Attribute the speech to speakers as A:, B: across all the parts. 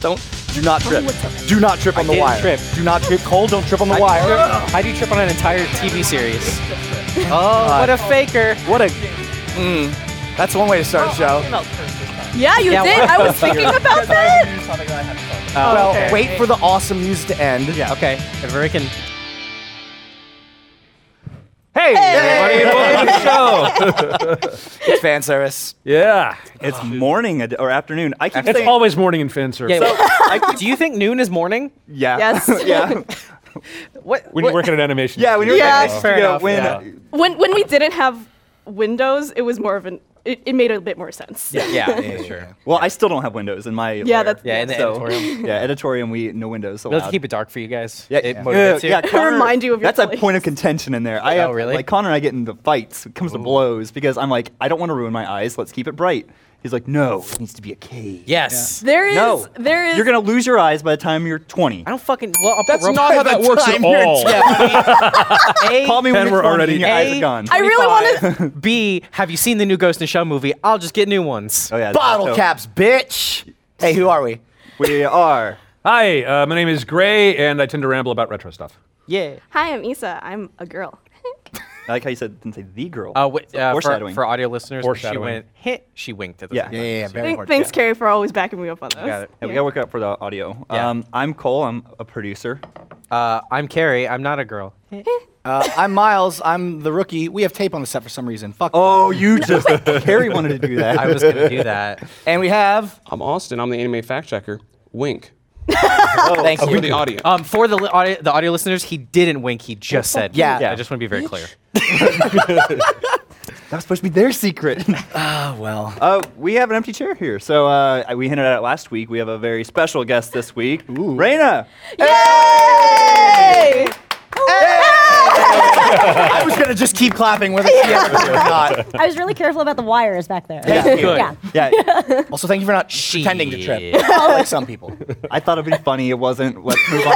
A: Don't.
B: Do not
A: Tell me
B: trip.
A: what's
B: Do not trip
C: I
B: on the
C: didn't
B: wire.
C: trip.
B: Do not get cold. Don't trip on the
C: How do you
B: wire.
C: trip- How do you trip on an entire TV series? Oh,
D: Uh,
C: what a faker.
B: What a.
A: Mm.
B: That's one way to start a show.
A: Yeah, you
C: Yeah,
A: did.
C: what-
A: I was thinking about that.
D: Uh,
C: Oh,
B: well,
C: okay.
B: wait for the awesome music to end.
C: Yeah. Okay. Everybody can.
E: Hey, everybody, welcome to the show.
B: It's fan service.
E: yeah, Oh,
D: It's morning ad- or afternoon. I keep
E: it's
D: saying
E: always morning in fan service.
C: Yeah, wait. do you think noon is morning?
B: Yeah.
A: Yes.
B: yeah.
C: What?
E: when you're
C: what-
E: working at animation.
B: Yeah. When you're
A: Yeah.
B: like,
C: Fair
B: you know,
C: enough,
B: when-
E: yeah.
A: When when we didn't have Windows, it was more of an. It, it made a bit more sense.
C: Yeah.
B: yeah,
C: Yeah.
B: yeah.
C: Sure.
D: well, I still don't have windows in my.
A: Yeah,
D: lair.
A: that's-
C: Yeah. In the
D: So-
C: editorial.
D: yeah, editorium. We no windows allowed.
C: Let's keep it dark for you guys.
D: Yeah,
C: It
D: yeah.
C: motivates you.
D: yeah, Connor-
A: Remind you of your
D: That's
A: place.
D: a point of contention in there. I
C: Oh,
D: have,
C: really?
D: Like Connor and I get into fights. It comes to blows because I'm like, I don't want to ruin my eyes. Let's keep it bright. He's like, No, it needs to be a cave.
C: Yes.
A: There is.
D: No.
A: There is.
D: You're gonna lose your eyes by the time you're 20.
C: I don't fucking. Well, I'll
E: That's
C: put rope-
E: not how that works at
D: time you're
E: all.
C: A,
D: Call me
E: Pen,
D: when you're
E: we're
D: 20
E: already-
D: and your eyes are gone.
A: I really
C: to. B. Have you seen the new Ghost in the Shell movie? I'll just get new ones.
D: oh yeah.
B: Bottle
D: so
B: caps, bitch. Hey, who are we?
D: We are.
E: Hi, uh, my name is Gray, and I tend to ramble about retro stuff.
C: Yeah.
A: Hi, I'm Isa. I'm a girl.
D: I like how you said didn't say the girl.
C: Uh, wait,
D: So
C: uh, for,
D: foreshadowing.
C: for audio listeners, when she
E: Foreshadowing.
C: went hit. She winked at the
D: Yeah.
C: time.
D: Yeah,
B: very
A: Thank- thanks, Carrie, for always backing me up on this.
C: got it.
D: Yeah, we gotta work out for the audio.
C: Yeah.
D: Um, I'm Cole. I'm a producer.
C: Uh, I'm Carrie. I'm not a girl.
B: Uh, I'm Miles. I'm the rookie. We have tape on the set for some reason. Fuck.
D: Oh, you just Carrie wanted to do that.
C: I was gonna do that.
B: And we have.
F: I'm Austin. I'm the anime fact checker. Wink.
A: Oh,
B: thank
F: For
B: you.
F: the audience.
C: Um, for the li- audio, the audio listeners, he didn't wink. He just said,
B: Yeah.
C: wink. I just want to be very clear.
D: that was supposed to be their secret.
B: Oh well.
D: uh, we have an empty chair here, so uh, we hinted at it last week. We have a very special guest this week, Raina.
A: Yay!
B: I was gonna just keep clapping whether she ever did or not.
G: I was really careful about the wires back there.
B: Yeah.
G: Yeah.
D: Yeah,
B: Also, thank you for not pretending to trip, like some people.
D: I thought it'd be funny. It wasn't. Let's move on.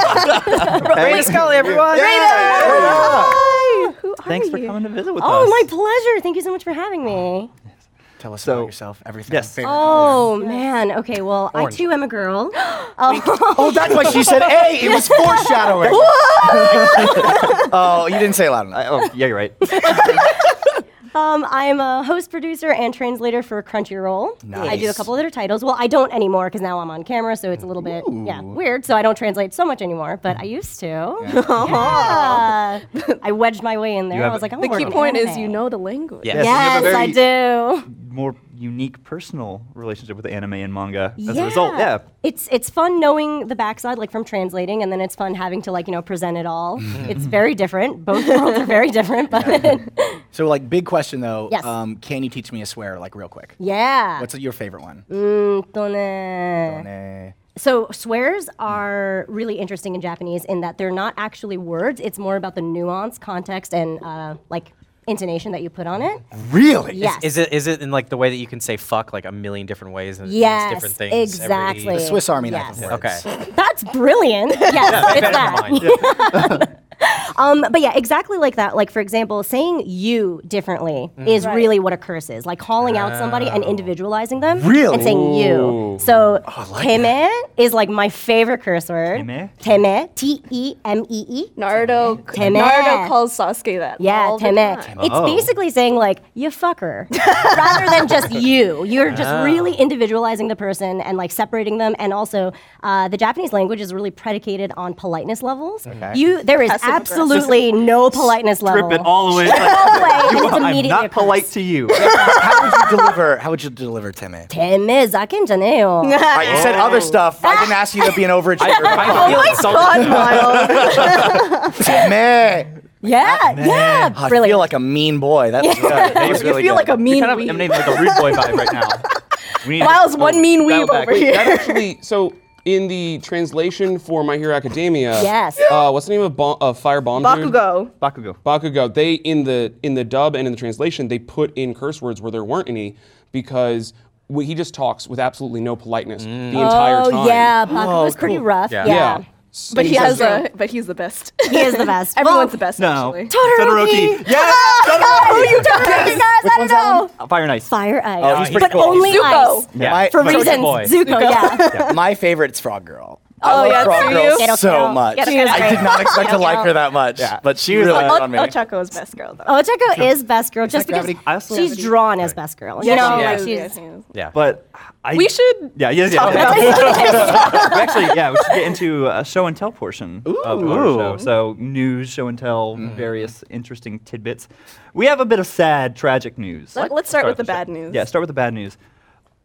C: Raina Scully, everyone.
G: Hi. Who are
D: Thanks for
G: you?
D: coming to visit with us.
G: Oh, my pleasure. Thank you so much for having me.
B: Tell us
D: So-
B: about yourself. Everything.
D: Yes.
B: Favorite.
G: Oh, man. Okay, well, I too am a girl. Oh,
B: Oh, that's why she said "Hey." It was foreshadowing. oh, you didn't say it loud enough.
D: I- oh, yeah, you're right.
G: um, I'm a host, producer, and translator for Crunchyroll. I do a
B: Nice.
G: couple other titles. Well, I don't anymore because now I'm on camera, so it's a little bit yeah weird. So I don't translate so much anymore, but I used to. Yeah. I wedged my way in there. I was like, I'm
A: The
G: gonna
A: key
G: work on
A: point is
G: anime.
A: you know the language.
C: Yeah.
D: Yes, you have
G: Yes,
D: a
G: I do.
D: More unique personal relationship with anime and manga as a result. Yeah.
G: It's it's fun knowing the backside, like from translating, and then it's fun having to like you know present it all.
C: Mm-hmm.
G: it's very different. Both worlds are very different, but
B: So, like, big question though.
G: Yes.
B: Um, can you teach me a swear, like, real quick?
G: yeah.
B: What's your favorite one?
G: Done.
B: Eh.
G: So swears are really interesting in Japanese in that they're not actually words. It's more about the nuance, context, and uh, like intonation that you put on it.
B: Really?
G: Yes.
C: Is it is it in like the way that you can say fuck like a million different ways and it means
G: Yes,
C: different things? every-
G: exactly.
B: The Swiss Army knife.
G: Yes.
B: Of words.
C: Okay.
G: That's brilliant. Yes, it's
C: Better than
G: that.
C: mine.
G: Um, but yeah, exactly like that. Like for example, saying you differently
C: Mm.
G: is really what a curse is. Like calling out somebody
C: Oh.
G: and individualizing them
B: Really?
G: and saying you. So teme is like my favorite curse word.
D: Teme?
G: Teme. T E M E E.
A: Naruto,
G: Teme.
A: Naruto calls Sasuke that.
G: Yeah,
A: all the
G: teme.
A: time.
G: It's basically saying like you fucker, rather than just you. You're just really individualizing the person and like separating them. And also, uh, the Japanese language is really predicated on politeness levels. You there is
A: Passive aggressive.
G: absolutely no politeness level.
D: Rip it all the way.
G: All the way, and it's
D: I'm
G: immediately a
D: not
G: curse.
D: polite to you.
B: how would you deliver? How would you deliver teme?
G: Teme zakenjaneo.
B: All right, you said other stuff. I didn't ask you to be an overachiever.
C: I feel insulted.
B: teme.
G: yeah, Uh, yeah,
B: Oh, I
G: brilliant.
B: feel like a mean boy. That was, that was
A: You
B: really
A: feel
B: good.
A: like a mean
D: kind of
A: weeb.
D: emanating like a rude boy vibe right now. We need-
A: Miles, one mean weeb
D: Dial back.
A: over here.
F: That actually, so in the translation for My Hero Academia,
G: Yes.
F: Uh, what's the name of bon- uh, Firebomb? dude?
A: Bakugo.
D: Bakugo.
F: Bakugo. They in the in the dub and in the translation, they put in curse words where there weren't any because we, he just talks with absolutely no politeness the entire
G: oh
F: time.
G: yeah, Bakugo's pretty rough. Yeah.
F: Yeah. So
A: But he
F: says-
A: has a. But he's the best.
G: He is the best.
A: Everyone's
G: Well,
A: the best.
D: No.
A: Actually.
G: Todoroki.
D: Yes. Todoroki.
G: Oh, you don't recognize that
D: one's that
G: no.
D: one? Fire and Ice.
G: Fire ice.
D: Oh, he's pretty
G: but
D: cool.
G: only
A: Zuko.
G: ice.
D: Yeah.
B: My,
G: For
B: my-
G: reasons.
C: boy.
G: Zuko, yeah.
B: my favorite's Frog Girl.
A: Oh,
B: I love
A: yeah,
B: Frog
A: do
B: Girl
A: you? Get up,
B: so
G: girl.
B: much.
G: Get up, girl.
B: I did not expect to like her that much, but she was like on me.
A: Ochako is best girl, though.
G: Ochako is best girl just
B: like
G: because
B: gravity-
D: I also-
G: she's drawn as best girl. You
A: Yeah, Oh,
G: know,
A: she
G: like
A: is.
G: she's.
A: Yeah, she is.
C: Yeah.
D: But I,
A: We should
D: Yeah, yes, yeah. Actually, yeah, we should get into a show and tell portion of our show. So news, show and tell, various interesting tidbits. We have a bit of sad, tragic news.
A: Let- let's start with the
D: show.
A: bad news.
D: Yeah, start with the bad news.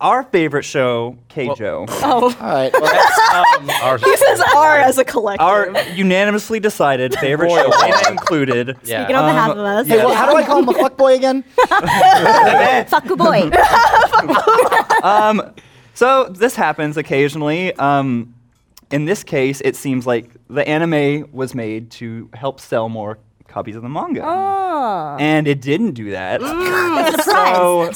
D: Our favorite show, KJO.
A: Oh.
B: All right. Well,
C: Um,
E: Our-
A: He says R as a collective.
D: our unanimously decided favorite show, Anna included.
C: Yeah.
G: Speaking on behalf of us.
B: hey, well, how do I call him a fuck boy again?
G: Fuck a boy.
D: Um, So this happens occasionally. Um, in this case, it seems like the anime was made to help sell more copies of the manga,
A: Ah.
D: and it didn't do that.
A: Mm.
D: So,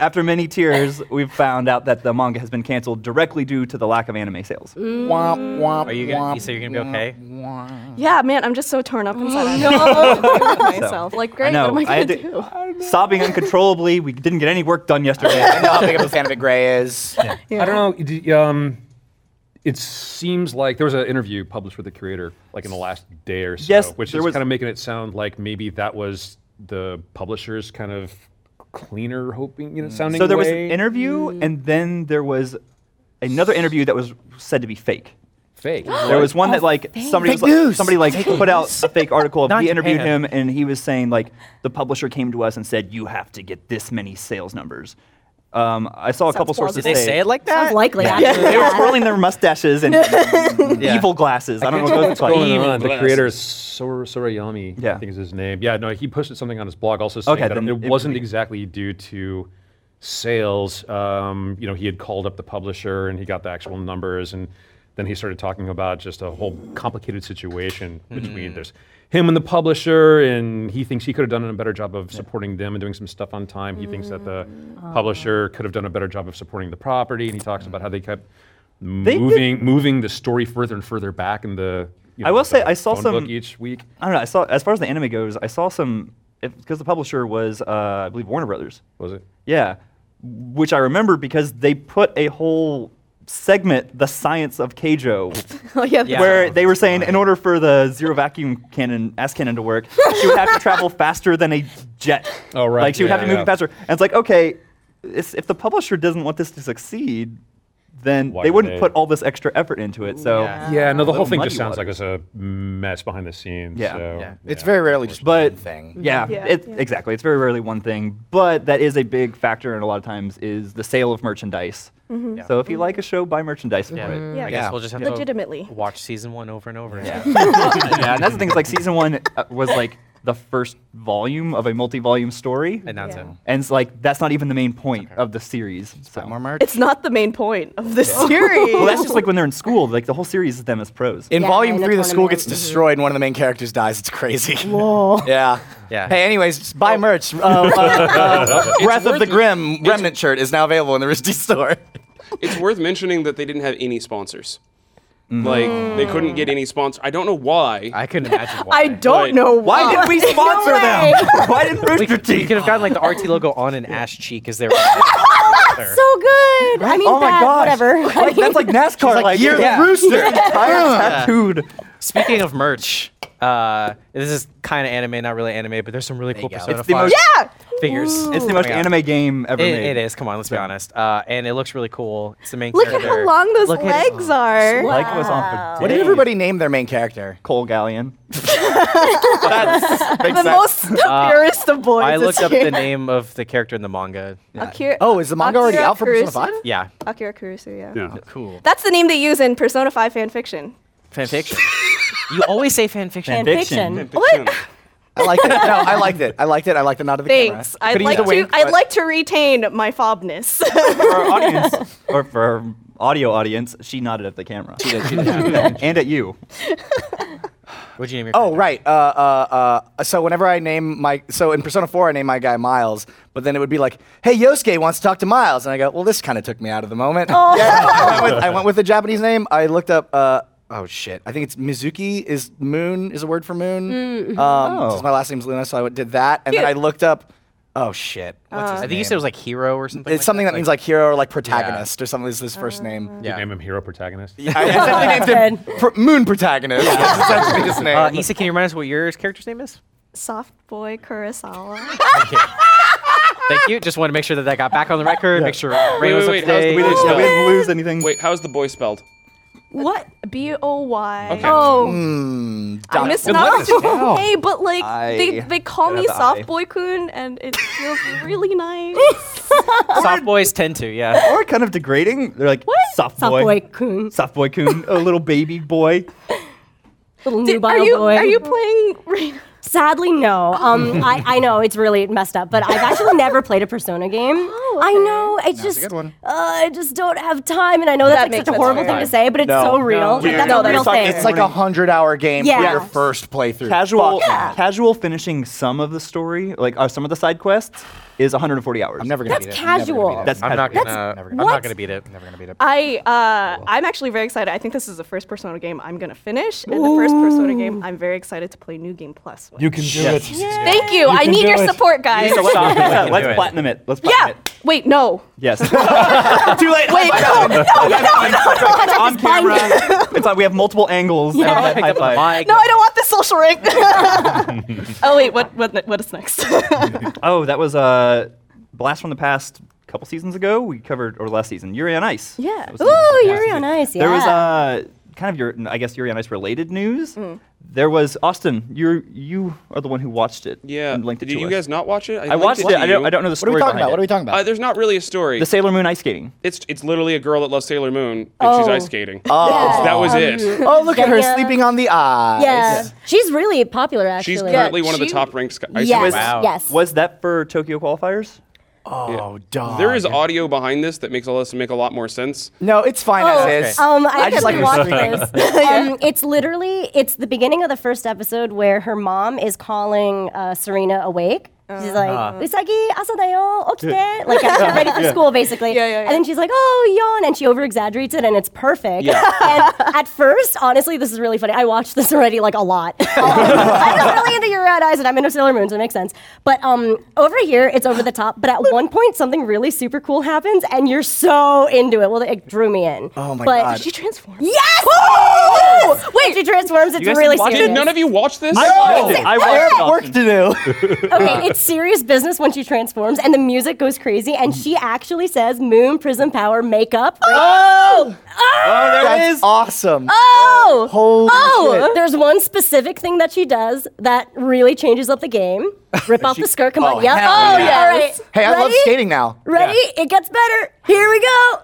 D: after many tears, we've found out that the manga has been canceled directly due to the lack of anime sales.
A: Mm,
B: womp, womp,
C: Are you
B: womp.
C: gonna, so you're gonna be okay?
A: yeah, man, I'm just so torn up inside. Oh, no. myself. Like,
D: I
A: great,
D: know.
A: what am I
D: had
A: going to
D: to-
A: do?
D: sobbing uncontrollably. We didn't get any work done yesterday.
B: I know how big of a fan of it Gray is.
E: I don't know. d- Um, it seems like there was an interview published with the creator like in the last day or so,
D: Yes,
E: which
D: there
E: is
D: was-
E: kind of making it sound like maybe that was the publisher's kind of cleaner hoping, you know, sounding
D: Mm. So there was
E: way.
D: an
A: Mm.
D: interview, and then there was another interview that was said to be fake.
E: fake.
D: There was one that like somebody was,
B: Fake
D: like,
B: news.
D: somebody like put out a fake article.
C: Not
D: we interviewed
C: Japan.
D: him, and he was saying like the publisher came to us and said you have to get this many sales numbers. Um, I saw a couple sources.
C: Did they say it like that?
G: Sounds likely, actually.
D: they were twirling their mustaches and evil glasses. I don't know what those look
E: going
D: like.
E: on. The
C: Glasses.
E: creator is Sor- Sorayami,
D: Yeah.
E: I think is his name. Yeah, no, he posted something on his blog also saying
D: Okay,
E: that
D: then
E: it
D: it would
E: wasn't
D: be-
E: exactly due to sales. Um, you know, he had called up the publisher and he got the actual numbers, and then he started talking about just a whole complicated situation
D: Hmm.
E: between there's him and the publisher, and he thinks he could have done a better job of supporting them and doing some stuff on time. He thinks that the
D: Hmm.
E: publisher could have done a better job of supporting the property, and he talks about how they kept.
D: did-
E: Moving, moving the story further and further back in the you
D: I
E: know,
D: will say,
E: the
D: I saw
E: phone book
D: some-
E: each week.
D: I don't know. I saw as far as the anime goes, I saw some because the publisher was uh, I believe Warner Brothers.
E: Was it?
D: Yeah, which I remember because they put a whole segment, the science of Keijo,
A: Oh, yeah. that's-
D: where they were saying in order for the zero vacuum cannon ass cannon to work, she would have to travel faster than a jet.
E: Oh, right,
D: Like she would have to
E: yeah,
D: move
E: yeah.
D: faster. And it's like, okay, it's, if the publisher doesn't want this to succeed, then
E: Why
D: they
E: would
D: wouldn't
E: they?
D: put all this extra effort into it. So,
C: Yeah.
E: Yeah, no, the whole
D: little
E: thing just
D: Uh, muddy
E: sounds like it's
D: waters.
E: a mess behind the scenes.
D: Yeah.
E: so,
C: Yeah.
B: It's very rarely just
D: But-
B: one thing.
D: yeah,
A: Yeah,
D: it,
A: yeah.
D: exactly. It's very rarely one thing, but that is a big factor, and a lot of times is the sale of merchandise. So if you like a show, buy merchandise.
C: Yeah.
D: For it.
A: Mm-hmm. Yeah.
C: I guess we'll just have
A: Legitimately.
C: to watch season one over and over. again.
D: yeah, and that's the thing. Is like season one uh, was like the first volume of a multi-volume story, and,
C: And that's
A: Yeah.
C: it.
D: it's like that's not even the main point of the series. So.
B: More merch.
A: It's not the main point of the series.
D: Well, that's just like when they're in school. Like the whole series is them as pros.
B: In
G: Yeah,
B: volume
G: in a
B: three, the school
G: tournament.
B: gets
G: Mhm.
B: destroyed and one of the main characters dies. It's crazy.
G: Oh.
B: Whoa. yeah.
C: Yeah.
B: Hey, anyways, just buy merch. Uh, uh, uh, Breath of the
F: worth-
B: Grim Remnant shirt is now available in the Risty store.
F: it's worth mentioning that they didn't have any sponsors. Like
A: Mm.
F: they couldn't get any sponsor. I don't know why.
C: I couldn't imagine why.
A: I don't
F: Wait.
A: know why.
D: Why did we sponsor them? Why didn't
C: We,
D: Rooster
C: could- we
D: Teeth?
C: could have gotten like the RT logo on an ash cheek as their.
G: so good. I mean,
D: oh my
G: bad,
D: gosh!
G: whatever. I
D: Like, that's like NASCAR. like,
B: "You're the
D: rooster. tattooed.
C: Speaking of merch, uh, this is kind of anime, not really anime, but there's some really cool
B: go.
C: Persona
D: It's the
C: 5
D: most-
A: Yeah.
C: figures.
D: It's the most
C: coming out.
D: anime game ever
C: Oh It-
D: made.
C: it is. Come on, let's be honest. Uh, and it looks really cool. It's the main
A: Look at
C: character.
A: how long those
C: Look at-
A: legs are.
D: Like was on for
B: What did
D: days.
B: everybody name their main character?
D: Cole Galleon.
A: the most the purest of boys.
C: I
A: is
C: looked up
A: here.
C: the name of the character in the manga.
A: Akira.
B: Oh, is the manga already
A: Akira
B: out for Persona
A: Kurusu?
B: 5?
C: Yeah.
A: Akira Kurusu, yeah.
E: Yeah.
C: Cool.
A: That's the name they use in Persona 5 fanfiction.
C: Fanfiction. you always say fanfiction.
D: Fanfic-
G: Fiction.
A: What?
B: I liked it. No, I liked it. I liked it. I liked the nod of the
A: Thanks.
B: camera.
A: I'd
B: Could've
A: like
B: used a wink,
A: to. I'd
B: but-
A: like to retain my fobness.
D: for our audience, or for our audio audience, she nodded at the camera. and at you.
C: What'd you name your
B: Oh
C: character?
B: right. Uh, uh, uh, so whenever I name my so in Persona 4 I name my guy Miles, but then it would be like, "Hey, Yosuke wants to talk to Miles," and I go, "Well, this kind of took me out of the moment." Yeah, I, went with, I went with the Japanese name. I looked up. Uh, oh shit! I think it's Mizuki is
C: Oh.
B: moon is a word for moon. Um, since my last name's Luna, so I went- did that, and then I looked up. Oh shit. What's his
C: I think you said it was like hero or something.
B: it's
C: like
B: something that, means like hero or like protagonist or something. Is his first name?
E: You
C: Yeah.
E: Name him hero protagonist.
B: I I definitely named him Pro- Moon Protagonist. That's essentially his name.
C: Uh, Issa, can you remind us what your character's name is?
H: Soft boy Kurosawa.
C: Thank you. Just wanted to make sure that that got back on the record. Make sure Ray
F: Wait,
C: was up
F: wait, wait,
C: to
F: how's the
C: date.
D: We
F: We didn't
D: didn't, yeah, we
F: spell.
D: didn't lose anything.
F: Wait, how's the boy spelled?
H: what? B O Y.
F: Okay.
H: Oh,
B: Um,
H: I missed an opportunity. Hey, but like they
D: I
H: they call
D: got
H: me
D: the eye.
H: Soft Boy Kun, and it feels really nice.
C: Soft boys tend to, yeah.
D: Or kind of degrading. They're like soft
G: Soft
D: boy,
G: boy coon.
D: soft boy coon, a little baby boy.
G: Little
H: Did-
G: nubile
H: are you
G: boy.
H: are you playing? Rain-
G: Sadly, no.
H: Oh.
G: Um, I, I know it's really messed up, but I've actually never played a Persona game.
H: Oh,
G: I know. It's just
B: good one.
G: Uh, I just don't have time, and I know that's
H: That
G: like,
H: makes
G: such a
H: sense.
G: horrible thing
H: Fine.
G: to say, but it's
B: No.
G: so real. Like, that's
H: no,
G: a real
H: that's like-
G: thing.
B: It's like a hundred-hour game for
G: Yeah.
B: your first playthrough.
D: Casual,
B: Fuck that.
D: casual finishing some of the story, like uh, some of the side quests, is 140 hours.
B: I'm never gonna
G: That's
B: beat it. I'm never gonna
G: casual.
B: beat it.
D: That's
C: I'm not
D: casual.
C: gonna. I'm
G: what?
C: not gonna beat it.
B: I'm never gonna beat it.
A: I uh, I'm actually very excited. I think this is the first Persona game I'm gonna finish, and the first Persona game I'm very excited to play New Game Plus. With.
I: You can do it.
H: Thank you. I
I: can
H: need
I: do
H: your
I: it.
H: support, guys.
D: So let's,
C: it.
D: yeah,
C: We
D: let's
C: can do it.
D: platinum it. Let's platinum
A: yeah.
D: it.
A: Wait, no.
D: Yes. Too late. Wait, no, no, on camera. it's like we have multiple angles.
G: Yeah.
D: of that
C: Pick up the
D: high five.
C: mic.
A: No, I don't want this social rank. oh wait, what what what is next?
D: Oh, that was uh, blast from the past. a Couple seasons ago, we covered or last season, Yuri on Ice.
A: Yeah.
D: That was the-
G: Ooh,
D: yeah.
G: Oh, you're real nice. Yeah.
D: There was uh, kind of your, I guess, Yuri on Ice related news. There was Austin. You you are the one who watched it.
F: Yeah.
D: and linked it
F: Did
D: to
F: you
D: us.
F: guys not watch it?
D: I
F: linked
D: watched it.
F: to
D: I, don't,
F: you.
D: I don't know the
B: What are
D: story.
B: we talking
D: behind
B: about? What are we
D: it.
B: talking
F: Uh,
B: about?
F: there's not really a story.
D: The Sailor Moon ice skating.
F: It's it's literally a girl that loves Sailor Moon and she's
G: Oh.
F: ice skating. Oh. That was it.
B: Oh, look at her
G: Yeah.
B: sleeping on the ice.
G: yeah. she's really popular actually.
F: She's currently one of the
H: she-
F: top ranked ice
G: yes,
F: skaters.
G: yes.
D: Was that for Tokyo qualifiers?
I: Oh, dog.
F: There is audio behind this that makes all this make a lot more sense.
B: No, it's fine as is.
G: Um, I,
B: Oh, I just
G: just
B: like her
G: watched
B: screaming.
G: this. Um, it's literally it's the beginning of the first episode where her mom is calling uh, Serena awake. She's like, Usagi, asa da yo, okite. Like, get ready for school, basically.
A: Yeah, yeah, yeah.
G: And then she's like, oh, yawn. And she over exaggerates it, and it's perfect.
D: Yeah.
G: and at first, honestly, this is really funny. I watched this already, like, a lot. I'm really into your red eyes, and I'm into Sailor Moon, so it makes sense. But um, over here, it's over the top. But at one point, something really super cool happens, and you're so into it. Well, it drew me in.
B: Oh my
G: But-
B: God.
A: she transformed.
G: Yes! Yes! Wait, she transforms. It's
D: guys
G: really
D: didn't watch it?
G: serious.
F: Did none of you watch this?
B: Oh,
G: Oh,
D: watched it. I watched it.
B: Work to do.
G: okay, it's serious business when she transforms, and the music goes crazy, and she actually says "Moon Prism Power Makeup." Oh! Oh!
D: there it
B: That's
D: is.
B: awesome.
G: Oh!
B: Holy
G: Oh!
B: shit.
G: There's one specific thing that she does that really changes up the game. Rip off the skirt. Come
B: Oh,
G: on. Yep.
B: hell
G: Oh
B: yeah.
G: All right.
B: Hey, I
G: Ready?
B: love skating now.
G: Ready? It gets better. Here we go.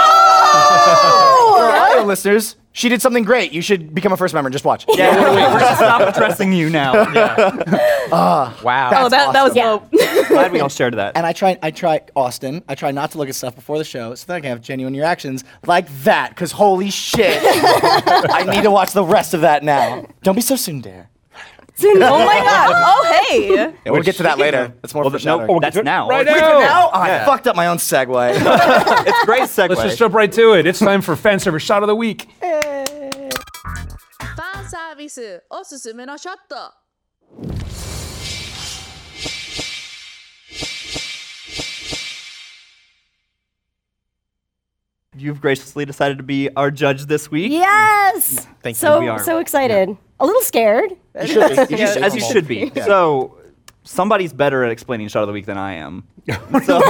G: Whoa!
B: For audio listeners, she did something great. You should become a first member and just watch.
D: Yeah, wait, wait, we're gonna stop addressing you now.
C: Wow.
A: Oh, that that was low.
D: Glad we all shared that.
B: And I try, I try, Austin. I try not to look at stuff before the show, so that I can have genuine reactions like that. Because holy shit, I need to watch the rest of that now. Don't be so soon, dare.
A: oh my god. Oh hey.
B: Yeah, we'll get to that later. That's more
D: well, th- no, oh, that's now.
E: Right
D: It's
E: now.
B: Now Oh, I fucked up my own segue.
D: a great segue.
I: Let's just jump right to it. It's time for fan service shot of the week.
J: ファンサービスおすすめのショット
D: You've graciously decided to be our judge this week.
G: Yes.
D: Thank you.
G: so,
D: We are.
G: So excited. A little scared.
D: You should- as you should be. So, somebody's better at explaining shot of the week than I am. so,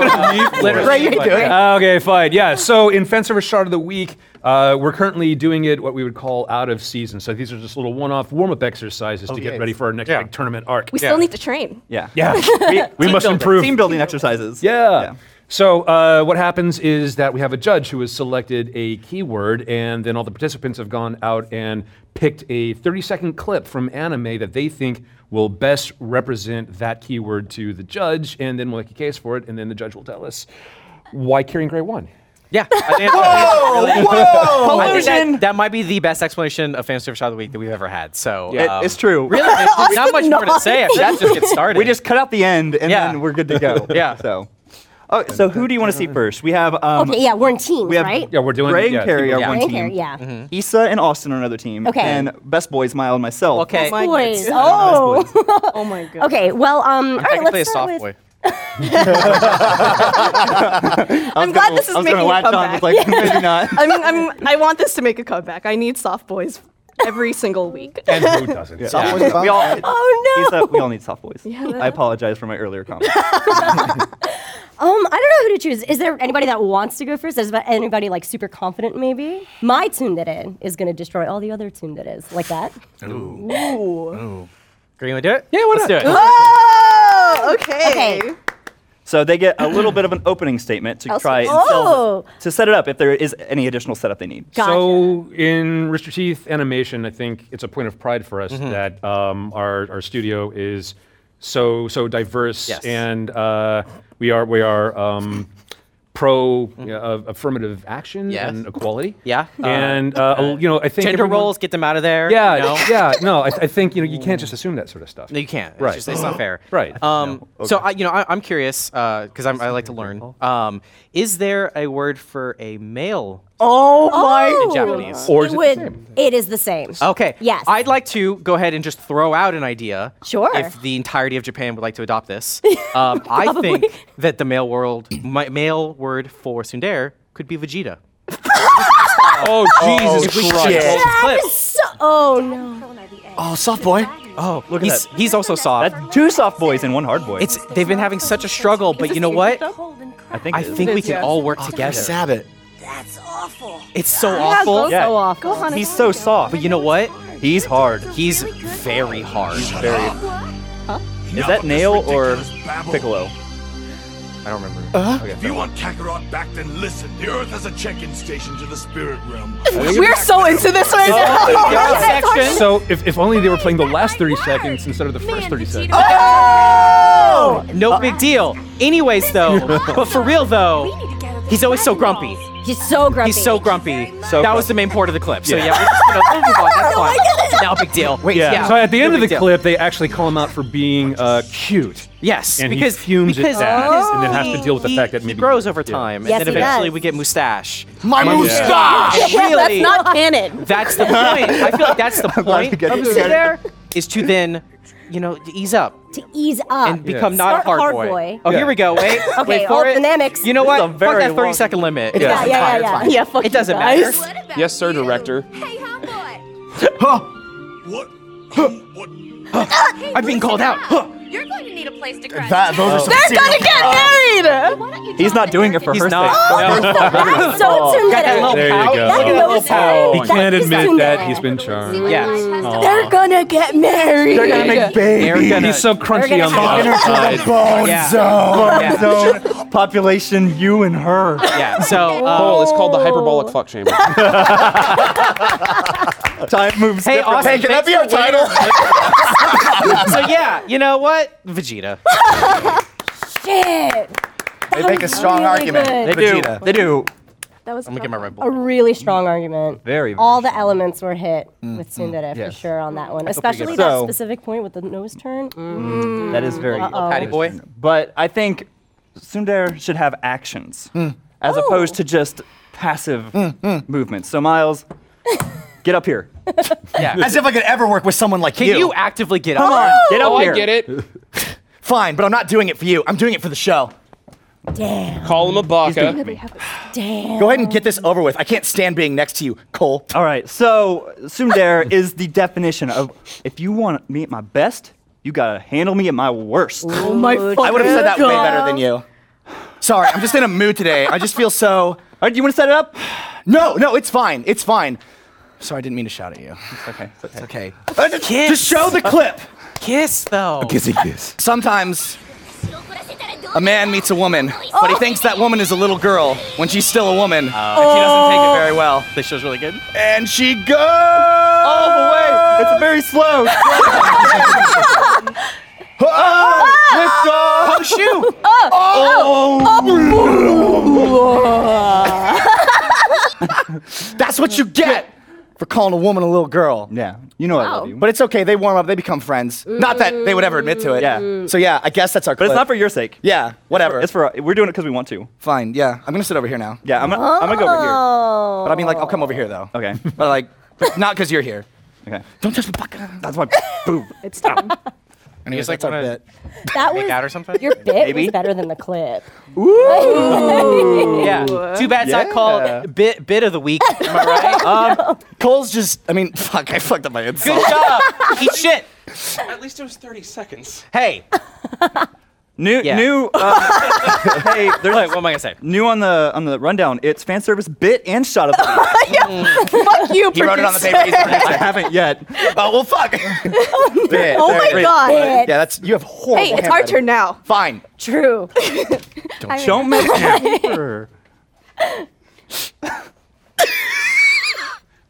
B: Ray, you can do it.
E: Uh, Okay, fine. Yeah. So in fan service shot of the week, uh, we're currently doing it what we would call out of season. So these are just little one-off warm-up exercises to get
B: yes.
E: ready for our next big tournament arc.
A: We still need to train.
D: yeah.
E: yeah. we must improve.
D: Team building exercises.
E: Yeah. So uh, what happens is that we have a judge who has selected a keyword, and then all the participants have gone out and picked a 30-second clip from anime that they think will best represent that keyword to the judge, and then we'll make a case for it, and then the judge will tell us why Kieran Gray won.
C: Yeah. I think that's-
D: Whoa!
C: I think
D: Collusion!
C: that, that might be the best explanation of fan service shot of the week that we've ever had. So
D: It-
C: um,
D: it's true.
C: Really, there's not much more to say. I mean, Let's just get started.
D: We just cut out the end and
C: Yeah.
D: then we're good to go.
C: Yeah.
D: So, oh, so who do you want to see first? We have um,
G: Okay, yeah, we're in teams,
D: we have
G: right?
E: Yeah, we're doing
D: Ray and
E: yeah,
D: Carrie are
C: yeah. Mm-hmm.
D: one
G: Right
D: team.
G: here, yeah.
D: Issa and Austin are another team.
G: Okay.
D: And best boys, Mile and myself.
C: okay.
G: Boys.
A: goodness.
G: Oh.
A: Oh my god.
G: okay. Well, um. all right.
C: Technically
G: Let's
C: a
G: start
C: soft
G: with.
C: boy.
A: I'm glad this is
D: I was
A: making
D: gonna
A: a
D: latch on with
A: comeback.
D: like maybe not.
A: I mean, I'm, I want this to make a comeback. I need soft boys every single week.
E: And who doesn't?
B: Soft boys
D: we all,
A: Oh, no.
D: he's a- we all need soft boys.
A: Yeah,
D: I
A: that-
D: apologize for my earlier comment.
G: Um, I don't know who to choose. Is there anybody that wants to go first? Is there anybody like super confident? Maybe my Tsundere is going to destroy all the other Tsunderes like that.
C: Green, want to do it?
F: Yeah, why
C: Let's do
F: not?
C: it.
A: Oh, okay.
G: Okay.
D: So they get a little bit of an opening statement to
A: Elsa-
D: try and
G: Oh.
D: sell the- to set it up if there is any additional setup they need.
G: Gotcha.
E: So in Rooster Teeth animation, I think it's a point of pride for
C: Mm-hmm.
E: us that um, our our studio is so so diverse,
F: Yes.
E: and uh, we are we are. Um, Pro
C: Mm-hmm.
E: uh, affirmative action
F: Yes.
E: and equality.
F: Yeah.
E: and uh, a- you know, I think
C: Gender
E: everyone-
C: roles, get them out of there.
E: Yeah,
C: you know? Mm.
E: yeah, no, I, I think you know you can't just assume that sort of stuff.
C: No, you can't.
E: Right.
C: It's, just, it's not fair.
E: Right.
C: Um, So, I, you know, I, I'm curious because I'm I like to learn. Um, is there a word for a male?
A: Oh
G: Oh.
A: my.
C: In Japanese.
E: Or is it the
G: would,
E: same?
G: It is the same.
C: Okay.
G: Yes.
C: I'd like to go ahead and just throw out an idea.
G: Sure.
C: If the entirety of Japan would like to adopt this, um, I think that the male world, my male word for tsundere could be Vegeta.
E: Oh Jesus
B: shit.
G: That is so. Oh no.
B: Oh, soft boy.
C: Oh, look he's, He's also soft.
D: That's two soft boys and one hard boy.
C: It's they've been having such a struggle, but you know what?
D: I think.
C: I
D: it is.
C: think we can all work together.
B: Stab it.
C: It's so
A: Yeah,
C: awful.
A: go
D: Yeah.
G: So awful.
D: He's so soft.
C: But you know what?
D: He's hard.
C: He's very hard.
D: Is that Nail or Piccolo?
C: I don't remember.
K: If you want Kakarot back, then listen. The Earth has a check-in station to the spirit realm.
A: We're so into this
D: Oh,
A: right now.
E: So if, if only they were playing the last 30 seconds instead of the first 30 seconds.
G: Oh!
C: No big deal. Anyways, though, but for real though, he's always so grumpy.
G: He's so grumpy.
C: He's so grumpy.
D: So
C: that was the main point of the clip. So yeah, we're just gonna we'll
G: Oh
C: move on. That's fine. Now big deal. Oh, Wait,
E: Yeah. So at the end of the clip, they actually call him out for being uh, cute.
C: Yes,
E: And he
C: because
E: fumes at
C: because,
E: that
C: because
E: and then has to
C: he-
E: deal with the
C: he-
E: fact that
C: he
E: maybe-
C: grows over
E: yeah.
C: time,
G: Oh, Yes,
C: and then
G: he
C: eventually
G: does.
C: we get mustache.
B: My moustache.
C: And really,
A: That's not canon.
C: that's the point. I feel like that's the
D: glad
C: point
D: you got
C: of
D: it.
C: sit there is to then, you know, to ease up
G: to ease up.
C: and become not
G: Start
C: a hard,
G: hard
C: boy.
G: boy.
C: Oh, here we go. Wait, wait
G: all
C: for it.
G: dynamics.
C: You know
D: This is
C: what?
D: a
C: Fuck
D: very
C: that
D: long-
C: 30 second limit.
G: yeah, yeah, yeah, yeah.
A: Yeah, fuck
C: It doesn't
A: you guys.
C: matter.
F: Yes, sir, director.
J: Hey, homeboy.
K: What? what?
C: I'm being called out. Huh.
J: You're going to need a place to crash.
B: That, those are some
A: They're
B: serious-
A: gonna get married.
D: He's not doing it for
C: He's
D: her
C: not.
D: sake.
G: That's so
C: Got that little
G: Tsundere.
E: There you
C: pout.
E: go.
G: That
E: Look at
G: nose pout.
E: He
G: That
E: can't
G: is
E: admit that
G: tsundere.
E: he's been charmed.
C: Yeah.
G: They're gonna get married.
D: They're gonna make babies.
E: He's so crunchy
G: gonna
E: on the
G: have-
E: outside.
B: Bone
C: Yeah.
B: zone.
C: Yeah.
D: Zone, population, you and her.
C: Yeah. So, uh,
F: Paul, Oh, it's called the hyperbolic fuck chamber.
D: Time moves.
C: hey,
D: different.
C: Austin,
B: Hey, can that be our
C: thanks for
B: title?
C: waiting. so yeah, you know what? Vegeta.
G: Shit.
B: They make a strong
G: Really
B: argument.
G: good.
D: They do.
B: Vegeta.
D: They do.
A: That was.
C: I'm gonna get my Red
G: A
C: Bull.
G: really strong argument.
D: Very, very
G: All the elements were hit with Tsundere
D: yes.
G: for sure on that one, especially
D: good.
G: that
D: So-
G: specific point with the nose turn.
D: That is very
G: Uh-oh.
C: Patty boy.
D: Mm. But I think Sundar should have actions as opposed to just passive movements. So Miles, get up here.
B: As if I could ever work with someone like
C: Can you, actively get
D: Come
C: up?
D: on, get up
F: oh,
D: here.
F: I get it.
B: Fine, but I'm not doing it for you. I'm doing it for the show.
G: Damn.
F: Call him a baka.
G: Damn.
B: Go ahead and get this over with. I can't stand being next to you, Cole.
D: All right. So Sundar is the definition of if you want me at my best, you gotta handle me at my worst.
A: Oh my
B: I would have said that way better than you. Sorry, I'm just in a mood today. I just feel so.
D: All right, you want to set it up?
B: No, no, it's fine. It's fine. Sorry, I didn't mean to shout at you.
D: Okay. it's okay.
B: Okay. Uh, just, just show the clip.
C: Kiss though.
B: Sometimes Oh. a man meets a woman, but he thinks that woman is a little girl when she's still a woman.
C: She doesn't take it very.
B: Very well.
C: This show's really good.
B: And she goes.
D: All the way. Oh, It's very slow.
B: Oh, lift off.
C: Shoot.
B: Oh. That's what you get for calling a woman a little girl.
D: yeah. You know I love you.
B: But it's okay. They warm up. They become friends. Not that they would ever admit to it.
D: Yeah.
B: So yeah, I guess that's our.
D: but it's not for your sake.
B: Yeah. Whatever.
D: It's for we're doing it because we want to.
B: fine. Yeah. I'm gonna sit over here now.
D: Yeah, I'm gonna, I'm gonna go over
G: Oh.
B: But I mean, like, I'll come over here though.
D: here. Okay.
B: But like, but not because you're here.
D: Okay.
B: Don't touch the bucket.
D: That's my boob.
A: It's time.
B: And he was like,
C: wanna
B: "That's
G: That
C: make
G: was
C: out or something?
G: your bit was better than the clip.
B: Ooh.
C: Yeah. Too bad it's not
B: Yeah.
C: called bit bit of the week. Am I right?
B: Um, Cole's just. I mean, fuck. I fucked up my insult.
C: Good job. Eat shit.
F: At least it was 30 seconds.
C: Hey.
D: New,
C: Yeah.
D: new. uh, hey, there's
C: Wait, what am I gonna say?
D: new on the on the rundown. It's fan service bit and shot of the week.
H: Fuck you,
B: Mm. He wrote it on the
H: producer.
B: paper. He's
D: I haven't yet.
B: oh well, fuck. Bit.
H: Oh my
B: Bit.
H: God.
B: Yeah, that's you have horrible.
H: Hey, it's our turn now.
B: Fine.
G: True.
D: Don't make it.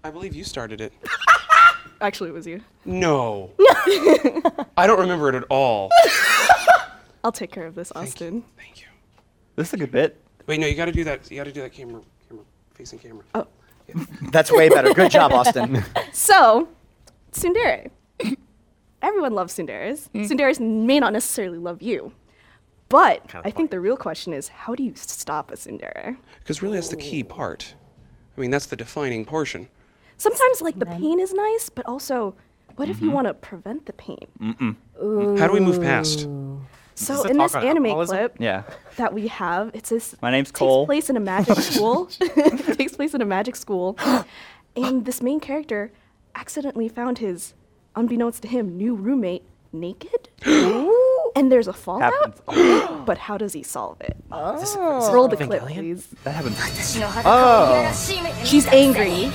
F: I believe you started it.
A: Actually, it was you.
F: No. I don't remember it at all.
A: I'll take care of this, Austin.
F: Thank you.
D: This is a good bit.
F: Wait, no, you got to do that. You got to do that camera, camera, facing camera. Oh.
B: That's way better. Good job, Austin.
A: So, Sundere. Everyone loves Sundares.
C: Mm.
A: Sundares may not necessarily love you. But I think the real question is how do you stop a Sundere?
F: Because really, that's the key part. I mean, that's the defining portion.
A: Sometimes, like, the pain is nice, but also, what if you
C: Mm-hmm.
A: want to prevent the pain?
F: How do we move past?
A: So,
C: Mm. this a
A: in
C: talk
A: this
C: on
A: anime
C: alcoholism?
A: clip,
D: Yeah.
A: that we have. It's this.
D: My name's
A: takes
D: Cole.
A: Place in a magic school. It takes place in a magic school, and this main character accidentally found his, unbeknownst to him, new roommate naked. and there's a fallout.
D: Happens.
A: but how does he solve it? Oh. Roll the clip, please.
D: That happens.
A: She's angry.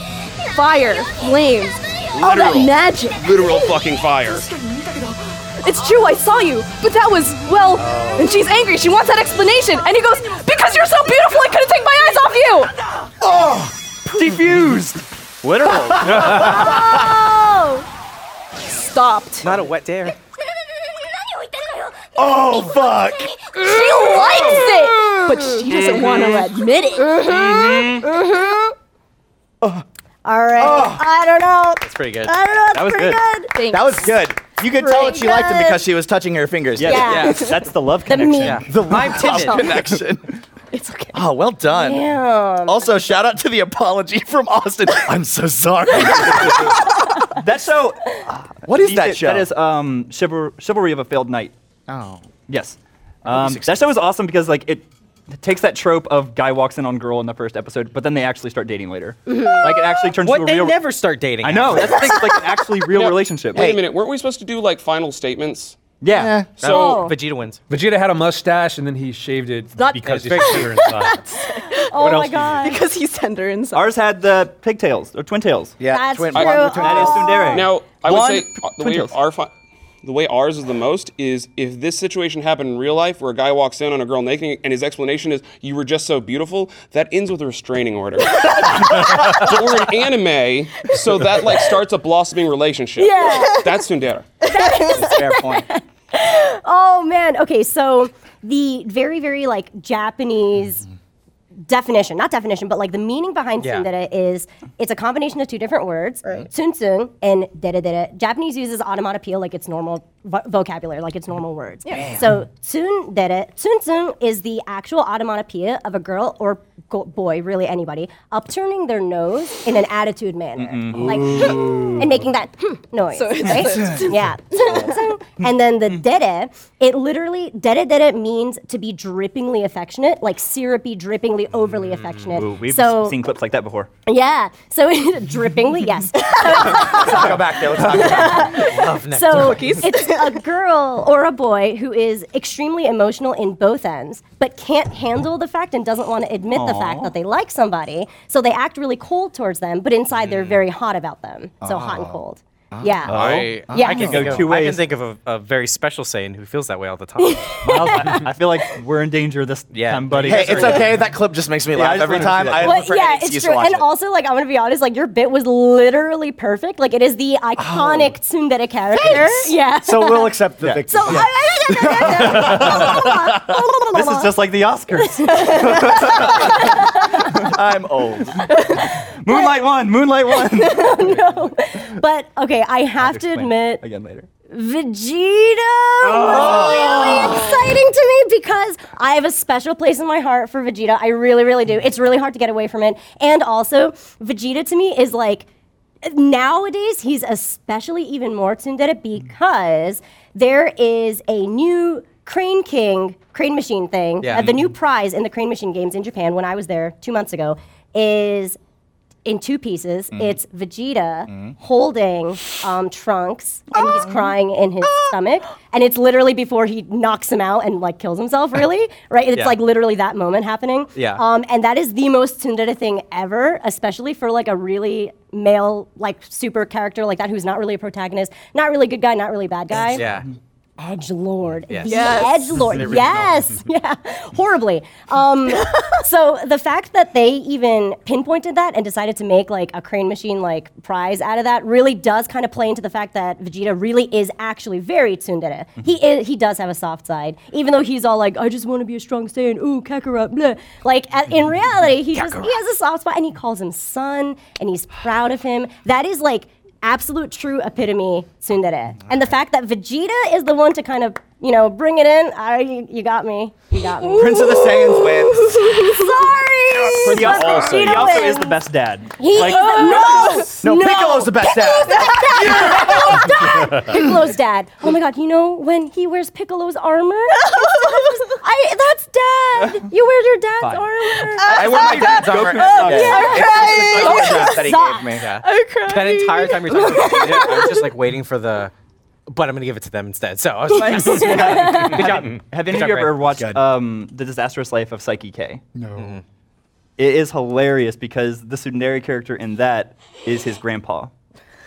A: Fire, flames, all that
F: Literal.
A: magic.
F: Literal fucking fire.
A: It's true, I saw you, but that was, well,
D: Oh.
A: and she's angry. She wants that explanation. And he goes, Because you're so beautiful, I couldn't take my eyes off you.
D: Defused.
B: Literal.
A: Oh! Stopped.
C: Not a wet dare.
B: oh fuck.
A: She likes it, but she doesn't want to let.
G: Admit it. All right. I don't know.
C: That's pretty good.
G: I don't know. It's
C: That was
G: pretty
C: good.
G: good.
B: That was good. You could tell that she liked him because she was touching her fingers.
D: Yeah.
G: Yeah.
D: yeah. That's the love
G: The
D: connection.
G: meme.
B: The live
C: timid.
B: connection.
G: It's okay.
B: Oh, well done.
G: Damn.
B: Also, shout out to the apology from Austin. I'm so sorry.
D: That show.
B: what is
D: you
B: that
D: did-
B: show?
D: That is um, Chival- Chivalry of a Failed Knight.
B: oh.
D: Yes. Um, that show is awesome because like it takes that trope of guy walks in on girl in the first episode, but then they actually start dating later. like it actually turns
C: What
D: into a
C: they
D: real.
C: never start dating.
D: I know. That's the thing. It's like an actually real
F: No,
D: relationship.
F: Wait a minute, weren't we supposed to do like final statements?
D: Yeah.
F: So
G: Oh.
C: Vegeta wins.
I: Vegeta had a mustache and then he shaved it
A: not-
I: because
C: Yeah,
I: it's bigger inside. else
G: Oh my
I: do you need?
G: god.
A: Because he's tender inside.
D: Ours had the pigtails or twin tails.
B: Yeah.
G: That's
B: twin-
G: true.
B: one with twin
D: That is
B: tails.
D: tsundere.
F: now I would
D: Blonde
F: say uh, the way
D: twin tails.
F: our fi- the way ours is the most is if this situation happened in real life where a guy walks in on a girl naked and his explanation is you were just so beautiful, that ends with a restraining order. but we're an anime, so that like starts a blossoming relationship.
G: Yeah.
F: That's Tsundere.
B: Fair point.
G: Oh man. Okay, so the very very like Japanese definition, not definition, but like the meaning behind
C: Yeah.
G: tsundere is it's a combination of two different words, tsunsun and dere dere. Japanese uses onomatopoeia like its normal vo- vocabulary, like its normal words. So tsundere, tsunsun is the actual onomatopoeia of a girl or go- boy, really anybody, upturning their nose in an attitude manner, like and making that hmm noise.
A: So it's
G: right? yeah. and then the dede, it literally dede dede means to be drippingly affectionate, like syrupy, drippingly overly affectionate.
D: Mm. Ooh, we've
G: so
D: seen clips like that before.
G: yeah, so drippingly, yes.
B: Let's go back there. Let's talk about
G: so it's a girl or a boy who is extremely emotional in both ends, but can't handle the fact and doesn't want to admit the fact that they like somebody. So they act really cold towards them, but inside they're very hot about them. So hot and cold. Yeah.
C: I,
G: Yeah.
C: I can
D: Go
C: think of,
D: two
C: I can
D: ways.
C: think of a, a very special Saiyan who feels that way all the time.
D: Miles, I, I feel like we're in danger this
C: Yeah.
D: time, buddy.
B: Hey, it's okay. That clip just makes me
D: I
B: laugh
D: just
B: every
D: wanted to
B: time.
D: see
B: I
D: that.
G: Well,
B: look for an
G: yeah,
B: excuse
G: it's
B: to
G: true.
B: watch
G: And
B: it.
G: also, like, I'm gonna be honest, like, your bit was literally perfect. Like, it is the iconic tsundere character. Yeah.
B: so we'll accept the victory.
G: So,
D: This is just like the Oscars.
B: I'm old.
D: Moonlight one, Moonlight one.
G: but okay, I have to
D: Explain
G: admit, Oh.
D: again later.
G: Vegeta
B: Oh.
G: was really exciting to me because I have a special place in my heart for Vegeta. I really, really do. It's really hard to get away from it. And also, Vegeta to me is like nowadays he's especially even more tsundere because there is a new crane king crane machine thing
C: Yeah.
G: uh, the new prize in the crane machine games in japan when i was there two months ago is in two pieces
C: Mm-hmm.
G: it's vegeta holding um, trunks and
C: Ah!
G: he's crying in his stomach and it's literally before he knocks him out and like kills himself really right it's
C: Yeah.
G: like literally that moment happening
C: Yeah.
G: um, and that is the most tsundere thing ever, especially for like a really male, like super character like that who's not really a protagonist, not really good guy, not really bad guy.
C: Yeah.
G: Edge Lord.
C: Yes.
G: Edge Lord. Yes. Yeah. Horribly. Um, so the fact that they even pinpointed that and decided to make like a crane machine like prize out of that really does kind of play into the fact that Vegeta really is actually very tsundere. He is, he does have a soft side, even though he's all like, I just want to be a strong Saiyan. Ooh, Kakarot. Blah. Like at, in reality, he just he has a soft spot and he calls him son and he's proud of him. That is like absolute true epitome tsundere. And the fact that Vegeta is the one to kind of, you know, bring it in, I, you, you got me. You got me.
D: Prince of the Saiyans wins.
G: Sorry!
D: He also, he
G: Vegeta
D: also is
G: wins.
D: the best dad.
G: He
D: Like,
G: is no,
B: No, Piccolo's the best dad.
G: Piccolo's dad. Oh my god, you know when he wears Piccolo's armor? I that's dad. You wear your dad's
D: Fine.
G: armor.
B: I wear my dad's armor.
G: That he gave
B: me.
C: Yeah. That entire time you're talking about Vegeta, I was just like waiting for the, but I'm gonna give it to them instead. So I was like, yes. good job.
D: Have any
C: Good
D: of you
C: job,
D: ever
C: Ray.
D: watched
B: Good.
D: um, The Disastrous Life of Psyche K? Mm-hmm.
B: No.
D: It is hilarious because the Sundari character in that is his grandpa.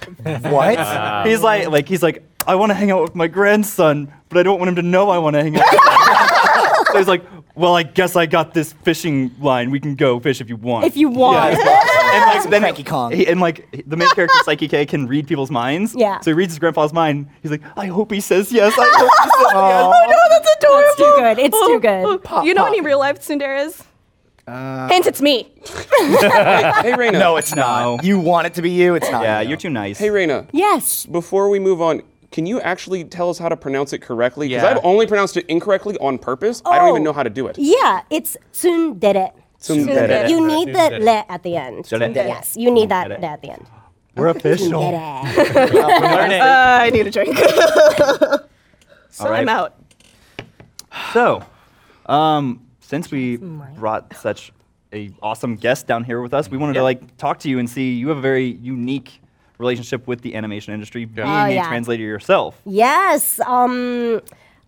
B: What?
D: he's like, like he's like, I want to hang out with my grandson, but I don't want him to know I want to hang out. with him." so he's like, well, I guess I got this fishing line. We can go fish if you want.
G: If you want.
D: and like then
B: Cranky Kong.
D: he- and like the main character Psyche K can read people's minds.
G: Yeah.
D: So he reads his grandpa's mind. He's like, I hope he says yes. I hope he says yes.
A: that's adorable.
G: It's too good. It's too
B: Oh.
G: good.
A: you know any real life tsunderes?
D: Uh,
A: Hint, it's me.
F: Hey, Reina.
B: No, it's not. You want it to be you. It's not.
D: Yeah,
B: you.
D: you're too nice.
F: Hey, Reina.
G: Yes.
F: Before we move on, can you actually tell us how to pronounce it correctly? Because
C: Yeah.
F: I've only pronounced it incorrectly on purpose. I don't even
G: Oh.
F: know how to do it.
G: Yeah, it's tsundere.
F: Tsundere.
G: You need the le at the end.
D: Tsundere.
G: Yes, you need that le at the end.
D: We're official.
G: Tsundere.
A: Uh, I need a drink. so
D: All right.
A: I'm out.
D: So, um, since we brought such a awesome guest down here with us, we wanted to like talk to you and see you have a very unique relationship with the animation industry, being
G: Oh,
D: a
G: yeah.
D: translator yourself.
G: Yes. Um,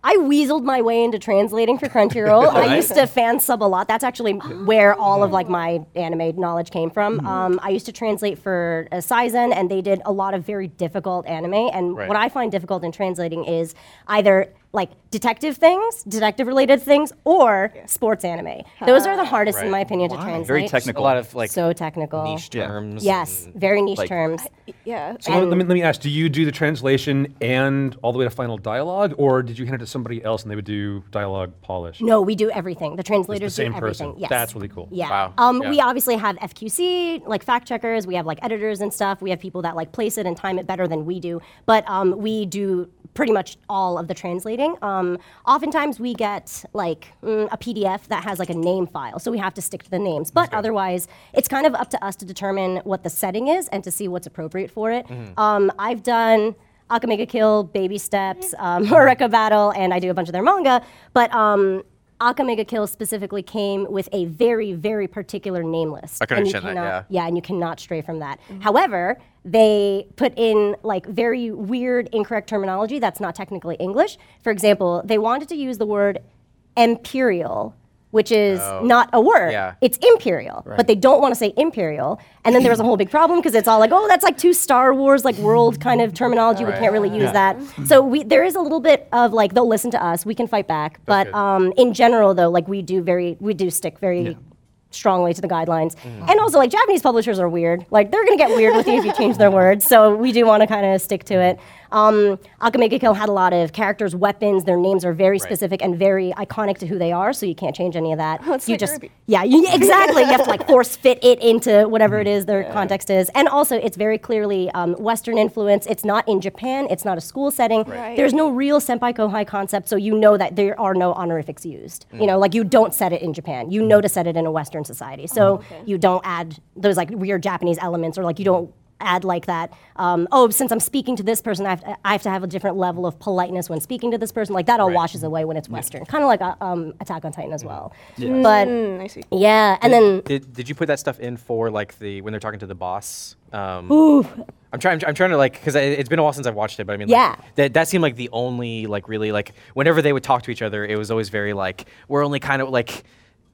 G: I weaseled my way into translating for Crunchyroll. I used to fan sub a lot. That's actually where all of like my anime knowledge came from.
C: Hmm.
G: Um, I used to translate for uh, Saizen, and they did a lot of very difficult anime. And what I find difficult in translating is either like detective things, detective related things, or sports anime. Those are the hardest, in my opinion, to translate.
D: Very technical.
C: A lot of like
G: so technical.
C: niche
D: Yeah.
C: terms.
G: Yes,
C: and-
G: very niche
D: Like-
G: terms.
A: Yeah.
E: So let, let me, let me ask, do you do the translation and all the way to final dialogue, or did you hand it to somebody else and they would do dialogue polish?
G: No, we do everything. The
E: It's
G: translators
E: the same
G: do everything.
E: person.
G: Yes.
E: That's really cool.
G: Yeah.
C: Wow.
G: Um,
C: Yeah.
G: We obviously have FQC, like fact checkers. We have like editors and stuff. We have people that like place it and time it better than we do. But um, we do pretty much all of the translating. Um, oftentimes we get like mm, a PDF that has like a name file, so we have to stick to the names. But otherwise, it's kind of up to us to determine what the setting is and to see what's appropriate for it.
C: Mm-hmm.
G: Um, I've done. Akamega Kill, Baby Steps, um, Eureka Battle, and I do a bunch of their manga. But um, Akamega Kill specifically came with a very, very particular name list.
C: I can
G: and you
C: understand that,
G: cannot- Yeah, and you cannot stray from that. However, they put in like very weird, incorrect terminology that's not technically English. For example, they wanted to use the word imperial. Which is not a word.
C: Oh. Yeah.
G: It's imperial, but they don't want to say imperial. And then there was a whole big problem because it's all like, oh, that's like two Star Wars like world kind of terminology. We can't really use that. So we there is a little bit of like they'll listen to us. We can fight back, but
E: good.
G: um, in general though, like we do very we do stick very. Strongly to the guidelines, and also like Japanese publishers are weird. Like they're gonna get weird with you if you change their words. So we do want to kind of stick to it. Um, Akamega Kill had a lot of characters, weapons. Their names are very specific and very iconic to who they are. So you can't change any of that.
A: Oh, it's
G: you
A: like
G: just
A: Ruby.
G: yeah, you, exactly. You have to like force fit it into whatever it is their context is, and also it's very clearly um, Western influence. It's not in Japan. It's not a school setting. There's no real senpai kohai concept, so you know that there are no honorifics used. You know, like you don't set it in Japan. You know to set it in a Western society, so you don't add those like weird Japanese elements or like you don't add like that. Um, oh, since I'm speaking to this person, I have, to, I have to have a different level of politeness when speaking to this person. Like that all washes away when it's Western, kind of like uh, um, Attack on Titan as well.
C: Yeah.
G: But
A: Mm, I see.
G: yeah, and then
C: did, did, did you put that stuff in for like the when they're talking to the boss? Um,
G: Ooh.
C: I'm trying. I'm trying to like because it's been a while since I've watched it, but I mean,
G: Yeah.
C: like, that that seemed like the only like really like whenever they would talk to each other, it was always very like we're only kind of like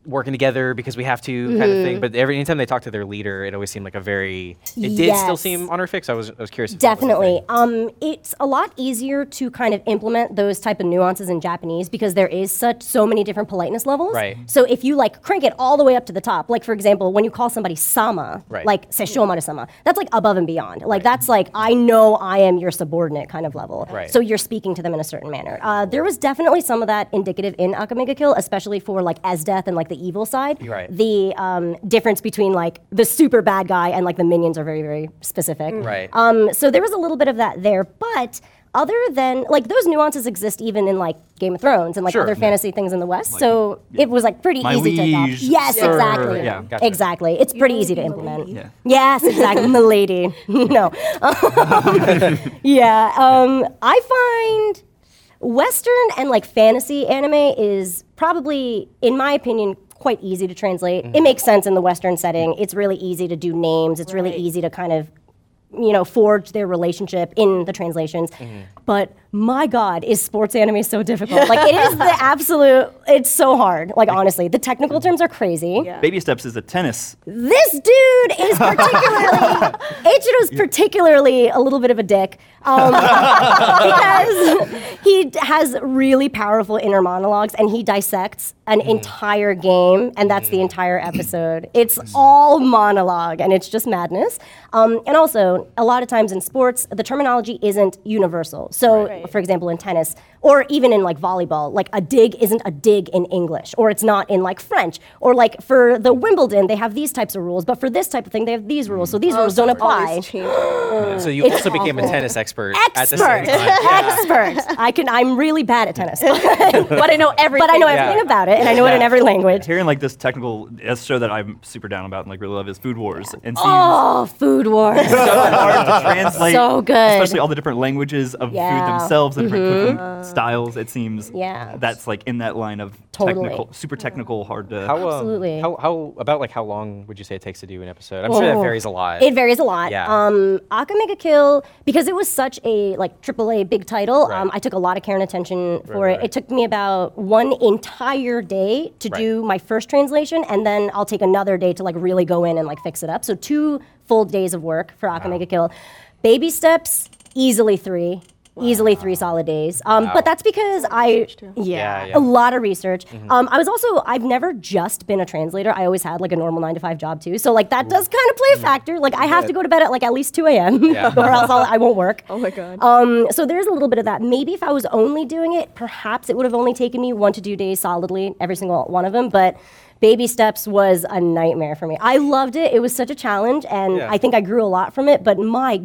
C: working together because we have to kind of thing.
G: Mhm.
C: But every anytime they talked to their leader, it always seemed like a very. It did still
G: Yes.
C: seem honorific. So I was I was curious. if that was a thing.
G: Definitely. Um, it's a lot easier to kind of implement those type of nuances in Japanese because there is such so many different politeness levels.
L: Right.
G: So if you like crank it all the way up to the top, like for example, when you call somebody sama,
L: Right.
G: like seshomaru sama, that's like above and beyond. Like that's like I know I am your subordinate kind of level.
L: Right.
G: So you're speaking to them in a certain manner. Uh, there was definitely some of that indicative in Akame ga Kill, especially for like as death and like the evil side
L: Right.
G: the um, difference between like the super bad guy and like the minions are very very specific.
L: Mm. Right.
G: Um, so there was a little bit of that there, but other than like those nuances exist even in like Game of Thrones and like
L: Sure.
G: other
L: Yeah.
G: fantasy things in the West. so it was like pretty
L: My
G: easy to adopt.
L: liege,
G: Yes,
L: sir.
G: exactly.
L: Yeah, gotcha.
G: Exactly. It's pretty easy to implement. Yes, exactly. Milady. no. yeah. Um, I find Western and like fantasy anime is probably, in my opinion, quite easy to translate. It makes sense in the Western setting. It's really easy to do names. It's really easy to kind of, you know, forge their relationship in the translations. But my God, is sports anime so difficult? like it is the absolute. It's so hard. Like honestly, the technical terms are crazy.
D: Baby Steps is a tennis.
G: This dude is particularly Ichiro's particularly a little bit of a dick um, because he d- has really powerful inner monologues and he dissects an entire game and that's the entire episode. It's all monologue and it's just madness. Um, and also, a lot of times in sports, the terminology isn't universal. So, for example, in tennis or even in like volleyball, like a dig isn't a dig in English or it's not in like French or like for the Wimbledon, they have these types of rules, but for this type of thing, they have these rules. So these rules don't apply.
C: So you
G: It's
C: also became a
G: awful.
C: tennis expert, at the same
G: Expert,
C: time.
G: expert. I can. I'm really bad at tennis,
H: But I know
G: But I know
H: everything.
G: everything about it, and I know it in every language.
D: Hearing like this technical, that's a show that I'm super down about and like really love is Food Wars. And seems
G: Oh, Food Wars.
D: so hard to translate.
G: So good.
D: Especially all the different languages of
G: Yeah.
D: food themselves, the different
G: Mhm.
D: cooking styles, it seems.
G: Yeah.
D: That's like in that line of
G: Totally.
D: technical, super technical, hard to.
C: How, um,
G: Absolutely.
C: How, how about like how long would you say it takes to do an episode? I'm sure that
G: Oh.
C: varies a lot.
G: It varies a lot.
C: Yeah.
G: Um, Akamega Kill, because it was such a like AAA big title,
C: Right.
G: um, I took a lot of care and attention for
L: Right,
G: it. It took me about one entire day to
L: Right.
G: do my first translation, and then I'll take another day to like really go in and like fix it up. So two full days of work for Akamega Kill. Baby steps, easily three. Easily three solid days, um,
L: Wow.
G: but that's because I yeah,
L: Yeah, yeah.
G: a lot of research.
L: Mhm.
G: Um, I was also I've never just been a translator. I always had like a normal nine to five job too, so like that does kind of play a factor. Like I have to go to bed at like at least two a.m.
L: Yeah.
G: or else I'll, I won't work.
A: Oh my god.
G: Um, so there's a little bit of that. Maybe if I was only doing it, perhaps it would have only taken me one to two days solidly, every single one of them. But baby steps was a nightmare for me. I loved it. It was such a challenge, and
L: Yeah.
G: I think I grew a lot from it. But my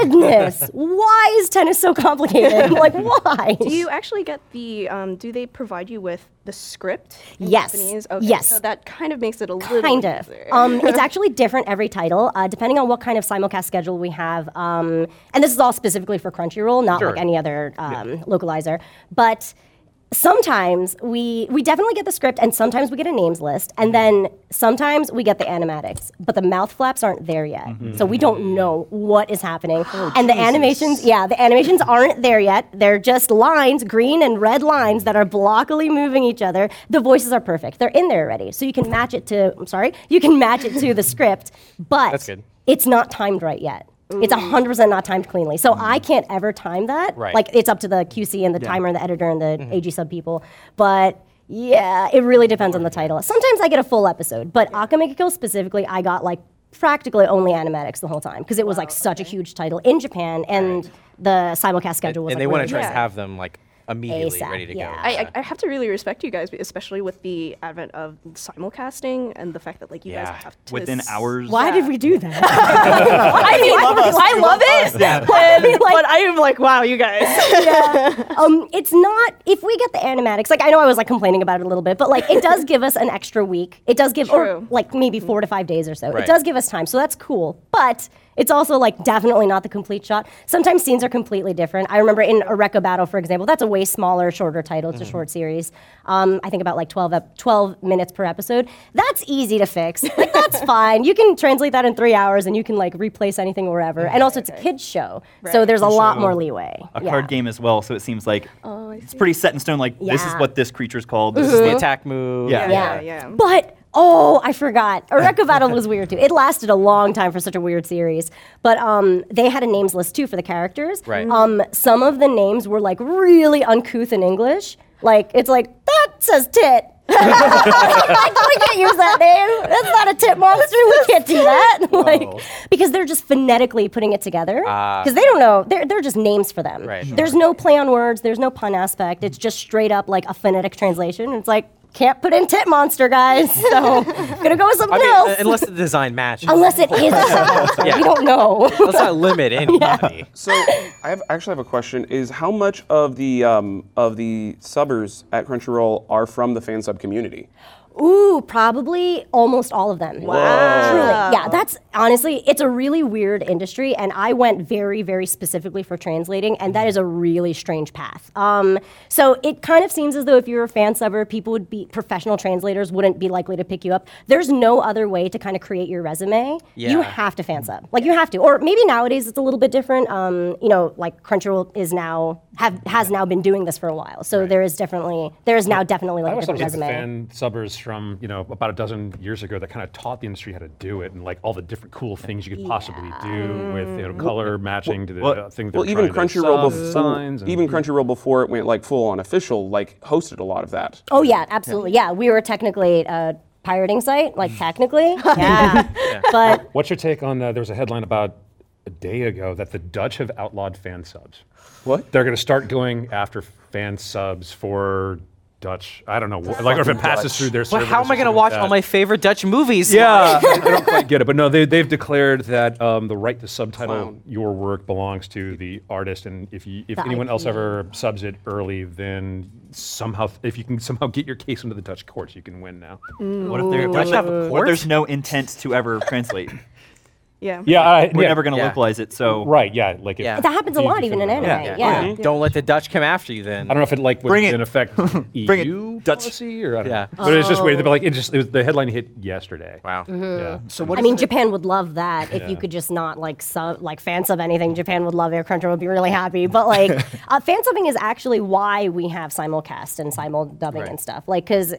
G: goodness, why is tennis so complicated? like why?
A: Do you actually get the? Um, do they provide you with the script? in
G: Yes.
A: Japanese? Okay,
G: Yes.
A: So that kind of makes it a little
G: kind of.
A: easier.
G: Um, it's actually different every title, uh, depending on what kind of simulcast schedule we have. Um, and this is all specifically for Crunchyroll, not
L: Sure.
G: like any other um, localizer. But sometimes we we definitely get the script, and sometimes we get a names list, and then sometimes we get the animatics. But the mouth flaps aren't there yet,
L: Mhm.
G: so we don't know what is happening. and the
L: Jesus.
G: animations, yeah, the animations aren't there yet. They're just lines, green and red lines that are blockily moving each other. The voices are perfect. They're in there already. So you can match it to I'm sorry, you can match it to the script, but
L: That's good.
G: it's not timed right yet. It's
L: Mm.
G: 100% not timed cleanly. So I can't ever time that.
L: Right.
G: Like it's up to the QC and the
L: Yeah.
G: timer and the editor and the AG sub people. But yeah, it really depends on the title. Sometimes I get a full episode, but Akamega Kill specifically, I got like practically only animatics the whole time because it was like such a huge title in Japan and the simulcast schedule was
C: and
G: like
C: they want
G: really
C: to try
G: big.
C: to have them like immediately
G: ASAP,
C: ready to
G: yeah.
C: go.
A: I, I, I have to really respect you guys, especially with the advent of simulcasting and the fact that like you
D: Yeah.
A: guys have to
D: Within
A: s-
D: hours.
G: Why did we do that?
A: I mean,
G: Love us.
A: I love it,
G: Yeah.
A: and- but I am like, wow, you guys.
G: yeah. Um, it's not if we get the animatics. Like I know I was like complaining about it a little bit, but like it does give us an extra week. It does give, or like maybe four to five days or so.
L: Right.
G: It does give us time, so that's cool. But It's also like definitely not the complete shot. Sometimes scenes are completely different. I remember in Eureka Battle, for example, that's a way smaller, shorter title. It's a short series. Um, I think about like 12, ep- 12 minutes per episode. That's easy to fix. Like, that's fine. You can translate that in three hours and you can like replace anything wherever. And also, it's a kid's show. So
A: Right.
G: there's a
D: And
G: lot
D: so
G: more leeway.
D: A
G: Yeah.
D: card game as well, so it seems like
A: Oh, I
D: it's pretty set in stone. Like this is
G: Yeah.
D: what this creature's called. This
C: This is
D: is
C: the
D: what-
C: attack move.
D: Yeah.
A: Yeah, yeah.
G: But oh, I forgot. Eureka Battle was weird too. It lasted a long time for such a weird series. But um, they had a names list too for the characters.
C: Right.
G: Um, some of the names were like really uncouth in English. Like it's like that says tit. like we can't use that name. That's not a tit monster. We can't do that. like because they're just phonetically putting it together.
C: Ah.
G: Because they don't know. They're they're just names for them.
C: Right. Sure.
G: There's no play on words. There's no pun aspect. It's just straight up like a phonetic translation. It's like can't put in tit monster, guys. So gonna go with something
C: I mean,
G: else.
C: uh, unless the design matches.
G: Unless it is a tit monster,
C: Yeah.
G: we don't know.
C: Let's not limit anybody.
F: So I have, actually have a question: Is how much of the um, of the subbers at Crunchyroll are from the fan sub community?
G: Ooh, probably almost all of them. Wow. Truly. Yeah, that's honestly, it's a really weird industry, and I went very, very specifically for translating, and that is a really strange path. Um, so it kind of seems as though if you're a fan subber, people would be, professional translators wouldn't be likely to pick you up. There's no other way to kind of create your resume. You
C: Yeah.
G: have to fan sub. Like, you have to. Or maybe nowadays it's a little bit different. Um, you know, like Crunchyroll is now, have, has now been doing this for a while. So there is definitely, there is now definitely
E: I
G: like a
E: was
G: different
E: talking to
G: resume.
E: fan subbers from you know about a dozen years ago that kind of taught the industry how to do it and like all the different cool things you could possibly do with you know, color matching to the
D: what-
E: uh, thing. they're
F: Well, even
E: trying to
F: Crunchyroll
E: sub, signs
F: before
E: and-
F: even Crunchyroll before it went like full on official, like hosted a lot of that.
G: Oh yeah, absolutely. Yeah, we were technically a pirating site, like technically. Yeah. But
E: What's your take on uh, there was a headline about a day ago that the Dutch have outlawed fan subs.
F: What?
E: They're going to start going after fan subs for Dutch. I don't know, wh- like if it passes through their.
C: But
E: servers
C: how am
E: or
C: I going to
E: something
C: watch
E: like
C: all
E: that.
C: my favorite Dutch movies?
E: Yeah, I I don't quite get it, but no, they, they've declared that um, the right to subtitle
F: Clown.
E: your work belongs to the artist, and if you, if
G: The
E: anyone else
G: IP.
E: ever subs it early, then somehow, if you can somehow get your case into the Dutch courts, you can win now.
D: What if there- what if
C: Dutch have a
D: what if
C: court?
D: there's no intent to ever translate?
A: Yeah.
E: Yeah, I,
D: We're
E: yeah,
D: never going to
C: yeah.
D: localize it. So
E: Right? Yeah, like if,
C: Yeah.
G: that happens a
E: You-
G: lot
E: you
G: even in
E: can-
G: anime.
D: Yeah.
G: Yeah.
C: Yeah. Don't let the Dutch come after you then.
E: I don't know if it like would
D: Bring it-
E: in effect EU
D: bring it, Dutch.
E: policy or I don't know. But it's just weird. But like it just it was, the headline hit yesterday.
C: Wow.
E: Yeah.
B: So what
G: I
B: is
G: mean,
B: the-
G: Japan would love that if you could just not like sub, like fan sub anything. Japan would love it. Crunchyroll would be really happy. But like, uh, fan subbing is actually why we have simulcast and simul dubbing and stuff. Like, because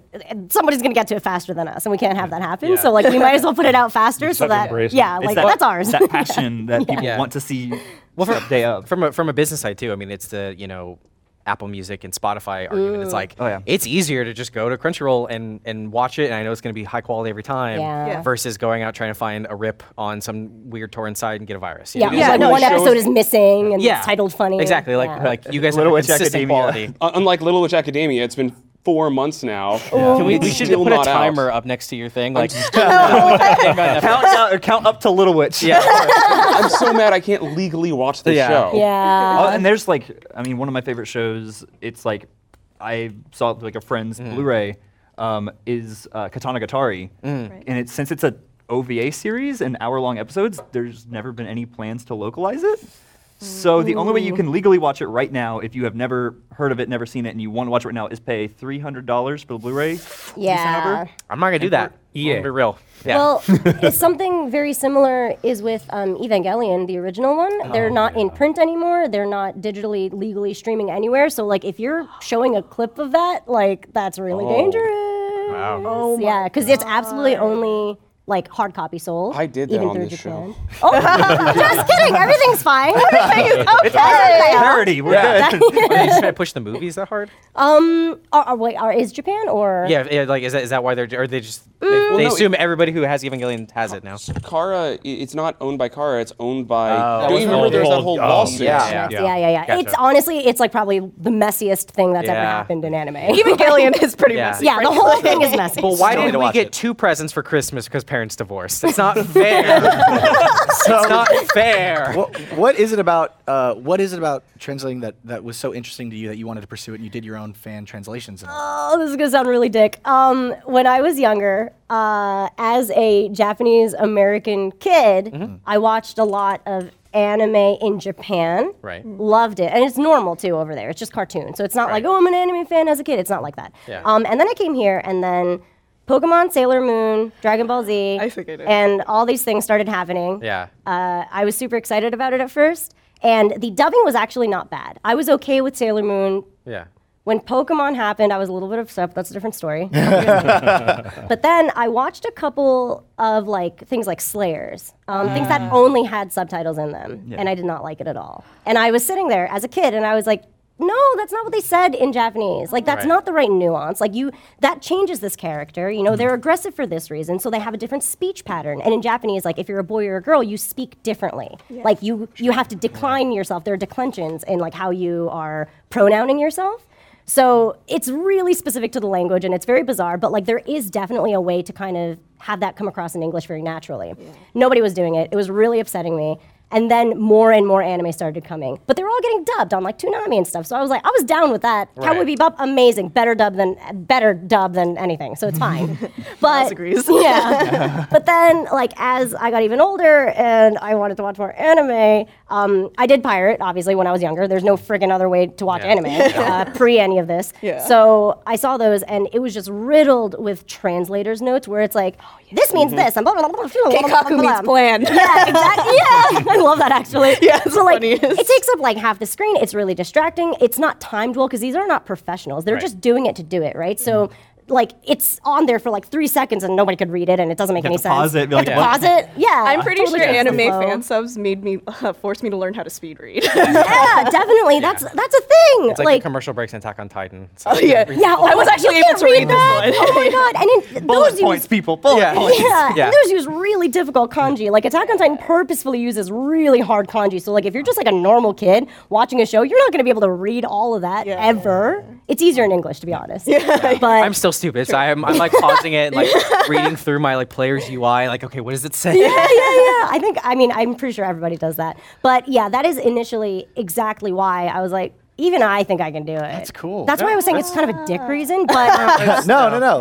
G: somebody's gonna get to it faster than us, and we can't have that happen.
E: Yeah.
G: So like, we might as well put it out faster so
E: have to
G: that
E: embrace it.
G: yeah,
E: It's
G: like
D: that-
G: that's ours.
D: That passion that people
C: Yeah.
D: want to see
C: Well,
D: the
C: from-
D: day of.
C: from a from a business side too. I mean, it's the you know. Apple Music and Spotify argument.
G: Mm.
C: It's like
D: Oh, yeah.
C: it's easier to just go to Crunchyroll and and watch it, and I know it's going to be high quality every time.
G: Yeah. Yeah.
C: Versus going out trying to find a rip on some weird torrent site and get a virus. you
G: Yeah,
C: know?
G: like
F: really
G: one
F: shows-
G: episode is missing and
C: Yeah.
G: it's titled funny.
C: Exactly. Like
G: Yeah.
C: like you guys
D: Little
C: have a
D: Witch
C: consistent
D: Academia.
C: quality.
F: Un- Uh, Unlike Little Witch Academia, it's been four months now.
C: Can we,
F: It's
C: we should
F: still
C: put a
F: not out.
C: timer up next to your thing. Like
D: count, down, or count up to Little Witch.
C: yeah.
F: I'm so mad I can't legally watch the
C: Yeah.
F: show.
G: yeah.
D: Oh, and there's like, I mean, one of my favorite shows. It's like, I saw like a friend's
C: Mm.
D: Blu-ray um, is uh, Katana Gatari,
C: Mm.
A: Right.
D: and it's since it's a OVA series and hour-long episodes. There's never been any plans to localize it. So the only way you can legally watch it right now, if you have never heard of it, never seen it, and you want to watch it right now, is pay three hundred dollars for the Blu-ray.
G: yeah.
C: I'm not gonna do that.
E: Yeah.
C: I'm gonna Be real. Yeah.
G: Well, it's something very similar is with um, Evangelion, the original one.
F: Oh,
G: they're not in print anymore. They're not digitally legally streaming anywhere. So like, if you're showing a clip of that, like that's really
F: Oh.
G: dangerous. Wow.
A: Oh my
G: yeah, because it's absolutely only like hard copy sold.
F: I did that
G: even
F: on
G: through
F: this
G: Japan. Oh, just kidding. Everything's fine. Everything is okay.
D: Parody, we're good.
C: Are they just trying to push the movies that hard?
G: Um, are, are, wait, are, is Japan or
C: Yeah, yeah, like is that is that why they're or they just
G: Mm.
C: they, they
F: no, it-
C: assume everybody who has Evangelion has it now.
F: Kara, i- it's not owned by Kara. It's owned by.
C: Oh.
F: don't you remember there was that whole
E: Oh,
F: lawsuit?
C: yeah.
G: Yeah, yeah, yeah. yeah. It's honestly, it's like probably the messiest thing that's ever
C: Yeah.
G: happened in anime.
A: Evangelion is pretty
C: Yeah.
A: messy.
G: yeah, the whole thing is messy.
C: Well, why
B: Still need
C: did
B: to
C: we
B: watch
C: get
B: it.
C: two presents for Christmas because parents divorced? It's not fair. it's not fair.
B: What, what is it about? Uh, what is it about translating that that was so interesting to you that you wanted to pursue it and you did your own fan translations? And all?
G: Oh, this is gonna sound really dick. Um, when I was younger, uh, as a Japanese American kid,
C: Mm-hmm.
G: I watched a lot of anime in Japan.
C: Right. Mm.
G: Loved it. And it's normal too over there. It's just cartoon. So it's not like, oh, I'm an anime fan as a kid. It's not like that.
C: Yeah.
G: Um, and then I came here and then Pokemon, Sailor Moon, Dragon Ball Z, I think I did. and all these things started happening.
C: Yeah.
G: Uh, I was super excited about it at first, and the dubbing was actually not bad. I was okay with Sailor Moon.
C: Yeah.
G: When Pokemon happened, I was a little bit upset. but That's a different story. but then I watched a couple of like things like Slayers, um, things that only had subtitles in them,
D: Yeah.
G: and I did not like it at all. And I was sitting there as a kid, and I was like. No, that's not what they said in Japanese. Like that's
C: Right.
G: not the right nuance. Like you that changes this character. You know, they're aggressive for this reason, so they have a different speech pattern. And in Japanese, like if you're a boy or a girl, you speak differently. Like you you have to decline yourself. There are declensions in like how you are pronouncing yourself. So it's really specific to the language and it's very bizarre, but like there is definitely a way to kind of have that come across in English very naturally. Nobody was doing it. It was really upsetting me. And then more and more anime started coming. But they were all getting dubbed on like Toonami and stuff. So I was like, I was down with that. Cowboy
C: Right.
G: Bebop, amazing. Better dub than better dub than anything. So it's fine. but
A: agrees.
G: yeah. but then like as I got even older and I wanted to watch more anime, um, I did pirate obviously when I was younger. There's no friggin' other way to watch
C: Yeah.
G: anime uh, pre any of this.
H: Yeah.
G: So I saw those and it was just riddled with translators notes where it's
H: Oh,
G: like, this means this and blah blah blah. blah, blah, blah, blah,
H: Keikaku Mm-hmm. means
G: blah.
H: plan.
G: Yeah, exactly. Yeah, I love that actually.
H: Yeah, it's
G: so like
H: funny.
G: it takes up like half the screen. It's really distracting. It's not timed well because these are not professionals. They're
C: Right.
G: just doing it to do it, right? So.
D: Mm-hmm.
G: Like it's on there for like three seconds and nobody could read it and it doesn't make
D: You
G: any
D: have to pause
G: sense.
D: it, be
G: You have
D: like,
G: to
D: "What?"
G: pause it. Yeah,
A: I'm pretty
G: totally
A: sure
G: just
A: anime
G: slow.
A: fan subs made me uh, forced me to learn how to speed read.
G: Yeah, definitely. That's that's a thing.
C: It's like, the commercial breaks in Attack on Titan. So
A: Oh, yeah.
G: Yeah, oh,
A: I was actually
G: you
A: able to
G: can't
A: read this
G: that.
A: one.
G: Oh my god! And in,
D: Bullet
G: those
D: points,
G: use
D: people. Bullet
C: Yeah.
D: points.
G: yeah,
C: Oh, Yeah.
G: and those use really difficult kanji. Like Attack on Titan purposefully uses really hard kanji. So like if you're just like a normal kid watching a show, you're not going to be able to read all of that
A: Yeah.
G: ever. It's easier in English, to be honest. Yeah. But
C: I'm still stupid, so I'm, I'm like pausing it and like reading through my like player's UI, like, okay, what does it say?
G: yeah, yeah, yeah. I think, I mean, I'm pretty sure everybody does that. But yeah, that is initially exactly why I was like, even I think I can do it. That's
B: cool.
G: That's why I was saying it's kind of a dick reason, but
B: No, no, no.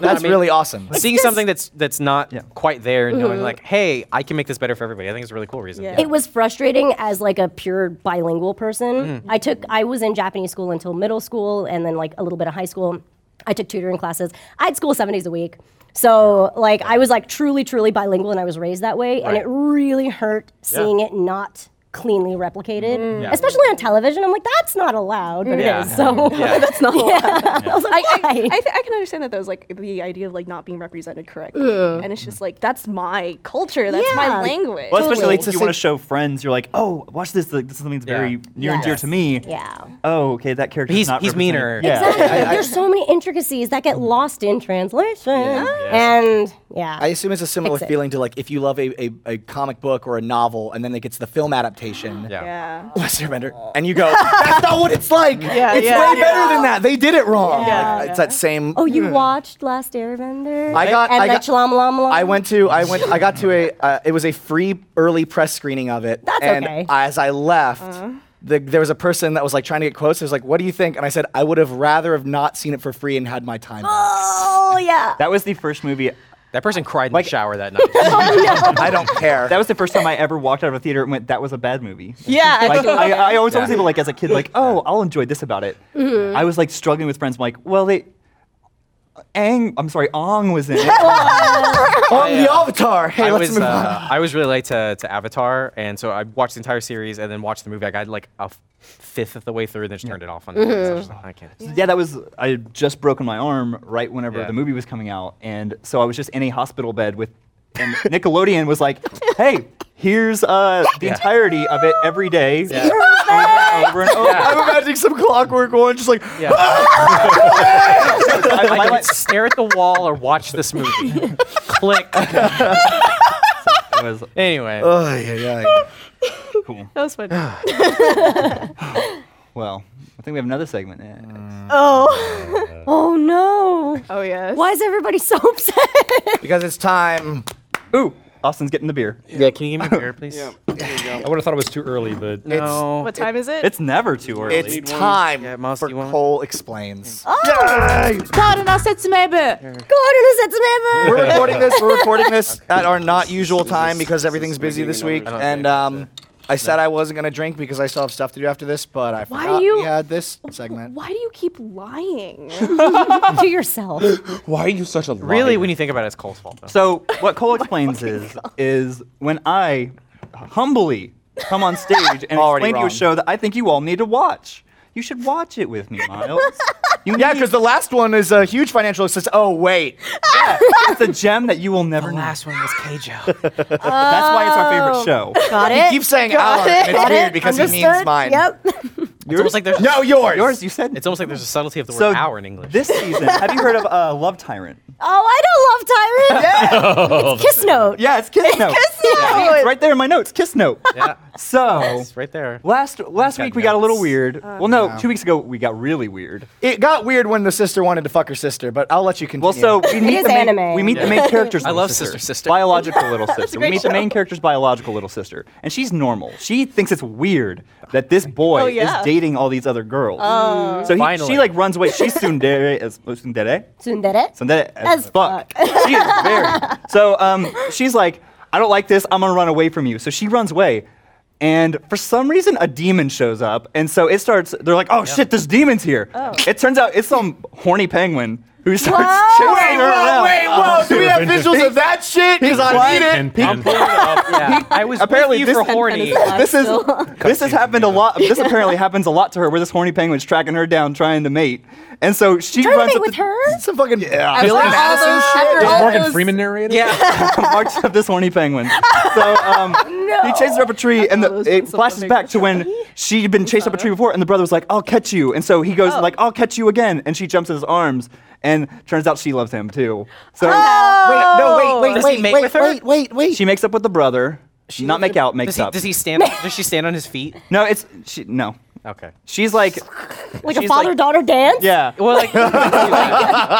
B: That's really awesome.
C: Seeing something that's that's not quite there and knowing like, hey, I can make this better for everybody. I think it's a really cool reason.
A: Yeah.
G: it was frustrating as like a pure bilingual person. I took I was in Japanese school until middle school and then like a little bit of high school. I took tutoring classes. I had school seven days a week. So like I was like truly, truly bilingual and I was raised that way. And
C: Right.
G: it really hurt seeing it not cleanly replicated.
C: Yeah.
G: Especially on television. I'm like, that's not allowed, but
C: Yeah.
G: it is. So
C: Yeah.
A: That's not. allowed.
G: I was
A: I,
G: like,
A: I, I,
G: why?
A: th- I can understand that that was like the idea of like not being represented correctly, and it's just like that's my culture, that's
G: Yeah.
A: my language.
D: Well, especially like
B: It's
D: if
B: the
D: you want to show
B: same-
D: friends, you're like, oh, watch this. Like, this is something that's
C: Yeah.
D: very near and dear to me.
G: yeah.
D: Oh, okay, that character.
C: He's-
D: not
C: he's
D: represented.
C: meaner.
D: Yeah.
G: Exactly. There's so many intricacies that get lost in translation. And yeah.
B: I assume it's a similar
G: Fix it.
B: feeling to like if you love a, a, a comic book or a novel and then it gets the film adaptation.
C: Yeah.
A: yeah.
B: Last Airbender, and you go, that's not what it's like. it's
A: yeah,
B: way better than that. They did it wrong.
A: Yeah.
B: Like, It's that same.
G: Oh, you watched Last Airbender?
B: I got-
G: and
B: I
G: the
B: got-
G: Shlomlomlom?
B: I went to I went I got to a uh, it was a free early press screening of it.
G: That's
B: and
G: okay.
B: As I left, the, there was a person that was like trying to get quotes. He was like, "What do you think?" And I said, "I would have rather have not seen it for free and had my time." back."
G: Oh yeah.
D: That was the first movie.
C: That person cried in the shower that night.
B: I don't care.
D: That was the first time I ever walked out of a theater and went, that was a bad movie.
A: Yeah,
D: Like,
A: actually.
D: I, I always always able like as a kid like oh I'll enjoy this about it. I was like struggling with friends. I'm like well they, Ang I'm sorry Ong was in it.
B: On the Avatar. Hey,
C: I
B: let's
C: was
B: move on.
C: uh, I was really late to, to Avatar, and so I watched the entire series and then watched the movie. I got like a f- fifth of the way through, and then just turned it off on. So I was just like, I can't.
D: yeah, that was I had just broken my arm right whenever
C: Yeah.
D: the movie was coming out, and so I was just in a hospital bed with, and Nickelodeon was like, hey. Here's uh, the entirety of it every day, over and over.
B: I'm imagining some clockwork one, just like
C: Yeah.
D: I- my-
C: I could stare at the wall or watch this movie. Click.
D: it was
C: Anyway.
B: Oh, yeah, yeah.
D: cool.
A: That was fun.
D: Well, I think we have another segment. next.
G: Oh. oh no.
A: oh yes.
G: Why is everybody so upset?
B: because it's time
D: Ooh, Austin's getting the beer.
C: Yeah, can you give me a beer, please? Oh,
F: Yeah.
E: I would have thought it was too early, but
C: No.
A: What time is it?
D: It's never too early.
B: It's time
C: Yeah, Mouse,
B: for
C: you want-
B: Cole Explains.
H: Karuna Setsumebu.
B: We're recording this. We're recording this at our not usual time because everything's busy this week.
C: I don't
B: And
C: think uh,
B: um, I said I wasn't gonna drink because I still have stuff to do after this, but I
A: Why
B: forgot
A: you-
B: we had this segment.
A: Why do you keep lying?
G: to yourself.
F: Why are you such a liar?
C: Really, when you think about it, it's Cole's fault. Though.
D: So what Cole explains is is when I humbly come on stage and
B: Already
D: explain to you
B: wrong.
D: a show that I think you all need to watch. You should watch it with me, Miles. You
B: Yeah,
D: need-
B: because the last one is a huge financial assist. Oh wait,
D: yeah, it's a gem that you will never know.
C: last one was Keijo.
D: That's why it's our favorite show.
G: Got
B: he
G: it.
B: keeps saying our. and It's weird because he means
G: Understood?
B: mine.
G: Yep.
C: it's almost like there's
B: No, yours.
D: Yours, you said.
C: It's almost like there's a subtlety of the word
D: So
C: hour in English.
D: This season, have you heard of uh, Love Tyrant?
G: Oh, I don't love Tyrant. It's Kiss Note.
D: Yeah, it's Kiss Note.
G: Kiss
D: Yeah,
G: Note.
D: It's right there in my notes, Kiss Note.
C: yeah,
D: So
C: it's right there.
D: last last
C: got
D: week we got a little
C: notes.
D: weird. well, Uh, no, two weeks ago we got really weird.
B: It got weird when the sister wanted to fuck her sister, but I'll let you continue.
D: Well, so we meet
G: is
D: the main,
G: anime.
D: we meet the main character's.
C: I
D: little
C: love
D: sister,
C: Sister Sister.
D: Biological little sister. We
A: great
D: meet the main character's biological little sister, and she's normal. She thinks it's weird that this boy
A: Oh, yeah.
D: is dating all these other girls. so he,
C: Finally.
D: she like runs away. She's uh, tsundere as tsundere.
G: Tsundere.
D: Tsundere as,
G: As
D: fuck. she is very. So um, she's like, I don't like this. I'm gonna run away from you. So she runs away. And for some reason, a demon shows up, and so it starts. They're like, "Oh shit, there's demons here!" It turns out it's some horny penguin who starts
G: Whoa.
D: chasing her around.
B: whoa! Do we have visuals of that shit? Because I need it.
E: and pen.
C: Yeah, I was
D: apparently
C: apparently with you
D: this-
C: for
D: Pen
C: horny.
D: this is this has happened a lot. This apparently happens a lot to her, where this horny penguin's tracking her down, trying to mate, and so she
G: Trying to
D: runs
G: mate
D: up
G: with
D: the-
G: her?
B: Some fucking yeah.
D: Billy Madison
H: After
E: Does
H: all
E: Morgan
H: those-
E: Freeman narrate it?
C: yeah,
D: marks of this horny penguin. So um, he chases her up a tree, and the,
A: those
D: it
A: ones that
D: flashes
A: make
D: back to when she'd been chased up a tree before, and the brother was like, "I'll catch you," and so he goes
C: Oh.
D: like, "I'll catch you again," and she jumps in his arms, and turns out she loves him too. So
B: No, wait,
C: Oh. Does
B: wait,
C: he
B: wait,
C: mate
B: wait,
C: with her?
B: wait, wait, wait.
D: she makes up with the brother. not make out, makes
C: does he,
D: up.
C: does he stand? Does she stand on his feet?
D: no, it's she, no.
C: Okay.
D: She's like,
G: Like a
D: She's
G: father daughter dance?
D: yeah.
C: Well,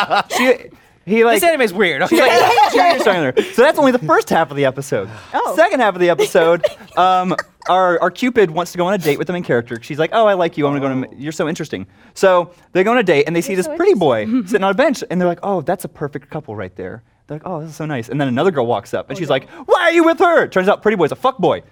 C: like
D: She, he like.
C: this anime's weird. Okay.
D: She's like, "Hey, Junior Steiner." So that's only the first half of the episode.
G: Oh.
D: Second half of the episode, um, our, our Cupid wants to go on a date with the main character. She's like, "Oh, I like you. I'm gonna go. To, you're so interesting." So they go on a date and they see this pretty boy sitting on a bench, and they're like, "Oh, that's a perfect couple right there." They're like, "Oh, this is so nice." And then another girl walks up and she's like, "Why are you with her?" Turns out, pretty boy's a fuck boy.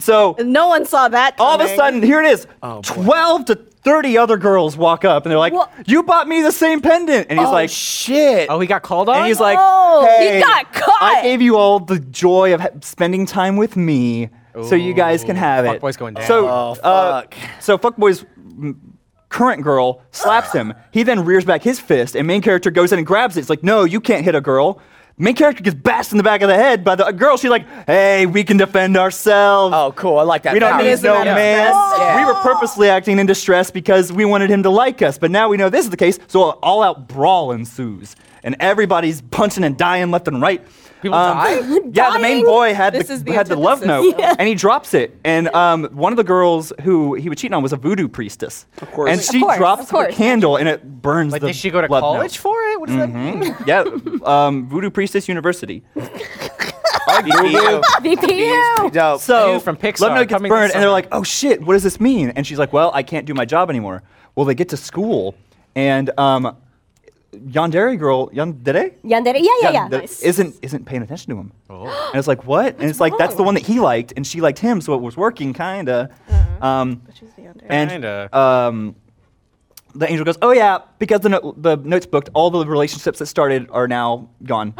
D: so
H: No one saw that.
D: all of a
H: coming.
D: sudden, here it is. 12 to 30 other girls walk up and they're like,
G: Wha-
D: You bought me the same pendant. And he's
B: oh,
D: like,
B: shit.
C: Oh, he got called on.
D: and he's like,
G: Oh,
H: he
D: hey,
H: got caught."
D: I gave you all the joy of ha- spending time with me, so you guys can have it.
C: Fuckboy's going down.
D: So,
B: Oh,
D: uh,
B: fuck.
D: so fuckboy's m- current girl slaps him. He then rears back his fist, and main character goes in and grabs it. It's like, no, you can't hit a girl. Main character gets bashed in the back of the head by the girl. She's like, hey, we can defend ourselves.
B: oh, cool. I like that.
D: We don't
B: power.
D: need no
B: Yeah.
D: man.
B: Yeah.
D: We were purposely acting in distress because we wanted him to like us, but now we know this is the case, so an all out brawl ensues. And everybody's punching and dying left and right. Um,
C: People die?
D: Yeah, the main
H: Dying?
D: boy had
H: This
D: the,
H: is the
D: had the love note,
H: antithesis.
D: and he drops it. And um, one of the girls who he was cheating on was a voodoo priestess. Of
F: course.
D: And
F: Of
D: she
G: course,
D: drops
G: of course.
D: the candle, and it burns
C: like,
D: the
C: did she go to
D: love
C: college
D: note.
C: for it? What does that mean?
D: Yeah, um, voodoo priestess university.
B: You.
A: Oh.
G: VPU.
B: Dope.
D: So
C: Dude from Pixar
D: Love Note gets
C: coming this
D: burned, and they're
C: summer.
D: like, "Oh shit, what does this mean?" And she's like, "Well, I can't do my job anymore." Well, they get to school, and um, Yandere girl, Yandere,
G: Yandere. Yeah, yeah, yeah.
D: Yandere isn't isn't paying attention to him. And it's like, what? And it's like that's the one that he liked, and she liked him, so it was working, kinda.
G: Uh-huh.
D: Um, and
C: Kinda.
D: um, the angel goes, "Oh yeah, because the no- the notes booked, all the relationships that started are now gone."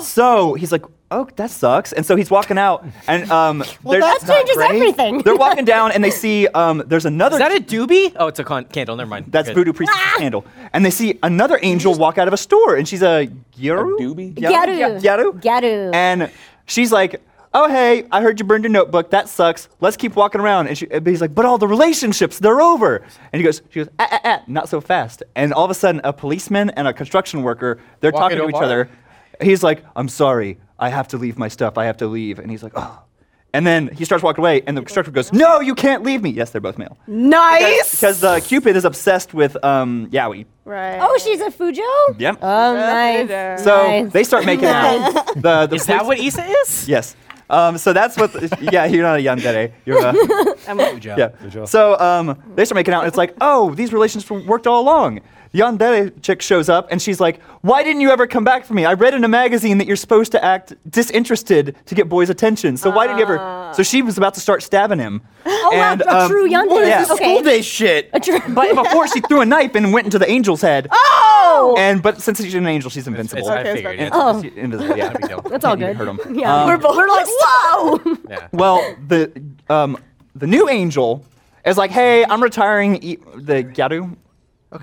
D: so he's like, "Oh, that sucks." And so he's walking out, and um, well,
G: That changes everything.
D: They're walking down, and they see um, there's another.
C: Is that a doobie? Oh, it's a con- candle. Never mind.
D: that's
C: Good.
D: voodoo priestess
G: Ah!
D: candle, and they see another angel walk out of a store, and she's a gyaru.
F: A doobie?
D: Gyaru.
G: Gyaru.
D: Gyaru.
G: Gyaru.
D: And she's like, "Oh hey, I heard you burned your notebook. That sucks. Let's keep walking around." And, she, and he's like, "But all the relationships, they're over." And he goes, "She goes, ah, ah, ah, not so fast." And all of a sudden, a policeman and a construction worker, they're
C: Walk
D: talking
C: into
D: to
C: a
D: each
C: bar.
D: other. He's like, "I'm sorry, I have to leave my stuff. I have to leave." And he's like, "Oh." And then he starts walking away, and the instructor goes, "No, you can't leave me." Yes, they're both male.
H: Nice.
D: Because uh, Cupid is obsessed with um, Yaoi.
H: Right.
G: Oh, she's a Fujo?
D: Yep.
G: Oh,
H: there.
G: nice.
D: So
G: nice.
D: they start making out. The, the
C: Is that
D: police-
C: what Issa is?
D: Yes. Um, so that's what. yeah, you're not a yandere. You're a
H: I'm a-
D: yeah. So um, they start making out, and it's like, oh, these relations worked all along. The Yandere chick shows up, and she's like, why didn't you ever come back for me? I read in a magazine that you're supposed to act disinterested to get boys' attention. So why didn't you ever? So she was about to start stabbing him.
G: Ah. Oh, wow,
D: and, um,
G: a true yandere.
D: What is this
G: Okay.
D: school day shit?
G: A true-
D: but before she threw a knife and went into the angel's head.
G: Oh!
D: And but since she's an angel, she's invincible.
C: I figured.
D: And-
C: yeah.
G: Oh.
D: she's Invisible. Yeah.
G: That's all
D: You
G: good.
D: hurt 'em.
G: Yeah.
D: Um,
G: we're both we're like, whoa!
D: Well, the um, the new angel is like, hey, I'm retiring e- the Gyaru.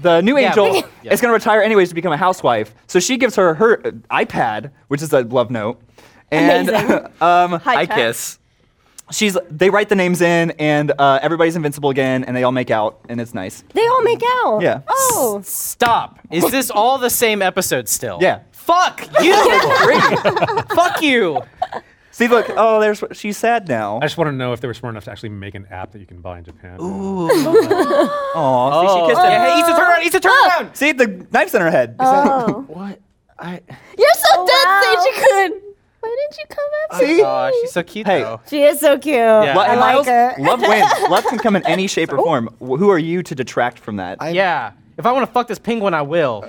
D: The new
C: Yeah,
D: angel
C: but- Yeah.
D: is going to retire anyways to become a housewife. So she gives her her uh, iPad, which is a love note, and
H: Amazing.
D: um,
H: Hi,
D: I
H: Pat.
D: kiss. She's they write the names in, and uh, everybody's invincible again, and they all make out, and it's nice.
G: They all make out.
D: Yeah.
G: Oh.
C: Stop. Is this all the same episode still?
D: Yeah.
C: Fuck you. Fuck you.
D: See, look, oh, there's she's sad now.
E: I just want to know if they were smart enough to actually make an app that you can buy in Japan. Ooh.
D: Aw, see, she kissed him.
C: Oh. Yeah, hey, Issa, turn around. Issa, turn around.
D: See, the knife's in her head.
C: What? I.
H: You're so dead, Sage Kun.
G: Oh, Why didn't you come up?
D: See,
B: Uh,
C: Aw, she's so cute
D: Hey.
C: though.
G: She is so cute.
C: Yeah.
D: Lo-
G: I
D: and
G: like
D: Miles,
G: her.
D: love wins. Love can come in any shape
A: Oh.
D: or form. Wh- Who are you to detract from that?
C: yeah. If I want to fuck this penguin, I
D: Oh
C: will.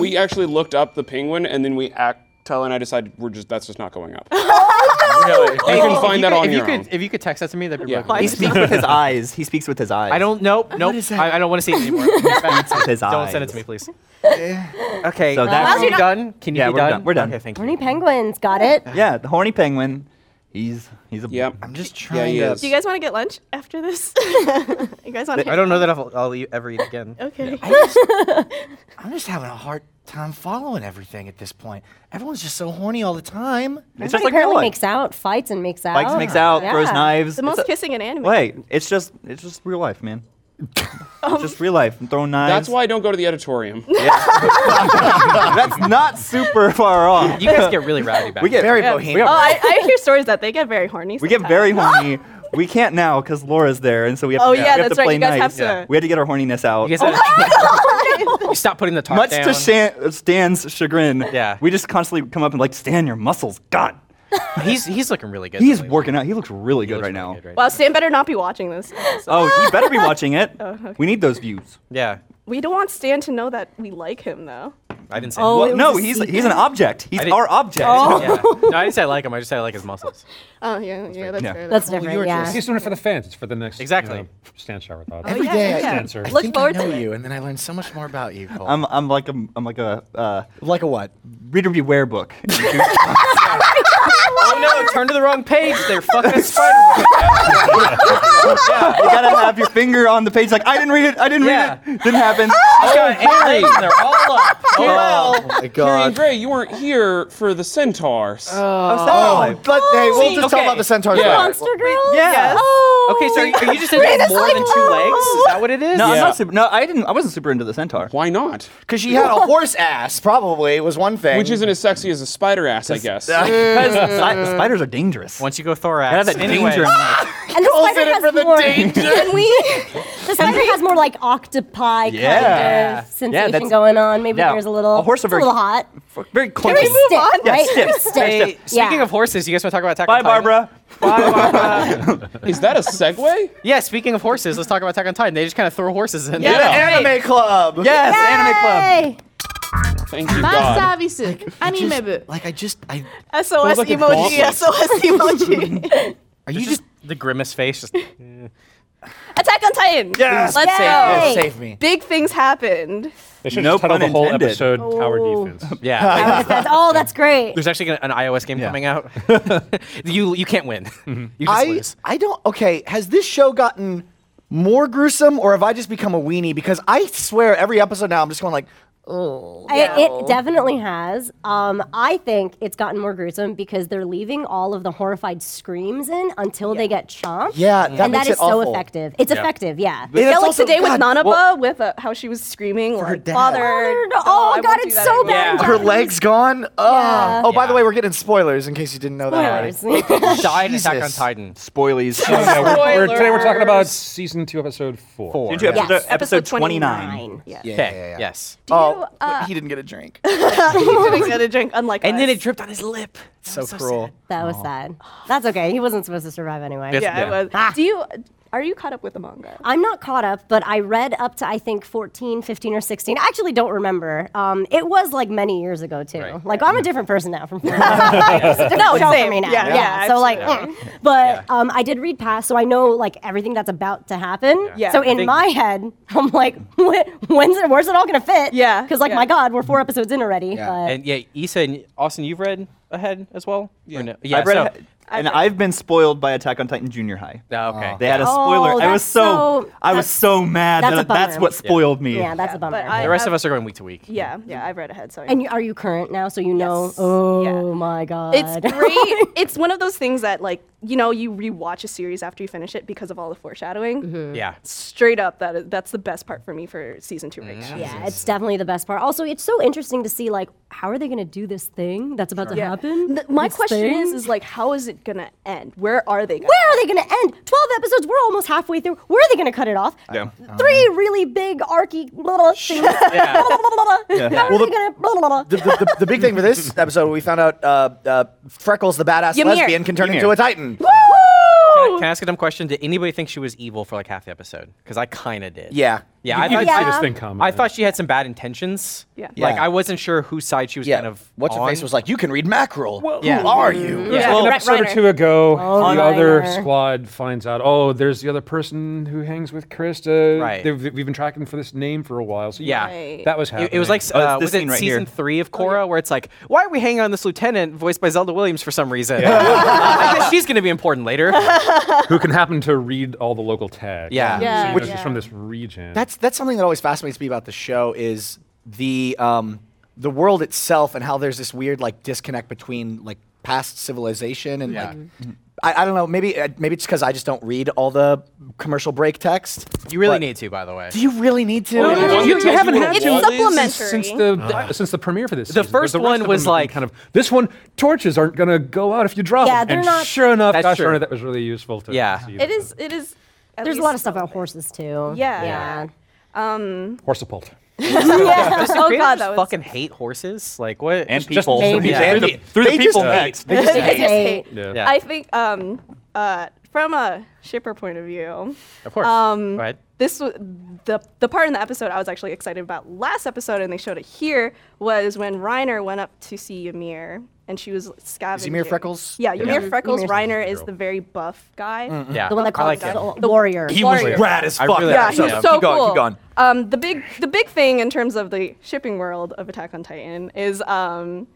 F: We actually looked up the penguin, and then we act. Tell and I decided we're just that's just not going up.
C: really?
F: You can find that on
C: if
F: your
C: you
F: own.
C: Could, if you could text that to me, that'd be
F: Yeah.
C: really
D: he
C: cool.
D: speaks with his eyes. He speaks with his eyes.
C: I don't. Nope. Nope. I, I don't want to see it anymore.
D: with his
C: don't
D: eyes.
C: send it to me, please. okay.
D: So
C: So
D: that's-
C: that's you done. Can you
D: Yeah,
C: be
D: we're
C: done?
D: done. We're done.
C: Okay, thank you.
G: Horny penguins. Got it.
D: Yeah, the horny penguin. He's he's a.
F: Yep.
B: I'm just
F: Yeah,
B: trying
F: he
B: to.
F: is.
A: Do you guys want to get lunch after this? you guys want to?
C: I don't know that I'll, I'll e- ever eat again.
A: Okay.
B: I'm just having a hard time following everything at this point. Everyone's just so horny all the time.
D: It's
G: Everybody
D: just like
G: apparently
D: heroin.
G: makes out, fights, and makes out.
D: Bikes makes out, throws
G: Yeah.
D: knives.
A: The
D: It's
A: most
D: a-
A: kissing in anime.
D: Wait, it's just it's just real life, man. It's just real life. Throwing knives.
F: That's why I don't go to the auditorium.
D: That's not super far off.
C: You guys get really rowdy back.
D: We get
B: Very
D: very
B: bohemian.
A: Oh, I, I hear stories that they get very horny.
D: we get very horny. We can't now because Laura's there, and so we have
A: Oh,
D: to, we have
A: yeah, that's
D: to
A: right.
D: play
A: You guys
D: knives.
A: have to-
D: We had to get our horniness out.
C: You guys You stop putting the top
D: Oh Much
C: down.
D: to Shan- Stan's chagrin,
C: Yeah.
D: we just constantly come up and like, Stan, your muscles, God,
C: He's he's looking really good.
D: he's
C: lately.
D: working out. He looks really good
C: Looks
D: right now.
C: really good right
A: Well, Stan better not be watching this.
D: Oh, you better be watching it. We need those views.
C: Yeah.
A: We don't want Stan to know that we like him, though.
C: I didn't say.
G: Oh,
D: Well,
G: it was
D: no,
G: a
D: he's
G: secret.
D: he's an object. He's
C: I didn't-
D: our object. Oh.
C: Yeah. No, I didn't say I like him. I just said I like his muscles.
A: Oh yeah, yeah, that's
D: Yeah.
A: fair.
G: That's
A: fair.
G: different. Yeah.
E: He's doing it for the fans. It's for the next
C: Exactly.
E: You know, stand shower thought.
B: Every
A: yeah,
B: day I-
A: yeah.
B: I,
E: Answer.
B: I
A: Look
B: think
A: forward
B: I know
A: to it.
B: you, and then I learn so much more about you. Cole.
D: I'm I'm like a I'm like a uh,
B: like a what?
D: reader beware book.
C: Oh no! Turn to the wrong page. They're fucking a spider.
D: you gotta have your finger on the page. Like I didn't read it. I didn't
C: Yeah.
D: read it. Didn't happen.
C: He's got eight legs. and They're all up. Oh, well.
B: Oh my
F: Marion
B: god.
F: Gray, you weren't here for the centaurs.
D: Oh,
B: But hey, we'll
C: See,
B: just
C: okay.
B: talk about the centaurs.
F: Yeah.
B: later.
G: Monster girls.
D: yeah.
G: Oh.
C: Okay, so are you, are you just saying there's more than two legs? Is that what it is?
D: No, I'm
F: Yeah.
D: not super, no, I didn't. I wasn't super into the centaur.
F: Why not?
B: Because she had a horse ass, probably was one thing.
F: Which isn't as sexy as a spider ass, I guess.
D: Because si- spiders are dangerous.
C: Once you go thorax.
D: I have that
C: anyway.
D: danger in life.
G: And the
B: Calls
G: spider
B: it in
G: has
B: for the
G: more.
B: danger.
G: Can we? The spider has more like octopi
D: Yeah.
G: kind of
D: Yeah,
G: sensation
D: that's-
G: going on. Maybe
D: Yeah.
G: there's a little.
D: A horse
G: it's
D: are
G: a
D: very-
G: little hot.
D: Very clunky.
G: Very stiff, right?
D: stiff.
G: Very stiff.
C: Hey,
G: Yeah.
C: speaking of horses, you guys want to talk about Attack
D: Bye,
C: on Titan?
D: Barbara.
C: Bye, Barbara.
F: Is that a segue?
C: yeah, speaking of horses, let's talk about Attack on Titan. They just kind of throw horses in.
B: Yeah, the anime club.
D: Yes, anime club.
G: Hey.
F: Thank you, God.
H: Masabi Suk. Anime
B: Just,
H: book.
B: like I just, I
A: SOS
F: like a
A: emoji.
F: gauntlet.
A: SOS emoji.
B: are you just
C: Just the grimace face. Just,
A: Attack on Titan.
D: Yes.
A: Uh, Let's
G: Yay.
A: go.
G: Yes,
B: save me.
A: Big things happened.
E: They should
D: No
E: have titled
D: pun
E: the whole
D: intended.
E: episode Tower Defense.
C: yeah.
G: I would- that's- oh, that's great.
C: There's actually an iOS game coming out. you you can't win. You just
B: I,
C: lose.
B: I don't. Okay, has this show gotten more gruesome, or have I just become a weenie? Because I swear, every episode now, I'm just going like,
H: Oh.
G: I- It definitely has. Um, I think it's gotten more gruesome because they're leaving all of the horrified screams in until they get chomped.
B: Yeah, that
G: and
B: makes
G: that
B: it
G: is so
B: awful.
G: effective. It's
B: Yeah.
G: effective, yeah.
B: But Yeah, that's
A: like
B: also-
A: today with
B: God,
A: Nanaba,
B: well-
A: with uh, how she was screaming like
B: dad.
A: father.
G: no, oh,
A: I won't
G: God,
A: do
G: it's
A: that
G: so
A: anymore."
G: bad. Yeah.
B: Her legs gone. Oh,
G: Yeah.
B: oh. By the way, we're getting spoilers in case you didn't know that already.
C: Died in Attack on
B: Jesus.
C: Titan.
D: Spoilies.
E: No, no, we're- we're- today we're talking about season two, episode four.
C: Four.
D: Season two,
C: Yes.
D: episode,
A: Yes.
D: episode
A: Episode
D: 29.
A: 29. Yes.
B: Yeah,
C: Okay,
B: yeah, yeah.
C: Yes.
B: oh, he didn't get a drink.
A: Didn't get a drink, unlike
C: And then
A: us.
C: it dripped on his lip.
B: so, cruel.
G: That was sad. That's okay. He wasn't supposed to survive anyway.
A: yeah,
C: yeah.
A: it was. Do you are you caught up with the manga?
G: I'm not caught up, but I read up to I think 14, 15, or 16. I actually don't remember. Um, it was like many years ago too.
C: Right.
G: Like I'm a different person now from. no, show for
A: same.
G: me now.
A: Yeah,
G: Yeah.
A: yeah,
G: so like, mm. but um, I did read past, so I know like everything that's about to happen.
A: Yeah.
G: So
A: I
G: in
C: think-
G: my head, I'm like, when- when's it? Where's it all gonna fit?
A: Yeah,
G: Because like
A: yeah.
G: my God, we're four episodes in already.
B: Yeah.
G: But
C: And yeah, Issa and Austin, you've read ahead as well. Yeah. no? yeah
D: I've read,
C: so-
D: ahe- and I've been spoiled by Attack on Titan Junior High.
C: Oh, okay.
D: They had a
G: Oh,
D: spoiler. I was
G: that's
D: so,
G: so-
D: I was
G: that's-
D: so mad
G: that's a
D: that that's
G: bummer.
D: what
C: Yeah.
D: spoiled me.
G: yeah, that's a bummer.
A: But I,
C: the rest of
A: I've-
C: us are going week to week.
A: Yeah, yeah, I've read ahead. So I
G: and you, are you current now? So you know?
A: Yes.
G: Oh
A: Yeah.
G: my God.
A: It's great. it's one of those things that, like, you know, you rewatch a series after you finish it because of all the foreshadowing.
C: Yeah.
A: Straight up, that is, that's the best part for me for season two right now.
G: Yeah, it's definitely the best part. Also, it's so interesting to see like how are they going to do this thing that's about to happen.
A: Th- my
G: This
A: question
G: thing?
A: is, is like, how is it gonna end? Where are they? Gonna
G: where are they going to end? Twelve episodes. We're almost halfway through. Where are they going to cut it off?
D: Yeah.
G: Three really big archy little things.
C: Yeah.
G: How
B: Well,
G: are
B: the-
G: they going
B: the,
G: to?
B: the, the, the big thing for this episode, we found out uh, uh, Freckles, the badass
A: Ymir.
B: lesbian, can turn
D: Ymir.
B: into a titan.
C: Can I, can I ask a dumb question? Did anybody think she was evil for like half the episode? Because I kind of did.
B: Yeah.
C: Yeah, I
E: You
C: thought,
E: didn't see
G: Yeah.
E: this thing coming.
C: I thought she had some bad intentions.
A: Yeah.
C: Like
B: Yeah.
C: I wasn't sure whose side she was
B: Yeah.
C: kind of.
B: What's her
C: on.
B: face was like, you can read mackerel.
C: Yeah.
B: Who are you?
E: There's one
A: Brett
E: episode
A: Reiner.
E: or two ago,
G: Oh,
E: the other
G: Reiner.
E: squad finds out. Oh, there's the other person who hangs with Krista.
C: Right.
E: They've, we've been tracking for this name for a while. So
C: Yeah.
A: Right.
E: that was happening.
C: It, it was like
D: Oh, it's
C: uh,
D: this
C: was it
D: scene right
C: season
D: here.
C: three
A: Oh,
C: of Korra, where it's like, why are we hanging on this lieutenant voiced by Zelda Williams for some reason? I guess she's gonna be important later.
E: who can happen to read all the local tags.
C: Yeah.
E: So you
A: Yeah,
E: know she's
A: yeah.
E: from this region.
B: That's that's something that always fascinates me about the show is the um, the world itself and how there's this weird like disconnect between like past civilization and like. I, I don't know. Maybe uh, maybe it's because I just don't read all the commercial break text.
C: You really
B: But-
C: need to, by the way.
B: Do you really need to?
E: no, no, no,
C: you,
E: It's
C: you haven't
E: like-
C: had
A: it's
C: to.
E: Well,
A: supplementary.
E: since the since the premiere for this. season, but
C: first
E: the rest
C: one
E: of
C: was
E: them have been
C: like-
E: kind of this one. Torches aren't gonna go out if you drop
G: Yeah,
E: them.
G: they're
E: and
G: not-
E: Sure enough,
C: That's
E: gosh
C: true.
E: darn it, that was really useful to.
C: Yeah.
E: see
A: It
E: that.
A: is. It is. at
G: There's a
A: least
G: lot of stuff about
A: relevant.
G: horses too.
A: Yeah.
G: Yeah.
E: Horsepult.
C: Does the
A: Oh,
C: creator
A: God,
C: just
A: that was-
C: fucking hate horses? Like what?
D: And
E: Just
D: people.
E: through the-
C: Yeah.
D: Through the, through the
B: They just
D: people
B: hate.
D: next.
A: They just hate.
E: Yeah.
C: Yeah.
A: I think um, uh, from a shipper point of view,
C: Of course. Um,
A: this w- the the part in the episode I was actually excited about last episode, and they showed it here was when Reiner went up to see Ymir, and she was scavenging.
B: Freckles?
A: Yeah, Ymir
G: Yeah.
A: Freckles.
G: Ymir's
A: Reiner is the very buff guy.
C: Yeah.
G: The one that
C: I
G: calls
C: like him.
G: the, the warrior.
B: He was
A: Warrior.
B: rad as
C: I
B: fuck.
C: really
B: that
A: Yeah,
C: like
A: he
B: episode.
A: was so
B: keep going,
A: cool.
B: Keep going.
A: Um, the big the big thing in terms of the shipping world of Attack on Titan is um,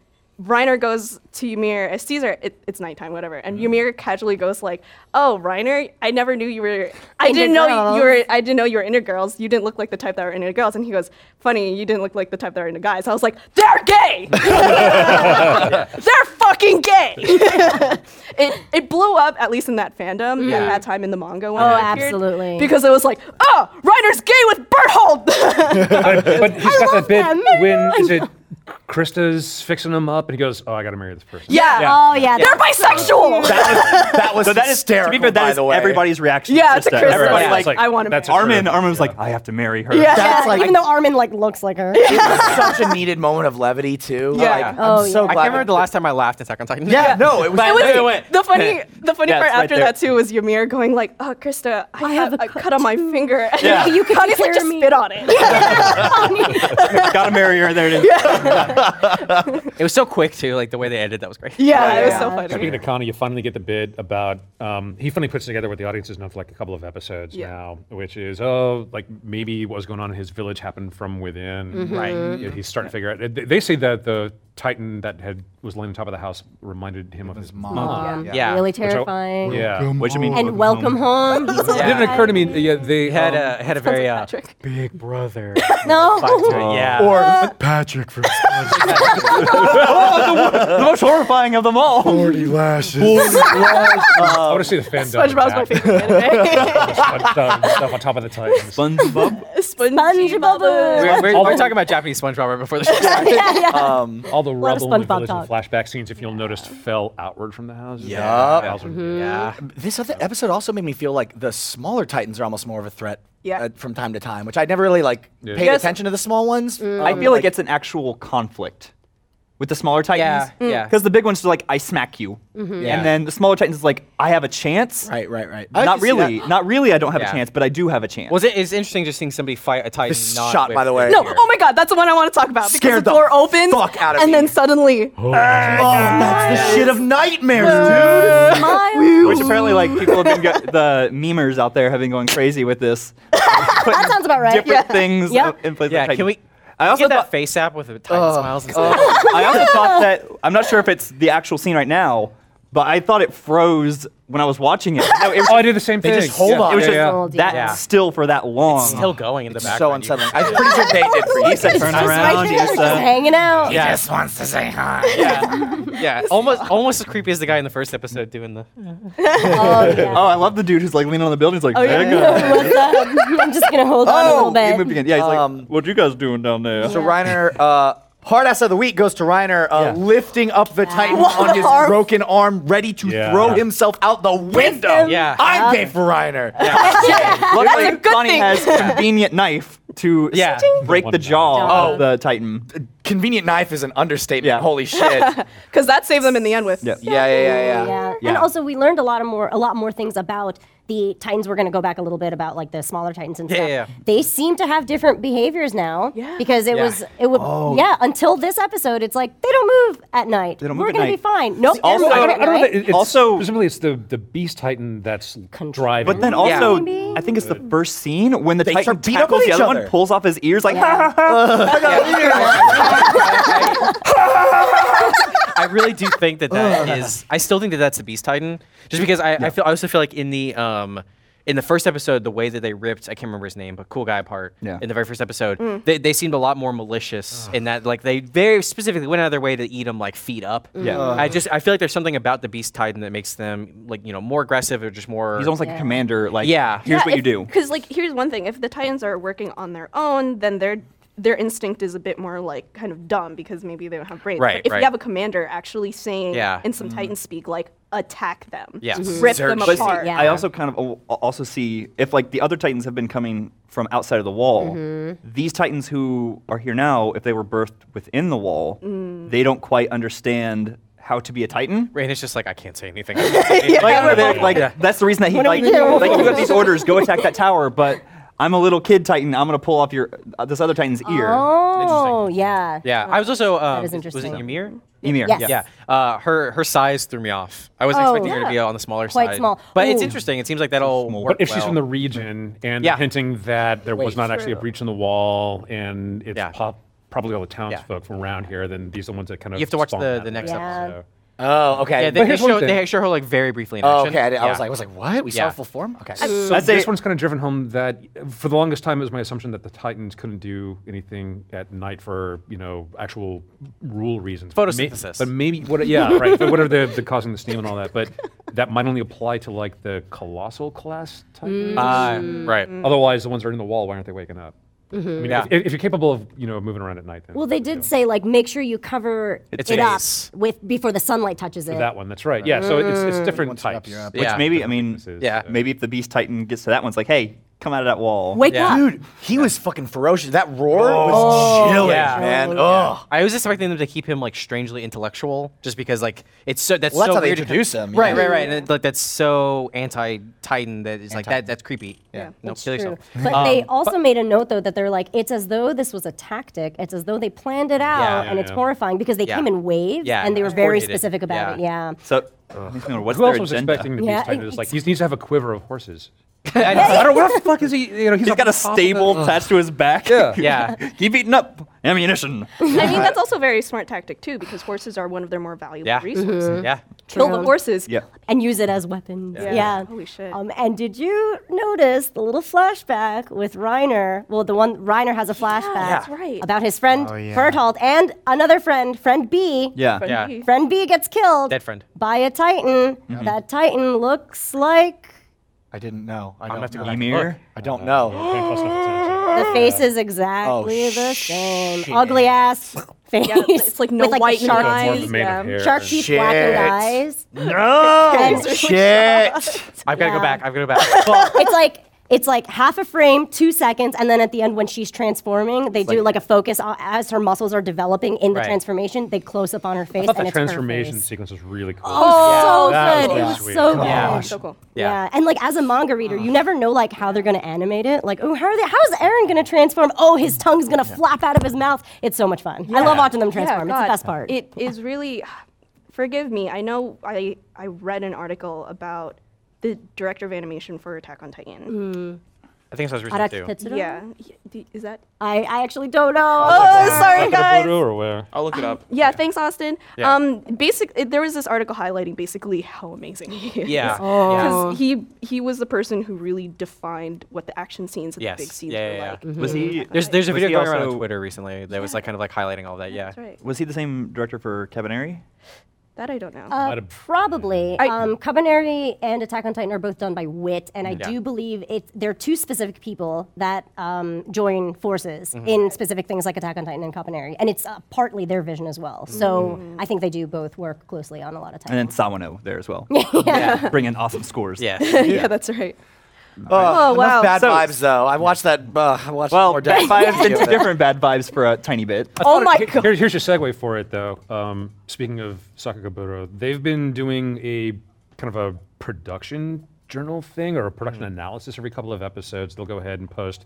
A: Reiner goes to Ymir as Caesar. It, it's nighttime, whatever, and
B: Mm-hmm.
A: Ymir casually goes like, "Oh, Reiner, I never knew you were. I
G: Into
A: didn't know you- you were.
G: girls."
A: I didn't know you were into girls. You didn't look like the type that were into girls." And he goes, "Funny, you didn't look like the type that were into guys." I was like, "They're gay. They're fucking gay." it it blew up at least in that fandom at that time in the manga. When
G: Oh,
A: it appeared,
G: absolutely.
A: Because it was like, "Oh, Reiner's gay with Berthold."
E: but, but he's got that
G: love
E: bit
G: them.
E: when is it Krista's fixing him up and he goes, Oh, I gotta marry this person.
A: Yeah.
G: Oh yeah.
A: They're bisexual.
B: That was
D: So that is
B: hysterical.
D: to be fair,
B: by
D: that is
B: the way.
D: everybody's reaction.
A: yeah,
D: to
A: it's a
D: Krista.
A: Christmas.
D: Everybody
E: Yeah,
D: like,
E: it's like,
A: I want to
E: that's
A: marry.
D: Armin.
E: Yeah.
D: Armin was like, I have to marry her.
A: Yeah.
B: That's like
G: Even though Armin like looks like her.
B: such a needed moment of levity too.
A: Yeah.
B: Like,
G: Oh,
B: I'm so
G: yeah.
C: I
B: glad.
C: can't remember the last time I laughed in Attack on Titan.
B: Yeah, no, it was.
A: It was
C: Wait, wait,
A: the funny, the funny
D: Yeah,
A: part
D: it's right
A: after
D: there.
A: that too was Ymir going like, "Oh, Krista, I,
G: I
A: have,
G: have a
A: a
G: cut
A: cut on my finger." And
D: Yeah.
A: you could honestly
G: hear
A: just
G: me.
A: spit on it.
D: Gotta marry her. There it is.
C: It was so quick too. Like the way they edited that was great.
A: Yeah, it was
G: Yeah.
A: so
E: Speaking
A: funny.
E: of Connor, you finally get the bit about um, he finally puts together what the audience is now for like a couple of episodes
A: Yeah.
E: now, which is oh like maybe what was going on in his village happened from within.
C: Right.
E: Yeah, he's starting to figure out. They- They say that the Titan that had was laying on top of the house reminded him of his, mom.
G: Mom. Yeah.
C: Yeah.
G: Um, Really
E: Which I-
G: terrifying.
E: yeah.
D: Which I mean,
G: And welcome home. He's
C: Yeah.
I: It didn't occur to me. Yeah, they
C: had
I: um,
C: a had a very uh,
A: Patrick.
C: big brother.
G: No.
C: vibe to it, Yeah.
B: Or
K: Patrick from
D: the most horrifying of them all.
K: 40 Lashes.
E: I want to see the fan dub.
A: SpongeBob's my favorite anime.
E: um, stuff on top of the Titans.
D: SpongeBob.
G: SpongeBob.
C: We're, we're- we're talking about Japanese SpongeBob right before the show.
B: Um,
E: All the
G: lot of
E: rubble in the
G: SpongeBob
E: village and flashback scenes, if you'll notice, fell outward from the houses.
B: Yup.
E: Houses were-
C: Yeah.
B: this other episode also made me feel like the smaller Titans are almost more of a threat.
A: Yeah.
B: uh, from time to time, which I never really like
E: Yeah.
B: paid
A: Yes.
B: attention to the small ones. Uh,
D: I feel like it's an actual conflict with the smaller titans.
C: Yeah, Mm. yeah.
D: Because the big ones are like, I smack you,
B: Yeah.
D: and then the smaller titans is like, I have a chance.
B: right, right, right. I
D: Not
B: can see
D: really.
B: that.
D: Not really. I don't have
C: Yeah.
D: a chance, but I do have a chance.
C: Was it? It's interesting just seeing somebody fight a titan.
B: This
C: not
B: shot,
C: with
B: by the way.
A: no, oh my god, that's the one I want to talk about. Because
B: Scared
A: the
B: the
A: door opens
B: fuck out of
A: and
B: me.
A: then suddenly
B: Oh, that's the shit of nightmares, dude.
G: Miles.
D: Which apparently, like people have been go- the memers out there have been going crazy with this.
G: That sounds about right.
D: Different things
G: Yep.
D: in place. of
C: Yeah. Can
D: Titan.
C: we?
D: I also
C: get that
D: thought-
C: face app with the titan smiles and stuff.
D: I also thought that I'm not sure if it's the actual scene right now, but I thought it froze when I was watching it. No, it was
E: Oh, I did the same thing.
B: just hold
E: yeah.
B: on.
D: It was
E: yeah,
D: just
E: yeah.
G: old.
D: that
C: Yeah.
D: still for that long.
C: Still going in the background.
B: so
C: you-
B: unsettling. I'm pretty sure they did for you.
D: Issa, turn
G: Just right
D: around.
G: there,
D: Issa.
G: just hanging out.
C: Yeah.
B: just wants to say hi.
C: Yeah. Almost, almost as creepy as the guy in the first episode doing the.
G: Oh, yeah.
D: Oh, I love the dude who's like leaning on the building. He's like, there you go.
G: What's up? I'm just gonna hold on a little
D: He
G: bit.
D: moved again. Yeah, he's
B: Um,
D: like, what you guys doing down there?
B: So Reiner, uh, hard ass of the week goes to Reiner uh,
D: Yeah.
B: lifting up the Titan on his broken arm, ready to
E: Yeah.
B: throw
E: Yeah.
B: himself out the window.
C: Yeah.
B: I'm gay for Reiner.
D: Luckily,
A: a good
D: Bonnie
A: thing.
D: has convenient knife to
C: Yeah.
D: break
E: One
D: the
E: knife.
D: jaw of the Titan.
B: Oh. Convenient knife is an understatement.
D: Yeah.
B: Holy shit. yeah,
A: because that saved them in the end with.
D: Yeah.
B: yeah, yeah, yeah.
G: And
D: Yeah.
G: also, we learned a lot of more, a lot more things about the Titans. We're going to go back a little bit about like the smaller Titans and
C: Yeah,
G: stuff.
C: yeah, yeah.
G: They seem to have different behaviors now.
A: Yeah.
G: Because it
C: Yeah.
G: was, it would, yeah. Until this episode, it's like they don't move at night.
D: They don't
G: We're
D: move at
G: gonna be
D: night.
G: fine. Nope. they're
D: also-
G: moving
E: I don't,
G: at
E: I don't know.
G: night.
E: That it- it's
D: Also-
E: presumably it's the, the beast titan that's driving.
D: But then
E: all
D: also,
G: Maybe.
D: I think it's the first scene when the
B: They
D: Titan
B: start beating up
D: tackles
B: on
D: the
B: each
D: other
B: other.
D: one, pulls off his ears, like, ha ha ha.
C: I really do think that that is. I still think that that's the Beast Titan, just because I, I feel. I also feel like in the um, in the first episode, the way that they ripped, I can't remember his name, but cool guy part.
D: Yeah.
C: In the very first episode,
G: Mm.
C: they, they seemed a lot more malicious in that, like they very specifically went out of their way to eat him like feet up.
G: Mm.
D: Yeah. Ugh.
C: I just I feel like there's something about the Beast Titan that makes them like you know more aggressive or just more.
D: He's almost like
G: Yeah.
D: a commander. Like,
C: Yeah.
D: here's what you do.
A: Because like here's one thing: if the Titans are working on their own, then their their instinct is a bit more like kind of dumb because maybe they don't have brains.
C: Right,
A: but if
C: right.
A: you have a commander actually saying
C: Yeah.
D: Mm-hmm.
A: in some Titan speak like attack them,
C: Yes. Mhm.
A: rip them
D: But see,
A: apart.
G: Yeah.
D: I also kind of al- also see if like the other Titans have been coming from outside of the wall.
G: Mm-hmm.
D: These Titans who are here now, if they were birthed within the wall,
G: Mm.
D: they don't quite understand how to be a Titan.
C: Rain is just like I can't say anything.
D: Like, where they're like, that's the reason that he
G: do
D: like,
G: we do?
D: like you got these orders, go attack that tower, but I'm a little kid Titan. I'm gonna pull off your uh, this other Titan's ear.
G: Oh, yeah.
C: Yeah, I was also. Um,
G: is
C: was it
G: interesting.
C: Ymir?
D: Ymir,
G: Yes.
D: yeah.
C: Yeah, uh, her her size threw me off. I wasn't
G: Oh,
C: expecting her to be
A: yeah.
C: on the smaller
G: Quite
C: side.
G: small.
C: But it's
G: Ooh.
C: interesting. It seems like that'll work.
E: But if she's
C: well.
E: from the region and
C: Yeah.
E: hinting that there was
B: Wait,
E: not actually a breach in the wall and it's
C: Yeah.
E: pop, probably all the townsfolk from around here, then these are the ones that kind of
C: You have to watch
E: spawned
C: the-
E: that
C: the next
G: Yeah.
E: episode.
B: Oh, okay.
C: yeah, they, they,
E: here's one
C: show,
E: thing.
C: they show her like very briefly in
B: oh,
C: action.
B: okay. I, did- I was
C: Yeah.
B: like, I was like, what? We saw
C: Yeah.
B: her full form? Okay.
E: So
D: I'd say-
E: this one's kind of driven home that for the longest time it was my assumption that the Titans couldn't do anything at night for you know actual rule reasons. But may-
C: Photosynthesis.
E: but maybe what? Yeah, right. But whatever the, the causing the steam and all that, but that might only apply to like the colossal class
G: Mm.
E: Titans.
C: Uh,
B: mm.
C: right.
E: Otherwise, the ones that are in the wall, why aren't they waking up? I mean,
C: Yeah.
E: if, if you're capable of you know moving around at night, then
G: Mm-hmm. Well, they
E: you know,
G: did say like make sure you cover
C: It's
G: it up
C: face.
G: with before the sunlight touches it.
E: that one. That's right. Yeah. So it's, it's different
B: Once you're up,
E: types.
B: you're up.
D: Which
C: Yeah.
D: maybe I mean,
E: Differences,
C: Yeah.
E: so-
D: maybe if the Beast Titan gets to that one's like, hey, come out of that wall.
G: Wake
C: Yeah.
G: up.
B: Dude, he was fucking ferocious. That roar was chilling,
C: Yeah.
B: man. Ugh.
C: I was expecting them to keep him like strangely intellectual, just because like it's so that's
B: Well, that's
C: so
B: how they
C: weird to-
B: introduce him,
C: Right,
B: yeah.
C: right, right. And it, like that's so anti-Titan that it's like that that's creepy. Yeah, no, kill
G: True.
C: yourself.
G: But they also made a note though that they're like, it's as though this was a tactic. It's as though they planned it out,
C: Yeah.
G: and it's
E: Yeah.
G: horrifying because they
C: Yeah.
G: came in waves,
C: Yeah,
G: and they
C: it
G: were
C: was
G: very
C: coordinated.
G: specific about
C: Yeah.
G: it. Yeah.
D: So, makes me wonder, what's
E: Who
D: their
E: else was
D: agenda?
E: expecting the
G: Yeah,
E: Beast Titan? It's like
G: ex-
E: he needs to have a quiver of horses.
C: I, know. I don't know what the
E: fuck is he? You know,
D: he's got a stable attached to his back.
E: Yeah.
C: Yeah.
D: Keep eating up ammunition.
A: I mean, that's also a very smart tactic too, because horses are one of their more valuable
C: Yeah.
A: resources.
C: Mhm. Yeah.
A: Kill the
G: Mm-hmm. True.
A: horses.
D: Yeah.
G: and use it as weapons.
A: Yeah.
G: Yeah.
A: Holy shit.
G: Um, and did you notice the little flashback with Reiner? Well, the one Reiner has a flashback
A: that's right.
G: about his friend
D: Oh, yeah.
G: Berthold and another friend, friend B.
D: Yeah.
A: Friend
C: Yeah.
A: B.
G: Friend B gets killed
C: Dead friend.
G: by a Titan. That Titan looks like
B: I didn't know. I
C: I'm
B: don't
C: gonna have to go
B: know.
C: back. and
D: Ymir?
C: look. Uh,
B: I don't know.
G: the face is
E: Oh,
G: exactly the same. Ugly ass face.
A: Yeah, it's- it's like no
G: with, like,
A: white
G: the shark
A: eyes.
E: More of
A: Nice,
E: a mane
A: yeah.
E: of hair.
G: Shark teeth, blackened
B: Shit.
G: eyes.
B: No shit.
C: I've got to go
G: Yeah.
C: back. I've got to go back. Well,
G: it's like it's like half a frame, two seconds, and then at the end when she's transforming, they do like, a focus on, as her muscles are developing in the
C: Right.
G: transformation. They close up on her face
E: I thought
G: and
E: the
G: it's her
E: transformation
G: face.
E: sequence was really cool.
G: Oh,
E: That
G: so good!
E: was
G: It
E: really
G: was
E: sweet.
G: so good.
A: Yeah. So cool.
C: Yeah.
G: Yeah. and like as a manga reader, you never know like how they're gonna animate it. Like, oh, how are they? How's Aaron gonna transform? Oh, his tongue's gonna flap out of his mouth. It's so much fun. I love watching them transform. it's
A: God.
G: the best part.
A: It is really. Forgive me. I know I I read an article about the director of animation for Attack on Titan.
C: I think so. I was
G: Araki
C: reading too.
G: Tetsudo?
A: Yeah. Y- d- Is that?
G: I, I actually don't know.
A: Oh, sorry, guys.
E: or where?
F: I'll look it up.
A: Yeah, thanks, Austin.
C: Yeah.
A: Um, basic, it- there was this article highlighting basically how amazing he is.
C: Yeah.
A: because he he was the person who really defined what the action scenes and
C: Yes.
A: the big scenes
C: Yeah,
A: were
C: yeah,
B: Mm-hmm.
A: like.
C: yeah.
D: Was he?
C: There's there's a
D: was
C: video
D: he
C: going around on
D: also-
C: Twitter recently that was like kind of like highlighting all that. Yeah.
A: That's right.
D: Was he the same director for Cabaneri?
A: That I don't know.
G: Uh,
E: Might've-
G: probably.
A: I-
G: um, Cabaneri and Attack on Titan are both done by Wit, and I
C: Yeah.
G: do believe it. There are two specific people that um, join forces
A: Mm-hmm.
G: in specific things like Attack on Titan and Cabaneri, and it's uh, partly their vision as well. So
A: Mm-hmm.
G: I think they do both work closely on a lot of
D: And
G: Titan.
D: then Sawano there as well. Bring in awesome scores.
C: Yeah.
A: yeah, that's right.
B: Oh,
A: wow.
B: wow. Bad
D: So-
B: vibes though. I watched that. Uh, I watched
D: Well,
B: more
D: bad
B: Dead
D: vibes
B: Five.
D: and different bad vibes for a tiny bit.
A: Oh my
E: Here-
A: god.
E: Here, here's your segue for it, though. Um, speaking of Sakagaburo, they've been doing a kind of a production journal thing or a production analysis every couple of episodes. They'll go ahead and post.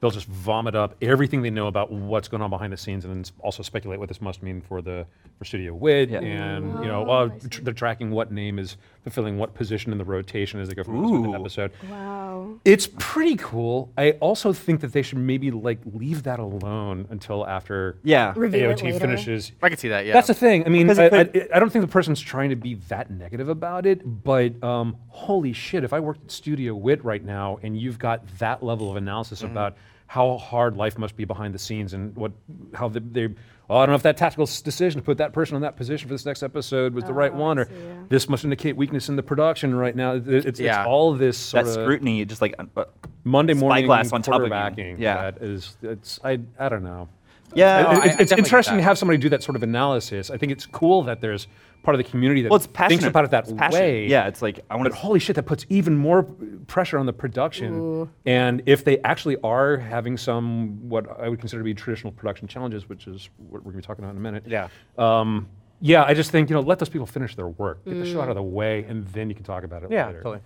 E: They'll just vomit up everything they know about what's going on behind the scenes, and then s- also speculate what this must mean for the for Studio Wid,
D: Yeah.
E: and you know, uh, tr- they're tracking what name is fulfilling what position in the rotation as they go from episode to
D: Ooh.
E: episode.
A: Wow.
E: It's pretty cool. I also think that they should maybe like leave that alone until after
D: Yeah.
G: Review it
E: AOT
G: later.
E: finishes.
C: I can see that. Yeah.
E: That's the thing. I mean,
D: Because
E: I,
D: it
E: I,
D: could-
E: I don't think the person's trying to be that negative about it, but um, holy shit, if I worked at Studio Wit right now and you've got that level of analysis
C: Mm-hmm.
E: about how hard life must be behind the scenes and what how the, they, oh, I don't know if that tactical s- decision to put that person in that position for this next episode was the
G: Oh,
E: right one, or this must indicate weakness in the production right now. It- it's, it's
C: Yeah.
E: all this sort
D: That
E: of
D: scrutiny, just like. uh, uh,
E: Monday morning
D: spyglass on top of you.
E: quarterbacking.
D: Yeah.
E: that is, it's I I don't know.
D: yeah.
E: It-
C: I- I
E: it's it's
C: definitely get
E: interesting to
C: that.
E: have somebody do that sort of analysis. I think it's cool that there's part of the community that
D: well, it's passionate.
E: thinks about it that
D: It's passionate.
E: way.
D: Yeah, it's like I want
E: But
D: to.
E: holy shit, that puts even more pressure on the production. And if they actually are having some what I would consider to be traditional production challenges, which is what we're gonna be talking about in a minute.
C: Yeah.
E: Um, yeah, I just think you know let those people finish their work, get the show out of the
D: Mm.
E: way, and then you can talk about it
C: Yeah.
E: later.
C: Totally.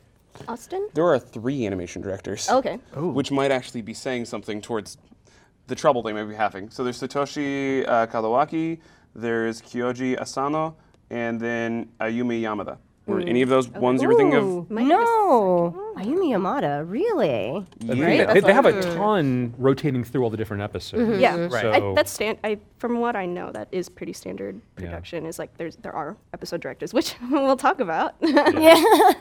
A: Austin?
F: There are three animation directors.
A: Okay.
F: Which might actually be saying something towards the trouble they may be having. So there's Satoshi uh, Kadawaki, there's Kyoji Asano, and then Ayumi Yamada. Were any of those ones you were thinking of?
G: Ooh, no, Ayumi Yamada, really?
E: I
F: Yeah.
E: think They, they have a ton rotating through all the different
D: Mm-hmm.
E: episodes.
A: Yeah.
E: Right.
A: I,
E: So-
A: that's stand. I from what I know, that is pretty standard production. Is like there's there are episode directors, which we'll talk about.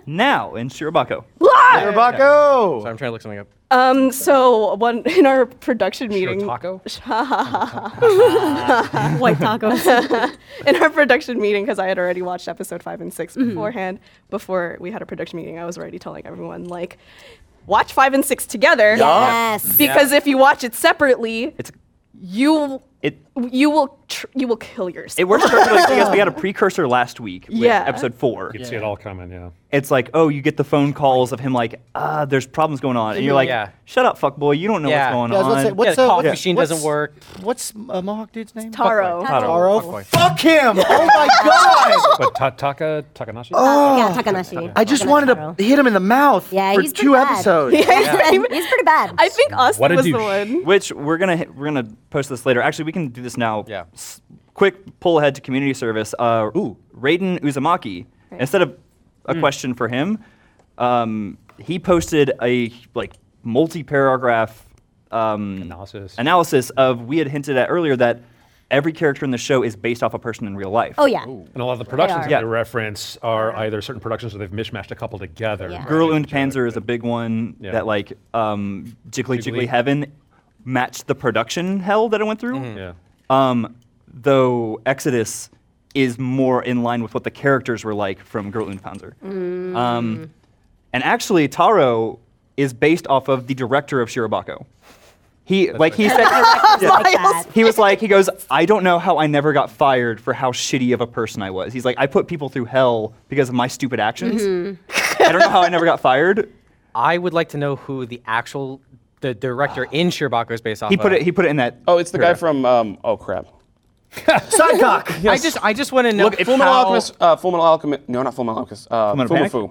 D: Now in Shirabako.
C: So
B: Ribako.
C: I'm trying to look something up.
A: um. So one in our production meeting.
E: Taco.
G: White tacos.
A: in our production meeting because I had already watched episode five and 6
G: Mm-hmm.
A: beforehand. Before we had a production meeting, I was already telling everyone like, watch five and six together.
G: yes.
A: Because if you watch it separately,
D: It's
A: you
D: it.
A: you will tr- you will kill yourself.
D: It works perfectly because we had a precursor last week with
A: Yeah.
D: episode four.
E: You can see it all coming. Yeah.
D: It's like, oh, you get the phone calls of him like, ah, there's problems going on, and you're like,
C: Yeah.
D: shut up, fuck boy, you don't know
C: Yeah.
D: what's going
B: Yeah, I was
D: on.
B: gonna say, what's
C: yeah, the
B: uh,
C: coffee
B: what-
C: machine
B: what's-
C: doesn't work.
B: What's a Mohawk dude's name?
A: Taro.
B: Taro.
C: Fuckboy.
B: Fuck him! Oh my god!
E: But Ta- Taka Takanashi.
G: Oh, yeah, Takanashi.
B: Oh. I just
G: Takanashi
B: wanted
G: Taro.
B: to hit him in the mouth
G: Yeah,
B: for
G: he's pretty
B: two
G: bad.
B: episodes.
G: He's pretty bad.
A: I think
E: What
A: Austin
E: a
A: was the
E: douche.
A: one.
D: Which we're gonna hit- we're gonna post this later. Actually, we can do this now.
C: Yeah.
D: S- quick pull ahead to community service. Uh, Ooh, Raiden Uzumaki. Instead of a question for him, um, he posted a like multi-paragraph um,
E: analysis
D: analysis of we had hinted at earlier that every character in the show is based off a person in real life.
G: Oh, yeah. Ooh.
E: And a lot of the productions
G: are.
E: that
G: Yeah.
E: they reference are either certain productions or they've mishmashed a couple together.
G: Yeah.
D: Girl und Panzer is a big one
E: Yeah.
D: that like um, Jiggly
E: Jiggly.
D: Jiggly Heaven matched the production hell that it went through.
E: Yeah.
D: Um, though Exodus is more in line with what the characters were like from Girl und Panzer. Um, and actually, Taro is based off of the director of Shirobako. He like he said
G: Directors like that.
D: he was like he goes I don't know how I never got fired for how shitty of a person I was. He's like I put people through hell because of my stupid actions. I don't know how I never got fired.
C: I would like to know who the actual the director in Shirabako is based off.
D: He put
C: of.
D: it he put it in that
F: Oh, it's the guy from. Um, oh crap.
B: Sidecock.
C: I just I just want to know
F: Look, Full Metal
C: how.
F: Alchemist. Uh, Full Metal Alchemist. No, not Full Metal Alchemist. Uh,
D: Full Metal
F: Fumafu.
D: Panic?
F: Full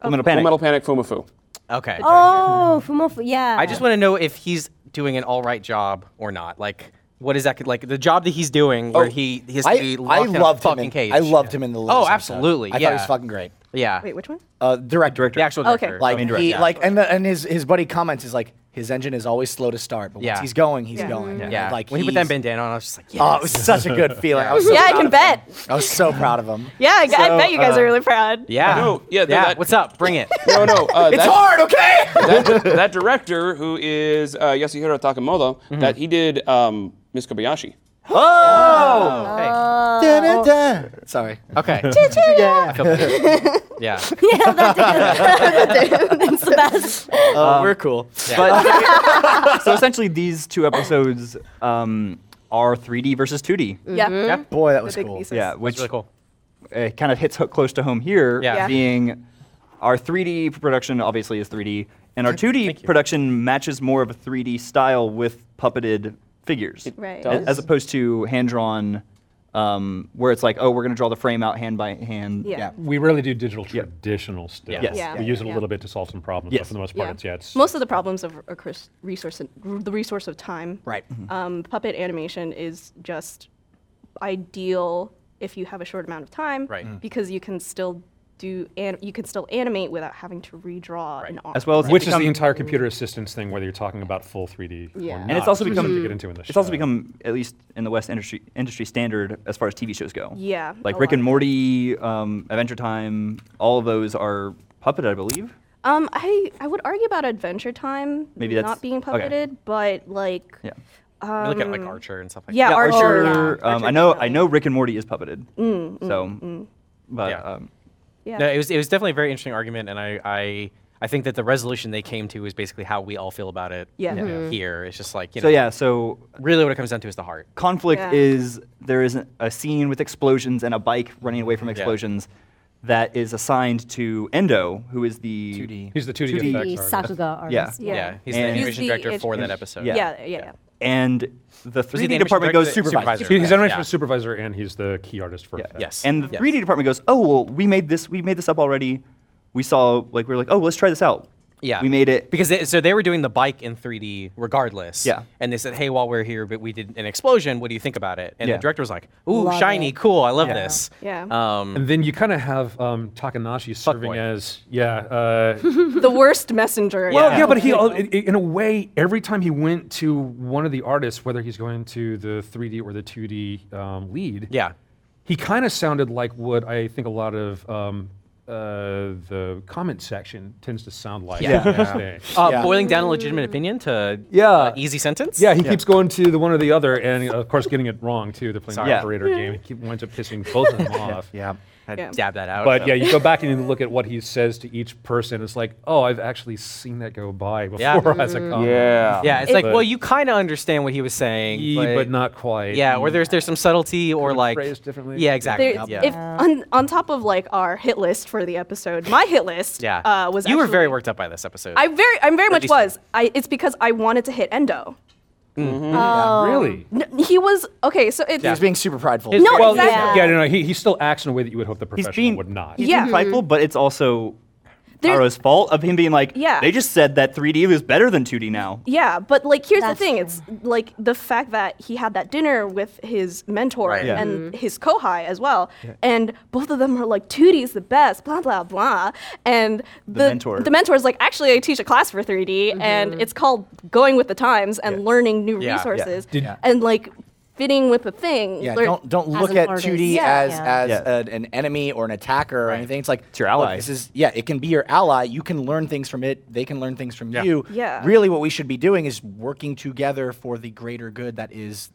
D: Full Metal Panic.
F: Metal Panic. Fumafu.
C: Okay.
G: Oh, Fumofu, yeah.
C: I just want to know if he's doing an all right job or not. Like, what is that? Like the job that he's doing, where
B: Oh,
C: he he has to
B: I,
C: be
B: I
C: locked in a
B: loved him.
C: fucking
B: In,
C: cage.
B: I loved him in the.
C: Oh,
B: latest episode.
C: absolutely.
B: I
C: yeah.
B: thought he was fucking great.
C: Yeah.
A: Wait, which one?
B: Uh, direct director.
C: The actual
A: Okay.
C: director.
B: Like
D: direct,
B: he
D: yeah.
B: like and the, and his his buddy comments is like his engine is always slow to start, but
C: Yeah.
B: once he's going, he's
A: Yeah.
B: going. And,
C: yeah.
B: Like
C: when he put that
B: he's-
C: bandana on, I was just like, yeah.
B: Oh, it was such a good feeling. I was so
A: yeah, I
B: proud
A: can
B: of him.
A: bet.
B: I was so proud of him.
A: Yeah, I, g- I
D: So,
A: bet you guys
D: uh,
A: are really proud.
C: yeah.
F: No, yeah, no, that-
C: What's up? Bring it.
F: No, no. Uh,
B: It's
F: that-
B: hard, okay?
F: that, that director, who is uh, Yasuhiro Takamoto, that he did um, Miss Kobayashi.
B: Dun-dun-dun. Uh, Sorry.
C: Okay. yeah.
B: Yeah.
G: yeah, that's, that's the best.
B: Oh, we're cool.
D: But so essentially, these two episodes um, are 3D versus 2D.
A: Yeah.
B: Boy, that was
A: big
B: cool.
A: pieces.
D: Yeah, which
C: It's really cool.
D: uh, kind of hits ho- close to home here,
C: Yeah. Yeah.
D: being our 3D production obviously is 3D, and our 2D production matches more of a 3D style with puppeted figures,
A: Right.
D: a- as opposed to hand drawn, um, where it's like, oh, we're gonna draw the frame out hand by hand.
A: Yeah.
E: We rarely do digital traditional stuff.
D: Yes.
A: Yeah.
E: We use it a
A: Yeah.
E: little bit to solve some problems, but
D: Yes.
E: for the most part,
A: Yeah.
E: it's, yeah, it's
A: Most of the problems of of course, resource and, r- the resource of time.
B: Right.
C: mm-hmm.
A: Um, puppet animation is just ideal if you have a short amount of time.
C: Right. Mm.
A: Because you can still do and you can still animate without having to redraw an arm.
D: As well as
E: which is
D: become-
E: the entire computer assistance thing, whether you're talking about full 3D
A: Yeah.
E: or
A: And
E: not,
D: it's also
E: which is something
D: become-
E: to get into in this
D: It's also
E: show.
D: become, at least in the West, industry industry standard as far as TV shows go.
A: Yeah,
D: Like
A: a
D: Rick
A: lot.
D: and Morty, um, Adventure Time, all of those are puppeted, I believe.
A: Um, I I would argue about Adventure Time
D: Maybe that's-
A: not being
D: okay.
A: puppeted, but like
D: Yeah.
C: We look at like Archer and stuff like
A: Um, yeah,
C: that.
A: Archer. Mm,
D: Um, I know. I know. Rick and Morty is puppeted. so, but
C: Yeah.
D: um,
A: yeah.
C: No, it was it was definitely a very interesting argument, and I I, I think that the resolution they came to is basically how we all feel about it.
A: Yeah.
C: you know,
A: Mhm.
C: Here, it's just like you know.
D: so yeah. So
C: Really, what it comes down to is the heart.
D: conflict
A: Yeah.
D: is there is a scene with explosions and a bike running away from explosions that is assigned to Endo, who is the
B: 2D.
E: He's the 2D,
G: The
E: effects artist.
G: Sakuga artist.
A: Yeah.
C: Yeah, he's
D: And-
C: the
D: He's
C: animation
A: the
C: director for that
A: animation-
C: episode.
D: Yeah.
A: yeah, yeah, yeah.
D: and the
C: Was he
D: 3D
C: the
D: department goes
C: animation director?
D: supervisor.
C: Supervisor.
E: He- He's animation
C: Yeah.
E: supervisor and he's the key artist for effects.
C: Yes.
D: And the
C: Yes.
D: 3D department goes, oh well, we made this. We made this up already. We saw like we were like, oh, let's try this out.
C: Yeah,
D: We made it.
C: because they, so they were doing the bike in 3D regardless.
D: Yeah.
C: and they said, "Hey, while we're here, but we did an explosion. What do you think about it?" And
D: Yeah.
C: the director was like, "Ooh,
G: Love
C: shiny,
G: it.
C: cool. I love this."
A: Yeah.
C: Um,
E: And then you kind of have um, Takanashi serving
C: boy.
E: as yeah. Uh,
A: the
D: Um,
A: worst messenger.
E: Well, yeah,
C: Yeah.
D: Oh,
E: but he, al- i- i- in a way, every time he went to one of the artists, whether he's going to the 3D or the 2D um, lead,
C: Yeah.
E: he kind of sounded like what I think a lot of um, uh, the comment section tends to sound like.
C: Yeah.
E: Yeah.
C: uh,
B: Yeah.
C: boiling down a legitimate opinion to
E: Yeah.
C: uh, easy sentence.
E: Yeah, he keeps going to the one or the other, and of course, getting it wrong too. They're playing
C: Sorry.
E: the
D: Yeah.
E: operator game. He keep- winds up pissing both of them off.
B: Yeah.
C: Had
A: Yeah.
C: dab that out.
E: But
C: so-
E: yeah, you go back and you look at what he says to each person. It's like, oh, I've actually seen that go by before
C: Yeah.
E: as a
A: Mm-hmm.
E: comment.
C: yeah, it's like
E: But-
C: well, you kind of understand what he was saying,
E: Ye,
C: but,
E: but, not quite.
C: yeah, or there's there's some subtlety or
E: Could've
C: like
E: phrased differently.
C: Yeah, exactly.
A: There,
C: yeah.
A: If on, on top of like our hit list for the episode, my hit list
C: yeah.
A: uh, was
C: you were very
A: actually-
C: worked up by this episode.
A: I very I'm very much
C: least-
A: was. I it's because I wanted to hit Endo. Oh.
E: really.
A: N- he was okay. So it's
B: He was being super prideful.
C: His-
A: No,
E: well,
A: exactly.
E: yeah, no, no. He, he still acts in a way that you would hope the
D: He's
E: professional
D: being
E: would not.
D: He's
A: Yeah. Mm-hmm.
D: being prideful, but it's also Taro's fault of him being like,
A: Yeah.
D: they just said that 3D was better than 2D now.
A: Yeah, but like here's
H: That's
A: the thing: it's like the fact that he had that dinner with his mentor
D: Right. Yeah.
A: and his kohai as well, and both of them are like, "2D's the best," blah blah blah, and the,
D: mentor.
A: the mentor is like, "Actually, I teach a class for 3D, and it's called going with the times and learning new
B: Yeah, yeah.
A: resources
B: Did- Yeah.
A: and like fitting with the thing."
B: Yeah,
A: lear-
B: don't don't look at 2D
A: Yeah.
B: as
A: Yeah.
B: as an, an enemy or an attacker or anything. It's like it's
D: your ally.
B: This is yeah, it can be your ally. You can learn things from it. They can learn things from you.
A: Yeah.
B: Really, what we should be doing is working together for the greater good. That is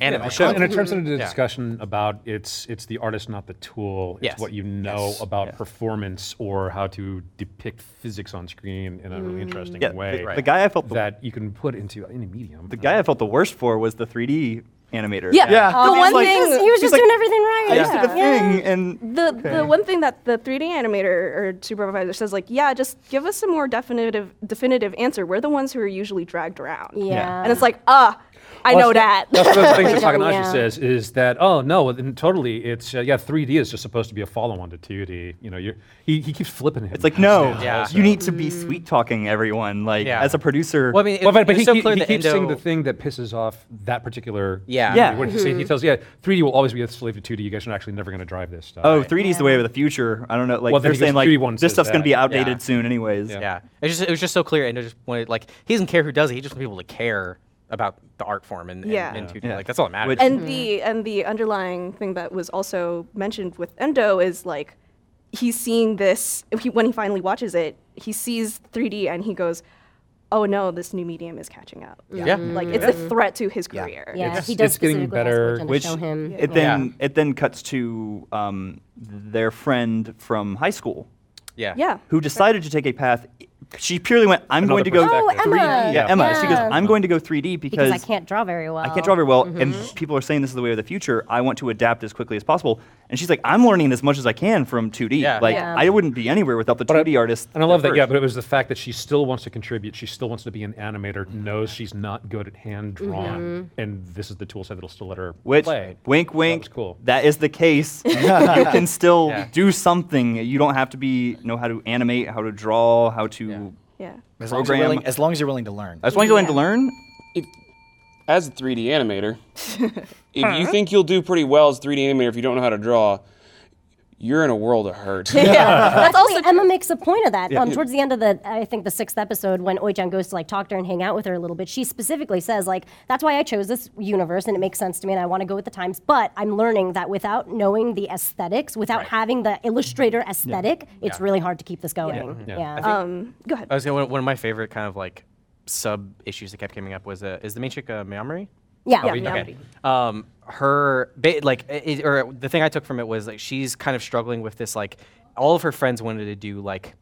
C: And it
B: my
C: was-
E: And it
B: content.
E: turns into a
C: Yeah.
E: discussion about it's it's the artist, not the tool. It's
C: Yes.
E: what you know about performance or how to depict physics on screen in a
A: Mm.
E: really interesting
D: Yeah, the-
E: way.
D: the guy I felt the-
E: that you can put into any medium.
D: The guy I felt the worst for was the 3D animator.
A: Yeah. Oh, The
D: He was
A: one
D: like-
A: thing
G: He was just
D: like,
G: doing everything right.
D: I just did a thing, and
A: The, the one thing that the 3D animator or supervisor says, like, yeah, just give us a more definitive definitive answer. We're the ones who are usually dragged around.
G: Yeah.
A: And it's like, ah, I know that.
E: That's one of the things that Takanashi
G: yeah.
E: says is that oh no, well, then totally it's uh, yeah 3D is just supposed to be a follow-on to 2D. You know, you're, he he keeps flipping him.
D: it's like, no,
C: Yeah.
D: you need to be sweet talking everyone. Like,
C: Yeah.
D: as a producer,
C: Well, I mean, it,
E: Well, but, but
C: it's
E: he,
C: so
E: he-
C: clear
E: he
C: that
E: keeps saying
C: Endo-
E: the thing that pisses off that particular.
C: Yeah.
D: Yeah.
E: What he
A: Mm-hmm.
E: say- He tells, yeah, 3D will always be a slave to 2D. You guys are actually never going to drive this stuff.
D: oh, 3D is the way of the future. I don't know. Like,
E: Well, then
D: they're
E: he goes,
D: saying, like,
E: 3D one
D: this
E: says
D: stuff's going to be
E: that.
D: outdated
C: Yeah.
D: soon, anyways.
C: Yeah, it just it was just so clear, and it just wanted like he doesn't care who does it. He just wants people to care about the art form and and,
A: Yeah.
C: and 2D.
D: Yeah.
C: Like that's all that matters.
D: Which-
G: Mm-hmm.
A: and the and the underlying thing that was also mentioned with Endo is like he's seeing this if he, when he finally watches it, he sees 3D and he goes, Oh no, this new medium is catching up.
C: Yeah.
A: Like it's a threat to his career.
G: Mm-hmm. Yeah,
E: It's-
G: he does
E: it's getting
G: specifically ask
E: better,
G: Merchant to
D: which
G: show him.
D: it then it then cuts to um, their friend from high school
C: yeah.
A: Yeah.
D: who decided to take a path. She purely went, "I'm
E: Another
D: going to go."
G: Oh,
E: perspective.
G: Emma.
D: Yeah, Emma. She goes,
G: Yeah.
D: "I'm going to go 3D because,
G: because I can't Mm-hmm. draw very well.
D: I can't draw very well, and people are saying this is the way of the future. I want to adapt as quickly as possible." And she's like, "I'm learning as much as I can from 2D.
C: Yeah.
D: Like
G: Yeah.
D: I wouldn't be anywhere without the 2D artist."
E: And I love
D: at
E: that, yeah,
D: first."
E: but it was the fact that she still wants to contribute. She still wants to be an animator, knows she's not good at hand drawn,
A: Mm-hmm.
E: and this is the tool set that'll still let her
D: Which
E: play.
D: wink,
E: That
D: wink.
E: was cool.
D: That is the case. you can still
C: Yeah.
D: do something. You don't have to be know how to animate, how to draw, how to.
A: Yeah.
B: as long as, you're
D: program.
B: willing, as long as you're willing to learn.
D: As long as you learn to learn,
F: if as a 3D animator, if you think you'll do pretty well as a 3D animator if you don't know how to draw, you're in a world of hurt.
G: That's also Emma makes a point of that. Um, towards the end of the, I think the sixth episode, when Oichan goes to like talk to her and hang out with her a little bit, she specifically says like, "That's why I chose this universe, and it makes sense to me, and I want to go with the times." But I'm learning that without knowing the aesthetics, without having the illustrator aesthetic, it's really hard to keep this going. Yeah. Um,
A: Go ahead.
C: I was gonna, one, one of my favorite kind of like sub issues that kept coming up was uh, is the main chick uh, Miyamari?
G: yeah.
A: Yeah.
C: Okay. Um, her ba- like i- i- or the thing I took from it was like she's kind of struggling with this like all of her friends wanted to do like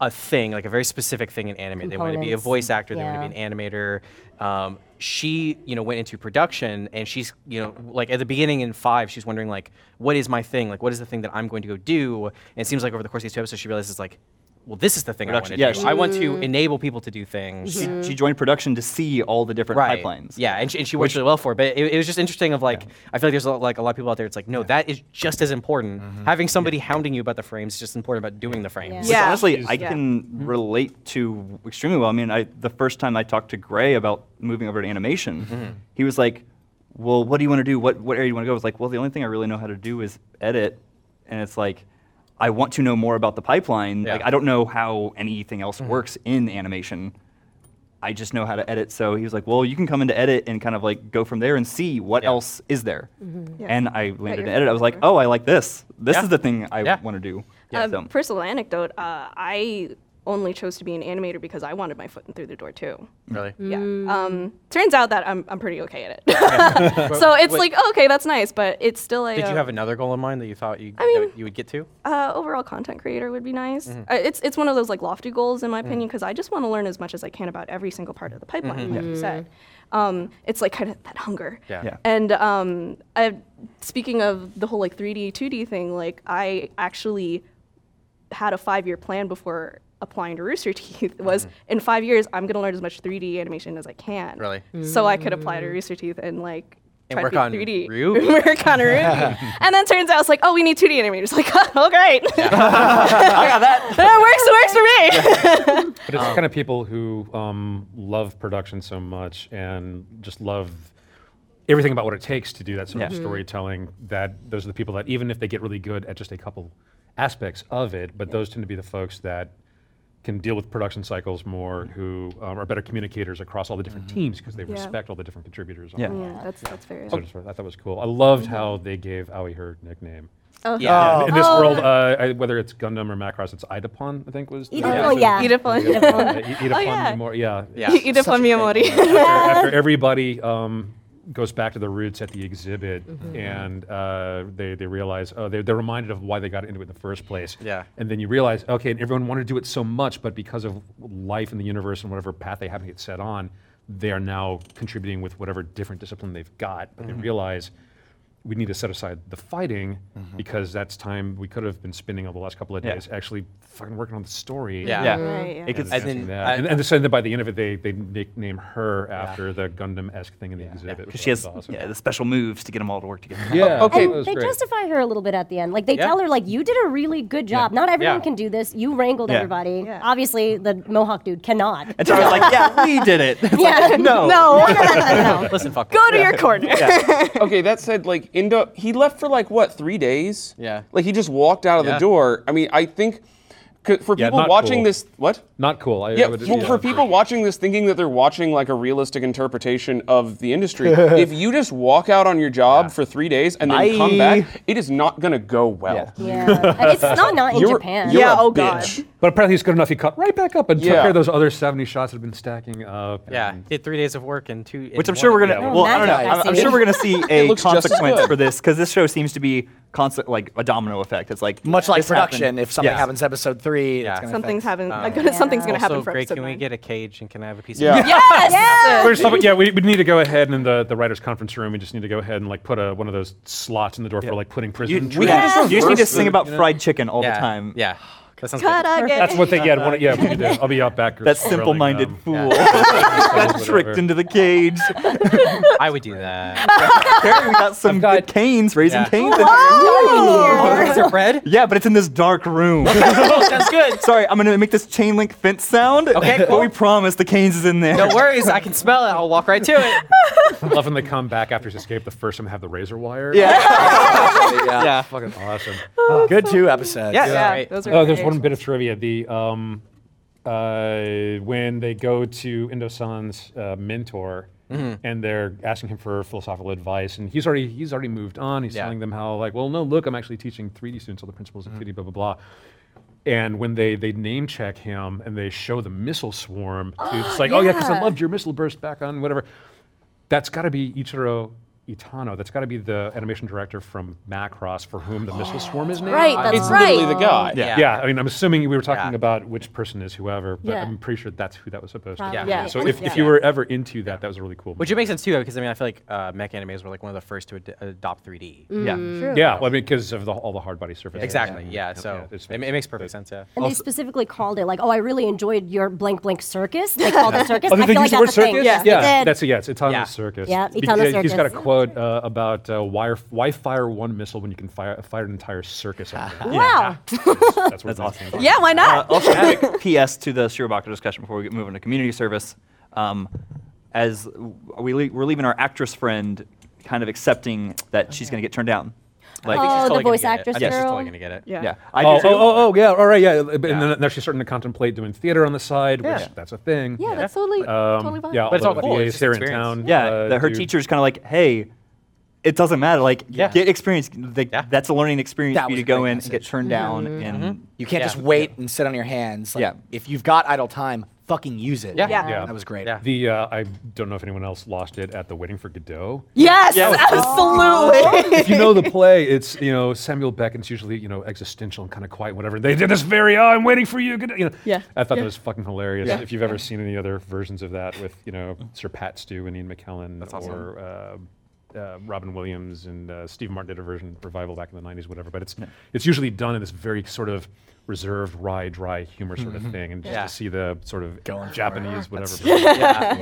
C: a thing like a very specific thing in anime. They wanted to be a
G: Components.
C: voice actor. They wanted to be
G: Yeah.
C: an animator. Um, she you know went into production and she's you know like at the beginning in five she's wondering like what is my thing like what is the thing that I'm going to go do and it seems like over the course of these two episodes she realizes like. Well, this is the thing
D: Production, yeah,
C: I want to
D: she-
C: do. I want to enable people to do things
D: she, she joined production to see all the different pipelines.
C: yeah, and she, and she works really well for it. But it, it was just interesting. Of like, I feel like there's a lot, like a lot of people out there. It's like, no, that is just as important.
D: Mm-hmm.
C: Having somebody hounding you about the frames is just important about doing the
D: Which
C: frames.
A: Yeah. Mm-hmm.
D: honestly, I
A: Yeah.
D: can relate to extremely well. I mean, I the first time I talked to Gray about moving over to animation,
C: Mm-hmm.
D: he was like, "Well, what do you want to do? What what area do you want to go?" I was like, "Well, the only thing I really know how to do is edit," and it's like. I want to know more about the pipeline. Like
C: Yeah. Mm-hmm.
D: I don't know how anything else works in animation. I just know how to edit. So he was like, "Well, you can come into edit and kind of like go from there and see what
C: Yeah.
D: else is there."
A: Yeah.
D: And I landed in
A: your
D: edit. I was like, "Oh, I like this. This
C: Yeah.
D: is the thing I
C: Yeah.
D: want to do."
A: Um,
D: So-
A: Personal anecdote: uh, I only chose to be an animator because I wanted my foot in through the door too.
C: Really?
A: Yeah. Um, turns out that I'm, I'm pretty okay at it. so it's like oh, okay, that's nice, but it's still like
C: Did
A: uh,
C: you have another goal in mind that you thought you
A: I mean-
C: that you would get to?
A: uh, overall content creator would be nice.
C: Mm-hmm.
A: Uh, it's it's one of those like lofty goals in my opinion because I just want to learn as much as I can about every single part of the pipeline, like you said. Um, it's like kind of that hunger.
C: Mm-hmm. Yeah.
D: Yeah.
A: And um, I, speaking of the whole like 3D 2D thing, like I actually had a five year plan before applying to Rooster Teeth was in five years I'm gonna learn as much 3D animation as I can.
C: Mm-hmm. Really?
A: So I could apply to Rooster Teeth and like
C: And
A: try
C: work
A: to do
C: on
A: 3D.
C: Ruby.
A: work on Ruby. and then turns out it's like, oh, we need 2D animators. Like, oh, great.
D: I got that.
A: that works. It works for me.
E: But it's the kind of people who um, love production so much and just love everything about what it takes to do that sort of
D: Yeah. Mhm.
E: storytelling. That those are the people that even if they get really good at just a couple aspects of it, but those tend to be the folks that can deal with production cycles more, who um, are better communicators across all the different teams because they
A: Yeah.
E: respect all the different contributors.
D: Mm-hmm. Yeah.
E: On
A: yeah, that's that's fair.
E: so I just- I thought that was cool. I loved how they gave Aoi her nickname.
A: Oh.
C: Yeah.
E: In this
A: Oh.
E: world, uh, I, whether it's Gundam or Macross, it's Idapon, I think was. the
G: Idapon,
E: name.
G: yeah.
A: Idapon.
E: Idapon.
G: Idapon.
E: Idapon
A: Oh, yeah.
E: Mimori- yeah.
C: Yeah.
A: You did fun Miyamori.
E: After, after everybody um, goes back to their roots at the exhibit and uh, they, they realize, oh, they're, they're reminded of why they got into it in the first place.
C: Yeah.
E: And then you realize, okay, and everyone wanted to do it so much, but because of life in the universe and whatever path they happen to get set on, they are now contributing with whatever different discipline they've got. But
C: Mm-hmm.
E: they realize we need to set aside the fighting
C: Mm-hmm.
E: because that's time we could have been spending over the last couple of
D: Yeah.
E: days actually fucking working on the story.
C: Yeah.
D: Yeah.
A: Right, yeah.
D: It gets
C: And then
E: And,
C: I-
E: that. and, and so then by the end of it, they, they nickname her after the Gundam esque thing in the exhibit. which
D: because she
E: I thought
D: has
E: was awesome.
D: yeah, Oh, the special moves to get them all to work together.
E: Yeah, Oh,
G: And
E: that was
G: they
E: great.
G: justify her a little bit at the end. Like they
C: Yeah.
G: tell her, like, you did a really good job. Not everyone
C: Yeah.
G: can do this. You wrangled
D: Yeah.
G: everybody.
A: Yeah.
G: Obviously, the Mohawk dude cannot.
D: And Tara's like, yeah, we did it. It's like,
G: Yeah.
D: no.
A: No,
C: Listen, fuck.
A: go to your corner.
F: okay, that said, like Indo, he left for like what three days?
C: Yeah.
F: Like he just walked out of
C: Yeah.
F: the door. I mean, I think c- for
E: Yeah,
F: people
E: not
F: watching
E: cool.
F: this, what?
E: Not cool. I,
F: Yeah,
E: I would,
F: well, for people watching this thinking that they're watching like a realistic interpretation of the industry, if you just walk out on your job for three days and then come back, it is not going to go well.
G: yeah. And it's not not in
F: You're-
G: Japan.
F: you're
A: Yeah,
F: a
A: oh God.
F: bitch.
E: But apparently he's good enough. He cut right back up and took
F: Yeah.
E: care of those other 70 shots that had been stacking up.
C: Yeah,
E: and-
C: did three days of work and two.
D: Which
C: in
D: I'm sure we're
C: one.
D: gonna.
E: Yeah,
D: well, I don't know.
G: Magic, I
D: I'm, I'm
G: see.
D: sure we're gonna see a
F: looks just as
D: consequence
F: good.
D: for this because this show seems to be constant, like a domino effect. It's like
B: Much like
D: this happened.
B: production, if something
D: Yes.
B: happens episode three,
C: Yeah.
B: it's gonna
A: Something's
B: affect-
A: happening. like, something's gonna happen
C: Um, Also,
A: for
C: Greg,
A: episode
C: can we
A: nine.
C: get a cage and can I have a piece
F: Yeah.
C: of
F: Yeah.
A: Yes.
E: There's something- yeah, we, we need to go ahead and in the, the writers' conference room. We just need to go ahead and like put a, one of those slots in the door for like putting
D: You,
E: prison.
D: we
E: trap-
D: can just, you just need to
F: reverse
D: sing
F: it,
D: about
E: you know?
D: fried chicken all the
C: Yeah.
D: time.
C: Yeah. That sounds good.
A: Cut again.
E: That's what they yeah, one, yeah, we can do that. I'll be out back. or
D: That
E: grilling,
D: simple-minded
E: um,
D: fool
E: Whatever.
D: got tricked into the cage.
C: I would do that.
D: Apparently, we got some good canes, raising
C: Yeah.
D: canes. In here.
C: Is there bread?
D: Yeah, but it's in this dark room.
C: That's good.
D: Sorry, I'm gonna make this chain link fence sound.
C: Okay,
D: but
C: cool.
D: we promise the canes is in there.
C: No worries. I can smell it. I'll walk right to it.
E: Love when they come back after he's escaped. The first time have the razor wire.
D: Yeah.
B: yeah.
C: Yeah.
E: Fucking awesome.
B: Good two episodes.
C: Yeah.
A: Yeah,
C: Right.
A: those are
E: Oh, there's
A: great.
E: one bit of trivia. The um, uh, when they go to Indosan's uh, mentor and they're asking him for philosophical advice, and he's already he's already moved on. He's
C: Yeah.
E: telling them how like, well, no, look, I'm actually teaching 3D students all the principles of 3D, blah blah blah. And when they they name check him and they show the missile swarm, to, it's like, oh yeah, because I
A: yeah.
E: loved your missile burst back on whatever. That's got to be Ichiro. Itano, that's got to be the animation director from Macross for whom the missile swarm is named.
A: Right, that's
F: It's
A: right.
F: literally the guy.
E: Yeah. I mean, I'm assuming we were talking
C: Yeah.
E: about which person is whoever, but
G: Yeah.
E: I'm pretty sure that's who that was supposed to
G: Probably.
E: be.
A: Yeah.
E: So
A: Yeah.
E: if, if you were ever into that, that was a really cool.
C: Which
E: movie.
C: it makes sense too, because I mean, I feel like uh, mech animes were like one of the first to ad- adopt 3D.
A: Mm.
D: yeah.
E: yeah, well, I mean, because of the, all the hard body surfaces.
C: Exactly. Yeah. So
E: it's-
C: it, it makes perfect sense. Yeah.
G: And they specifically called it like, "Oh, I really enjoyed your blank blank circus." They called it circus.
E: Oh,
G: I
E: did they
G: feel
E: use
G: like
E: the word
G: that's a thing.
E: circus?
G: Yes,
E: yeah,
G: they did.
E: that's a, yeah, it's Itano's
C: Yeah.
E: circus.
G: Yeah,
E: Be-
G: Itano's
E: He's got a
G: circus.
E: quote uh, about uh, wire, why fire one missile when you can fire, fire an entire circus. At once.
G: Wow.
E: that's, where
D: That's
E: it makes sense.
D: awesome.
A: Yeah, why
D: Uh,
A: not?
D: also, a quick PS to the Shirobako discussion before we get moving to community service. Um, as w- we le- we're leaving our actress friend, kind of accepting that she's going to get turned down. Like,
G: Oh, the
C: totally gonna
G: voice
C: get it.
G: actress
C: I think she's
G: girl?
C: totally gonna get it.
A: yeah.
D: yeah, I
E: Oh, oh,
D: do too.
E: oh, oh, yeah, all right, yeah. And
C: Yeah.
E: then now she's starting to contemplate doing theater on the side, which that's a thing.
A: Yeah, that's totally
E: Um,
A: totally fine.
E: Yeah,
C: But it's all
E: the
C: cool,
E: VAs
C: it's just
E: here in
C: experience.
E: town.
D: Yeah,
E: uh,
D: that her
E: do-
D: teacher's kind of like, hey, it doesn't matter. Like,
C: Yeah.
D: get experience. Like,
C: Yeah. Mm-hmm.
D: That's a learning experience
B: That
D: for you
B: was
D: to
B: a
D: go
B: great
D: in and get
B: message.
D: turned down. And
B: You can't
C: Yeah.
B: just wait and sit on your hands. Like,
D: Yeah.
B: If you've got idle time, fucking use it.
C: Yeah.
A: Yeah.
E: Yeah.
B: That was great.
C: Yeah.
E: The uh, I don't know if anyone else lost it at the Waiting for Godot.
A: Yes,
D: Yeah.
G: Oh,
A: absolutely.
E: if you know the play, it's you know Samuel Beckett's usually you know existential and kind of quiet, whatever. They did this very. Oh, I'm waiting for you. Godot," You know.
A: Yeah.
E: I thought that was fucking hilarious. If you've ever seen any other versions of that with you know Sir Pat Stew and Ian McKellen or. Uh, uh, Robin Williams and uh, Steve Martin did a version revival back in the '90s, whatever. But it's it's usually done in this very sort of reserved, wry, dry humor sort of thing, and just
C: Yeah.
E: to see the sort of
B: Going for it.
E: Japanese whatever.
C: Yeah.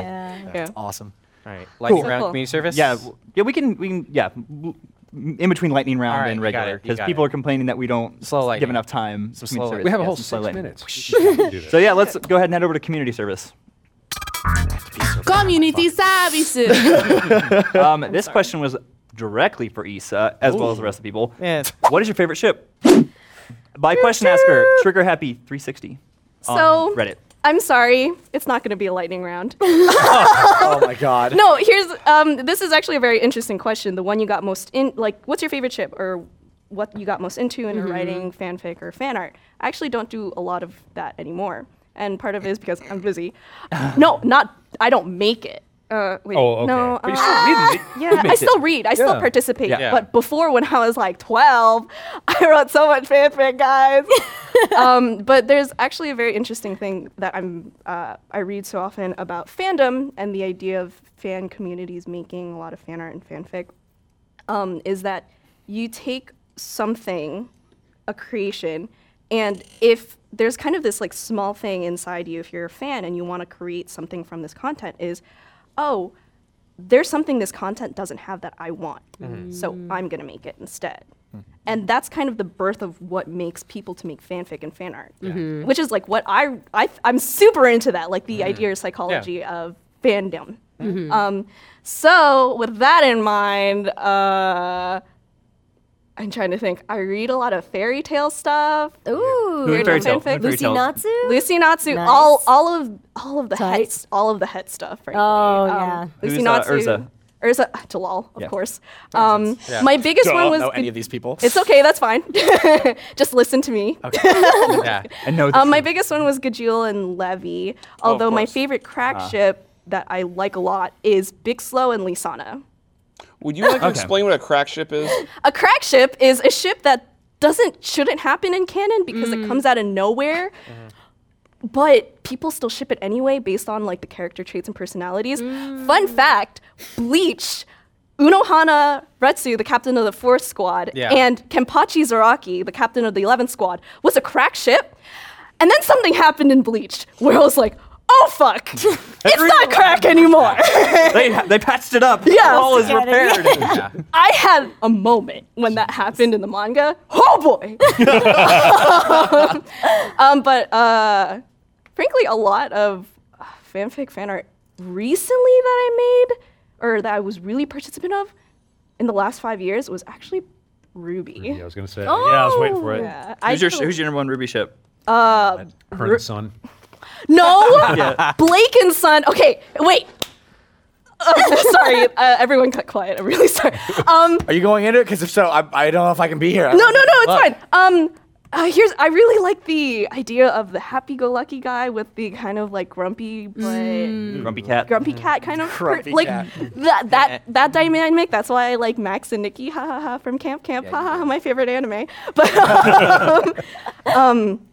A: yeah.
B: Awesome.
C: All right. Lightning round community service?
D: Yeah, w- yeah, we can, we can, yeah, w- w- in between lightning round
C: All right,
D: and
C: you got
D: regular,
C: it, you
D: because
C: got
D: people
C: it.
D: are complaining that we don't
C: Slow lightning.
D: give enough time. to
C: Some
D: community
C: slow
D: service.
C: lightning. We have
I: a
D: Yeah,
I: whole
D: some
I: six
D: slow lightning.
I: minutes.
D: So yeah, let's go ahead and head over to community service.
L: Community services.
D: Um, this question was directly for Issa as well as the rest of the people.
C: Yeah.
D: What is your favorite ship? By question asker, Trigger Happy 360.
C: Um,
D: on
A: So-
D: Reddit.
A: I'm sorry, it's not going to be a lightning round.
B: oh my god.
A: no, here's um, this is actually a very interesting question. The one you got most in, like, what's your favorite ship, or what you got most into in
I: Mm-hmm.
L: Mhm.
A: writing fanfic or fan art? I actually don't do a lot of that anymore, and part of it is because I'm busy. no, not I don't make it. Uh, wait,
I: Oh, okay.
A: no.
I: But you
A: uh,
I: still read it. You
A: yeah,
I: make
A: I
I: it.
A: still read. I still
I: Yeah.
A: participate.
I: Yeah.
A: But before, when I was like 12, I wrote so much fanfic, guys. um, but there's actually a very interesting thing that I'm uh, I read so often about fandom and the idea of fan communities making a lot of fan art and fanfic um, is that you take something, a creation, and if there's kind of this like small thing inside you, if you're a fan and you want to create something from this content, is oh, there's something this content doesn't have that I want,
L: Mhm.
A: so I'm gonna make it instead. And that's kind of the birth of what makes people to make fanfic and fan art,
L: Mhm.
A: which is like what I, I am super into that, like the idea or psychology of fandom.
L: Mhm.
A: Um, so with that in mind, uh, I'm trying to think. I read a lot of fairy tale stuff. Ooh,
G: Who in fairy tale? Who in fairy Lucy tales? Natsu?
A: Lucy Natsu.
G: Nice.
A: All all of all of the het, all of the het stuff. Frankly.
G: Oh,
A: Um,
G: yeah.
A: Lucy
B: Who's, uh,
A: Natsu.
B: Urza?
A: Urza uh, Jalal, of
B: Yeah.
A: course. Um,
B: Yeah.
A: My biggest
B: Duh,
A: one was
B: know any of these people.
A: It's okay. That's fine. Just listen to me.
B: yeah.
D: And no,
A: Um, my biggest one was Gajeel and Levy.
B: Oh, of
A: Although my
B: course.
A: favorite crack
F: Ah.
A: ship that I like a lot is Bixlow and Lisana.
F: Would you like
D: Okay.
F: to explain what a crack ship is?
A: A crack ship is a ship that doesn't shouldn't happen in canon because it comes out of nowhere. But people still ship it anyway based on like the character traits and personalities. Fun fact, Bleach, Unohana Retsu, the captain of the fourth squad,
L: Yeah.
A: and Kenpachi Zaraki, the captain of the 11th squad, was a crack ship. And then something happened in Bleach where I was like, oh fuck, it's not crack anymore.
D: they, they patched it up.
A: Yeah.
D: All is
A: Together,
D: repaired.
A: I had a moment when that happened in the manga. Oh boy! um, but uh, frankly, a lot of uh, fanfic fan art recently that I made, or that I was really participant of, in the last five years was actually Ruby.
E: Yeah, I was gonna say.
A: Oh.
E: yeah, I was waiting for it.
A: Yeah. I
D: Who's your,
A: still-
D: who's your number one Ruby ship?
A: Uh,
E: Her and son.
A: no,
D: Yeah.
A: Blake and Son. Okay, wait. Uh, sorry, uh, everyone cut quiet. I'm really sorry. Um,
B: Are you going into it? Because if so, I, I don't know if I can be here.
A: No, no, no, it's
B: Look.
A: fine. Um, uh, here's I really like the idea of the happy-go-lucky guy with the kind of like grumpy but
D: Grumpy cat.
A: grumpy cat kind of per-
B: Grumpy
A: like
B: cat.
A: that that that dynamic. That's why I like Max and Nikki. Ha ha ha from Camp Camp. ha ha ha. My favorite anime. But um, um,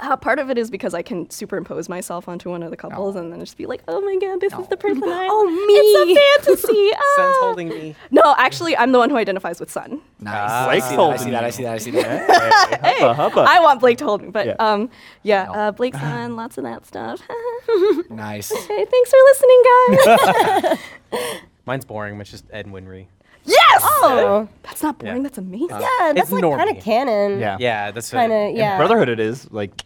A: uh, part of it is because I can superimpose myself onto one of the couples and then just be like, oh my god, this is the person I.
G: Oh, me.
A: It's a fantasy.
C: Sun's
A: ah.
C: holding me.
A: No, actually, I'm the one who identifies with Sun.
B: Nice.
D: Blake's
B: Ah, I see
D: holding
B: that. I see that. I see that. I see that.
A: hey, I want Blake to hold me, but
D: Yeah.
A: um, yeah, uh, Blake's on lots of that stuff.
B: nice.
A: okay, thanks for listening, guys.
C: Mine's boring. It's just Ed Winry.
A: yes.
G: Oh.
A: That's not boring. That's amazing.
G: Yeah, that's
C: It's
G: like
C: normie.
G: kind of canon.
D: Yeah.
C: Yeah, that's it.
G: Kind of, yeah.
D: Brotherhood it is. Like,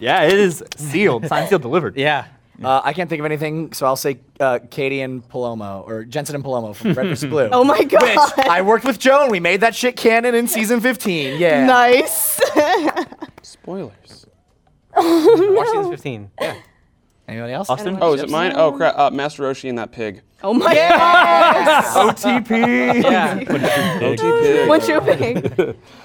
D: yeah, it is sealed. Signed, sealed, delivered.
C: Yeah.
B: Uh, I can't think of anything, so I'll say uh, Katie and Palomo or Jensen and Palomo from Red vs. Blue.
A: Oh my god.
B: Which I worked with Joan. We made that shit canon in season 15. Yeah.
A: Nice.
F: Spoilers.
C: Watch season 15. Yeah.
B: Anybody else?
D: Austin?
F: Oh, is it mine? Oh crap! Uh, Master Roshi and that pig.
A: oh my
D: OTP.
F: OT pig.
A: god. One shoe pig.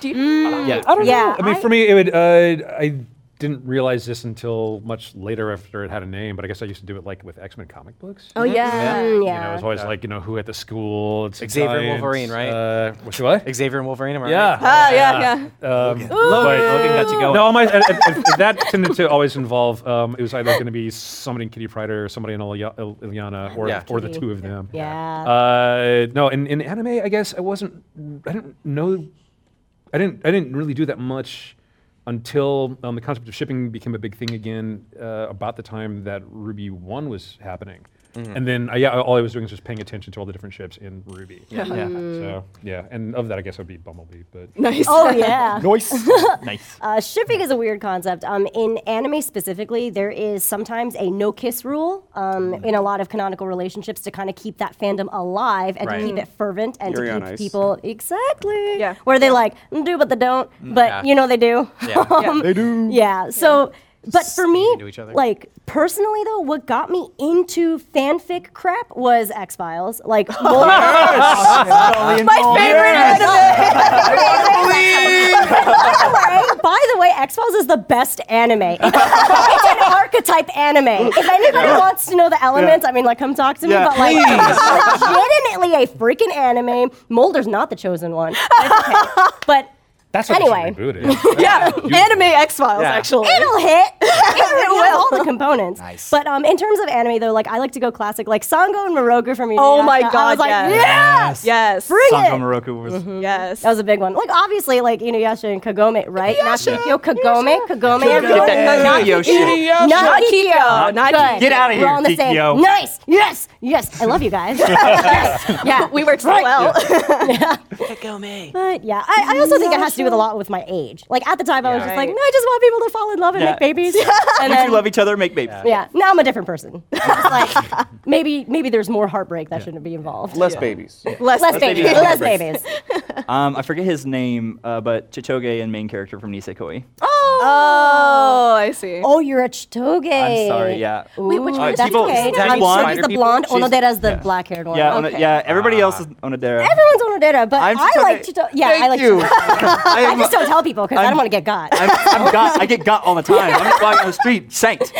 A: Do you-
D: Yeah.
E: I don't
G: Yeah,
E: know. I mean,
G: I-
E: for me, it would. Uh, I didn't realize this until much later after it had a name, but I guess I used to do it like with X Men comic books.
A: Oh yeah.
G: Mm,
E: You know, it
G: yeah.
E: was
A: Oh,
E: always like you know who at the school. It's
C: Xavier and
E: science,
C: Wolverine, right?
E: Uh, what's what?
C: Xavier and Wolverine, am I
E: Yeah.
C: right?
A: Ah yeah yeah.
E: Um,
D: Logan. Logan got you going.
E: No, all my, and- and- and that tended to always involve um, it was either going to be somebody in Kitty Pryde or somebody in Ilya- Il- Ilyana or,
C: Yeah.
E: or the two of them.
G: Yeah.
E: Uh, no, in, in anime, I guess I wasn't. I didn't know. I didn't. I didn't really do that much until um, the concept of shipping became a big thing again. Uh, about the time that Ruby One was happening. And then I, yeah, all I was doing was just paying attention to all the different ships in Ruby.
A: Yeah. Yeah. Mm.
E: So yeah, and of that I guess it would be Bumblebee, but
G: Oh yeah.
E: nice, nice.
G: Uh, shipping is a weird concept. Um, in anime specifically, there is sometimes a no kiss rule um,
M: Mm.
G: in a lot of canonical relationships to kind of keep that fandom alive and
M: Right.
G: to keep it fervent and
M: Yuri
G: to
M: on
G: keep
M: Ice.
G: people exactly yeah. where they like "Mm, do but they don't, but
M: yeah.
G: you know they do.
M: Yeah. Yeah.
G: Um,
M: They do.
G: Yeah. So. But for
M: into
G: me,
M: each other.
G: like personally though, what got me into fanfic crap was X Files. Like,
M: Yes! My favorite Yes!
G: anime. By the way, X Files is the best anime. It's an archetype anime. If anybody
M: Yeah.
G: wants to know the elements,
M: Yeah.
G: I mean, like, come talk to me.
M: Yeah.
G: But like,
M: Please.
G: it's legitimately a freaking anime. Mulder's not the chosen one. It's okay. But
E: That's what they should
G: anyway,
E: reboot it.
A: yeah, anime X Files
G: Yeah.
A: actually.
G: It'll hit. it
A: will.
G: all the components. Nice. But um, in terms of anime, though, like I like to go classic, like Sango and Moroku from Inuyasha.
A: Oh my
G: I was
A: God,
G: like,
A: yes.
G: yes,
A: yes,
G: bring
D: Sango
G: it.
D: Moroku was
A: Yes,
G: that was a big one. Like obviously, like Inuyasha and Kagome, right? Inuyasha, Nakikyo, Kagome, Kagome,
D: Kagome.
G: and Kagome.
D: Not Kikyo shit.
G: Not
A: Not
G: Kikyo.
A: Kikyo. Not
G: Good.
A: Kikyo. Get outta
G: We're
A: here,
G: all on the same.
A: Kikyo.
G: Nice. Yes. Yes. I love you guys. yes. Yeah.
A: We worked so well.
G: Kagome. But yeah, I, I also think it has to do with a lot with my age. Like at the time, I was
D: Yeah.
G: just like, no, I just want people to fall in love and
D: Yeah.
G: make babies.
D: If
G: and
D: you love each other, make babies.
G: yeah. Now I'm a different person. It's like maybe maybe there's more heartbreak that shouldn't be involved.
D: Less
G: Yeah.
D: babies.
G: Less,
D: Less
G: babies.
D: babies.
G: Less babies.
D: Um, I forget his name, uh, but Chichoge and main character from Nisekoi.
G: Oh.
A: I see.
G: Oh, you're a chitoge.
D: I'm sorry, yeah.
G: Wait, which
D: Ooh.
G: one?
D: Uh,
G: That's
D: people-
G: okay.
D: That's
G: I'm
D: blonde.
G: sorry, She's the
D: Spider
G: blonde.
D: people?
G: Onodera's the black-haired one.
D: Yeah,
G: okay.
D: Ono- yeah. Everybody else is Onodera.
G: Everyone's Onodera, but
D: I'm
G: I
D: Chitoge.
G: like chitoge. Yeah, I
D: Thank
G: like
D: you.
G: chitoge.
D: I
G: I
D: am-
G: just don't tell people because I
D: I'm-
G: don't want to get got.
D: I'm, I'm got, I get got all the time. I'm just walking on the street, saint.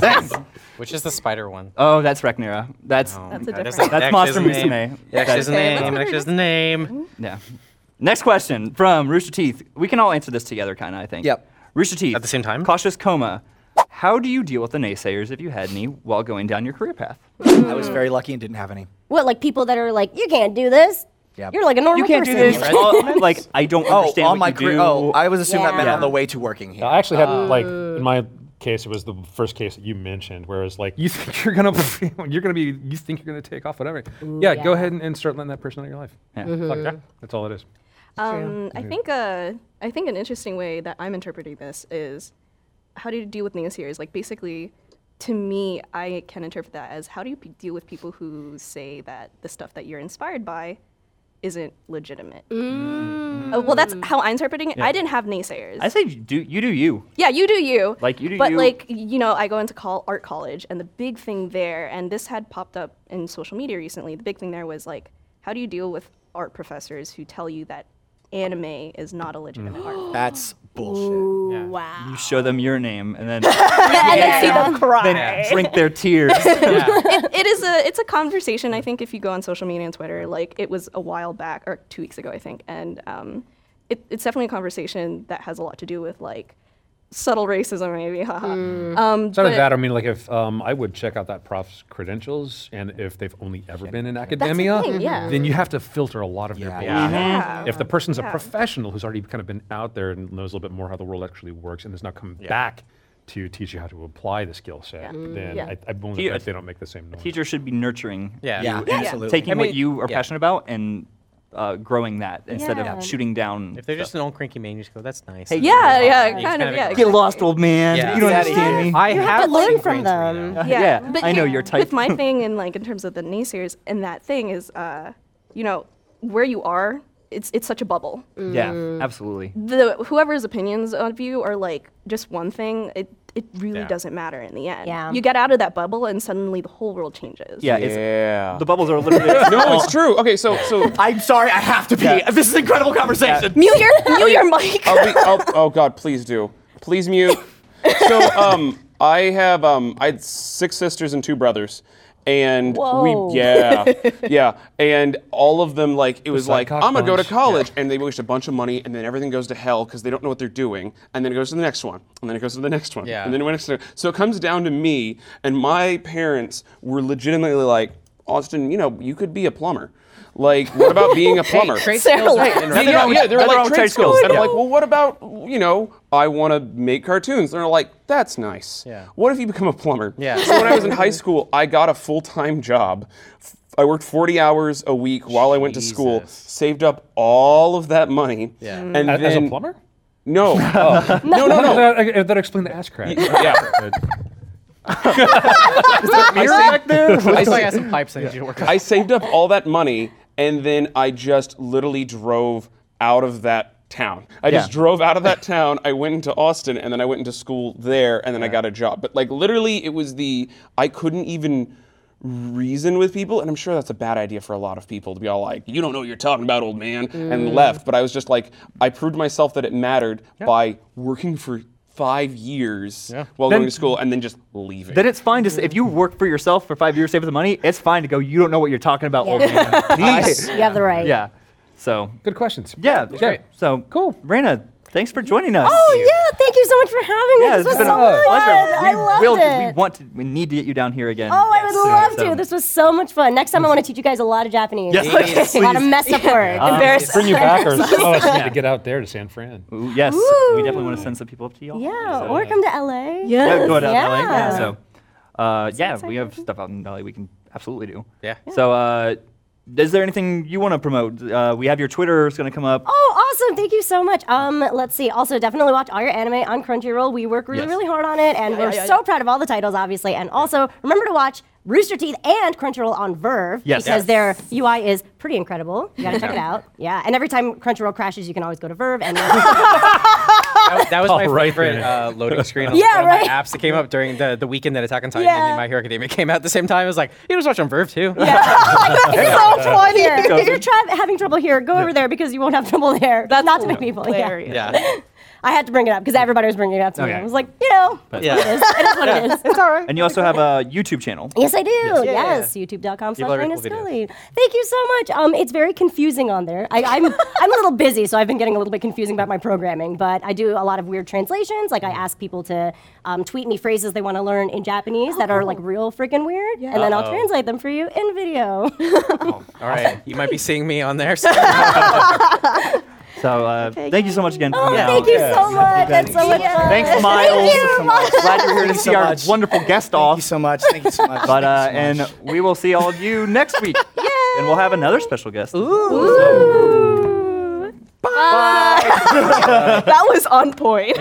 D: Saint.
C: Which is the spider one?
D: Oh, that's Reknera. Oh, That's
C: That's
A: a
D: that's,
C: different- That
D: Monster
C: actually is a name.
D: Musume.
C: That actually is a
D: That's-
C: name. That actually is a name.
D: Yeah. Next question from Rooster Teeth. We can all answer this together, kind of. I think. Yep. Rooster Teeth. At the same time. Cautious coma. How do you deal with the naysayers if you had any while going down your career path?
B: I was very lucky and didn't have any.
G: What, like people that are like, you can't do this?
B: Yeah.
G: You're like a normal
D: You can't do
G: person.
D: this. Oh, like I don't
B: Oh,
D: understand
B: on
D: what
B: my
D: you
B: career-
D: do.
B: oh, I was assuming that meant
D: Yeah.
B: on the way to working here.
E: I actually had like
A: Oh.
E: in my case, it was the first case that you mentioned, where it's like you think you're gonna you're gonna be you think you're gonna take off whatever. yeah, go
A: yeah.
E: ahead and, and start letting that person out of your life.
D: Yeah.
E: Fuck
A: Mhm.
E: yeah, that's all it is.
A: Um, I
E: Mhm.
A: think uh, I think an interesting way that I'm interpreting this is how do you deal with naysayers? Like basically, to me, I can interpret that as how do you p- deal with people who say that the stuff that you're inspired by isn't legitimate. Uh, well, that's how I'm interpreting it.
D: Yeah.
A: I didn't have naysayers.
D: I say you do you do you.
A: Yeah, you do you.
D: Like, you do
A: But
D: you.
A: like you know, I go into call art college, and the big thing there, and this had popped up in social media recently. The big thing there was like, how do you deal with art professors who tell you that anime is not a
D: Mm.
A: legitimate art? form?
B: That's bullshit.
G: Wow.
D: You show them your name and then
A: and then see them cry.
D: then drink their tears.
A: it, it is a it's a conversation. I think if you go on social media and Twitter, like it was a while back or two weeks ago, I think, and um, it, it's definitely a conversation that has a lot to do with like subtle racism, maybe. Haha. Um,
E: It's not
A: but-
E: that. I mean, like if um, I would check out that prof's credentials, and if they've only ever been in
A: the
E: academia,
A: thing, yeah.
E: then you have to filter a lot of their bullshit.
C: Yeah.
A: Yeah.
E: If the person's a
A: Yeah.
E: professional who's already kind of been out there and knows a little bit more how the world actually works, and is now coming back to teach you how to apply the skill set,
D: Yeah. Mm.
E: then
D: Yeah.
E: I, I won't
D: He-
E: bet they don't make the same noise.
D: Teacher should be nurturing
E: Yeah.
D: you
E: Yeah,
D: and
E: absolutely.
D: taking
E: I mean,
D: what you are
E: yeah.
D: passionate about and uh, growing that instead
C: Yeah.
D: of shooting down.
C: If they're
D: stuff.
C: just an old cranky man, you just go, that's nice.
D: Hey,
C: And
A: Yeah,
C: you-
A: yeah,
C: you
A: kind
C: just
A: of, yeah,
C: go,
D: Get lost, old man.
C: Yeah.
D: You don't
C: Get outta
D: understand
C: here.
D: me.
C: I You have have
G: to learn from them.
D: Yeah,
A: but
D: I know
A: here-
D: your type.
A: With my thing and like in terms of the naysayers and that thing is, uh, you know, where you are, it's it's such a bubble.
D: Yeah, absolutely.
A: The whoever's opinions of you are like just one thing. It it really
D: Yeah.
A: doesn't matter in the end.
G: Yeah.
A: You get out of that bubble and suddenly the whole world changes.
D: Yeah, It's, the bubbles are a little bit.
F: No, it's true. Okay, so so
B: I'm sorry, I have to pee. This is an incredible conversation.
A: Mute your mute your mic.
F: I'll be, I'll, oh God, please do. Please mute. So um, I have um, I had six sisters and two brothers, and
M: Whoa.
F: we yeah yeah, and all of them like it was like
M: Psychotic
F: I'm gonna go to
M: bunch."
F: college, and they waste a bunch of money, and then everything goes to hell because they don't know what they're doing, and then it goes to the next one, and then it goes to the next one,
M: Yeah.
F: and then it goes to the- so it comes down to me, and my parents were legitimately like Austin, you know, you could be a plumber. Like, what about being a plumber?
M: trade They're skills are like- interesting.
F: yeah,
M: Nothing
F: yeah,
M: wrong
F: they're
M: with- nothing wrong
F: like
M: with
F: trade
M: trade
F: skills.
M: skills,
F: And I'm
M: yeah.
F: like, well, what about, you know, I want to make cartoons? They're like, that's nice.
C: Yeah.
F: What if you become a plumber?
C: Yeah.
F: So when I was in high school, I got a full time job. F- I worked 40 hours a week while I went to school, saved up all of that money.
E: Yeah.
F: And
E: As- as a
F: then-
E: plumber?
F: No. Oh. no, no, no.
E: That, that explained the ass crack.
F: Yeah.
C: mirror back there? I thought you had some pipes that you
F: Yeah.
C: didn't work
F: I saved up all that money and then I just literally drove out of that town. I just
C: Yeah.
F: drove out of that town. I went into Austin and then I went into school there and then I got a job. But like literally it was the I couldn't even reason with people and I'm sure that's a bad idea for a lot of people to be all like, "You don't know what you're talking about, old man."
C: Mm.
F: and left, but I was just like I proved myself that it mattered by working for 5 years while
D: Then-
F: going to school and then just leaving.
D: Then it's fine to s- if you work for yourself for five years, save the money. It's fine to go. You don't know what you're talking about. old man."
G: Please. You have the right.
D: Yeah. So
E: good questions.
D: Yeah. Yeah. So cool. Raina, thanks for joining us.
G: Oh yeah, thank you so much for having me.
D: Yeah, it's
G: this was
D: been
G: so
D: a
G: much fun.
D: pleasure.
G: I loved
D: We'll-
G: it.
D: We want to. We need to get you down here again.
G: Oh, I would
D: soon,
G: love
D: so-
G: to. This was so much fun. Next time, I want to teach you guys a lot of Japanese.
D: Yes, yes,
G: a lot of
D: please.
G: mess up words.
D: Um,
G: Embarrassing.
E: Bring you back, or
G: Embarrassing.
E: oh, I just need to get out there to San Fran.
D: Ooh, yes,
G: Ooh.
D: we definitely want to send some people up to y'all.
G: Yeah, or come to LA.
D: Yeah, go to
G: yeah.
D: LA. Yeah, so, uh, yeah, we have stuff out in LA we can absolutely do.
C: Yeah.
D: So, uh, is there anything you want to promote? Uh, we have your Twitter is going to come up.
G: Oh, awesome! Thank you so much. Um, let's see. Also, definitely watch all your anime on Crunchyroll. We work really,
D: Yes.
G: really hard on it, and we're so proud of all the titles, obviously. And also, remember to watch Rooster Teeth and Crunchyroll on Verve
M: Yes. Yes.
G: because their UI is pretty incredible. You gotta check it
C: Yeah.
G: out. Yeah, and every time Crunchyroll crashes, you can always go to Verve and. "Oh,
C: That, that was my
E: Oh, right
C: favorite
E: there.
C: uh, loading screen. on
G: Yeah,
C: one of my
G: right.
C: apps that came up during the, the weekend that Attack on Titan
G: Yeah.
C: and My Hero Academia came out at the same time. It was like, you just watch on Verve too.
G: It's so funny.
C: Yeah.
G: If you're tra- having trouble here, go over there because you won't have trouble there. That's not to many people. Yeah.
C: Yeah.
G: I had to bring it up because everybody was bringing it up to me.
D: Okay.
G: I was like, you know,
D: But-
G: it is. It is what it is. It's all right.
D: And you also have a YouTube channel.
G: Yes, I do. Yes,
D: Yeah.
G: youtube.com
D: Give
G: slash
D: all your
G: Raina
D: cool videos.
G: Scully. Thank you so much. Um, it's very confusing on there. I, I'm I'm a little busy, so I've been getting a little bit confusing about my programming. But I do a lot of weird translations. Like I ask people to um, tweet me phrases they want to learn in Japanese that are like real freaking weird, and then I'll
C: Uh-oh.
G: translate them for you in video.
C: All right. You might be seeing me on there. So.
D: So, uh, thank you so much again. for
G: Oh,
D: coming
G: thank
D: out.
G: you so much. That's so much fun.
D: Thanks, Miles.
G: Thank you, Miles.
D: Glad you're here to
B: Thank you
D: see
B: so
D: our
B: much.
D: wonderful guest off. Thank you
B: so much. Thank you so much.
D: But uh,
B: Thank
D: and we will see all of you next week. And we'll have another special guest.
A: that was on point.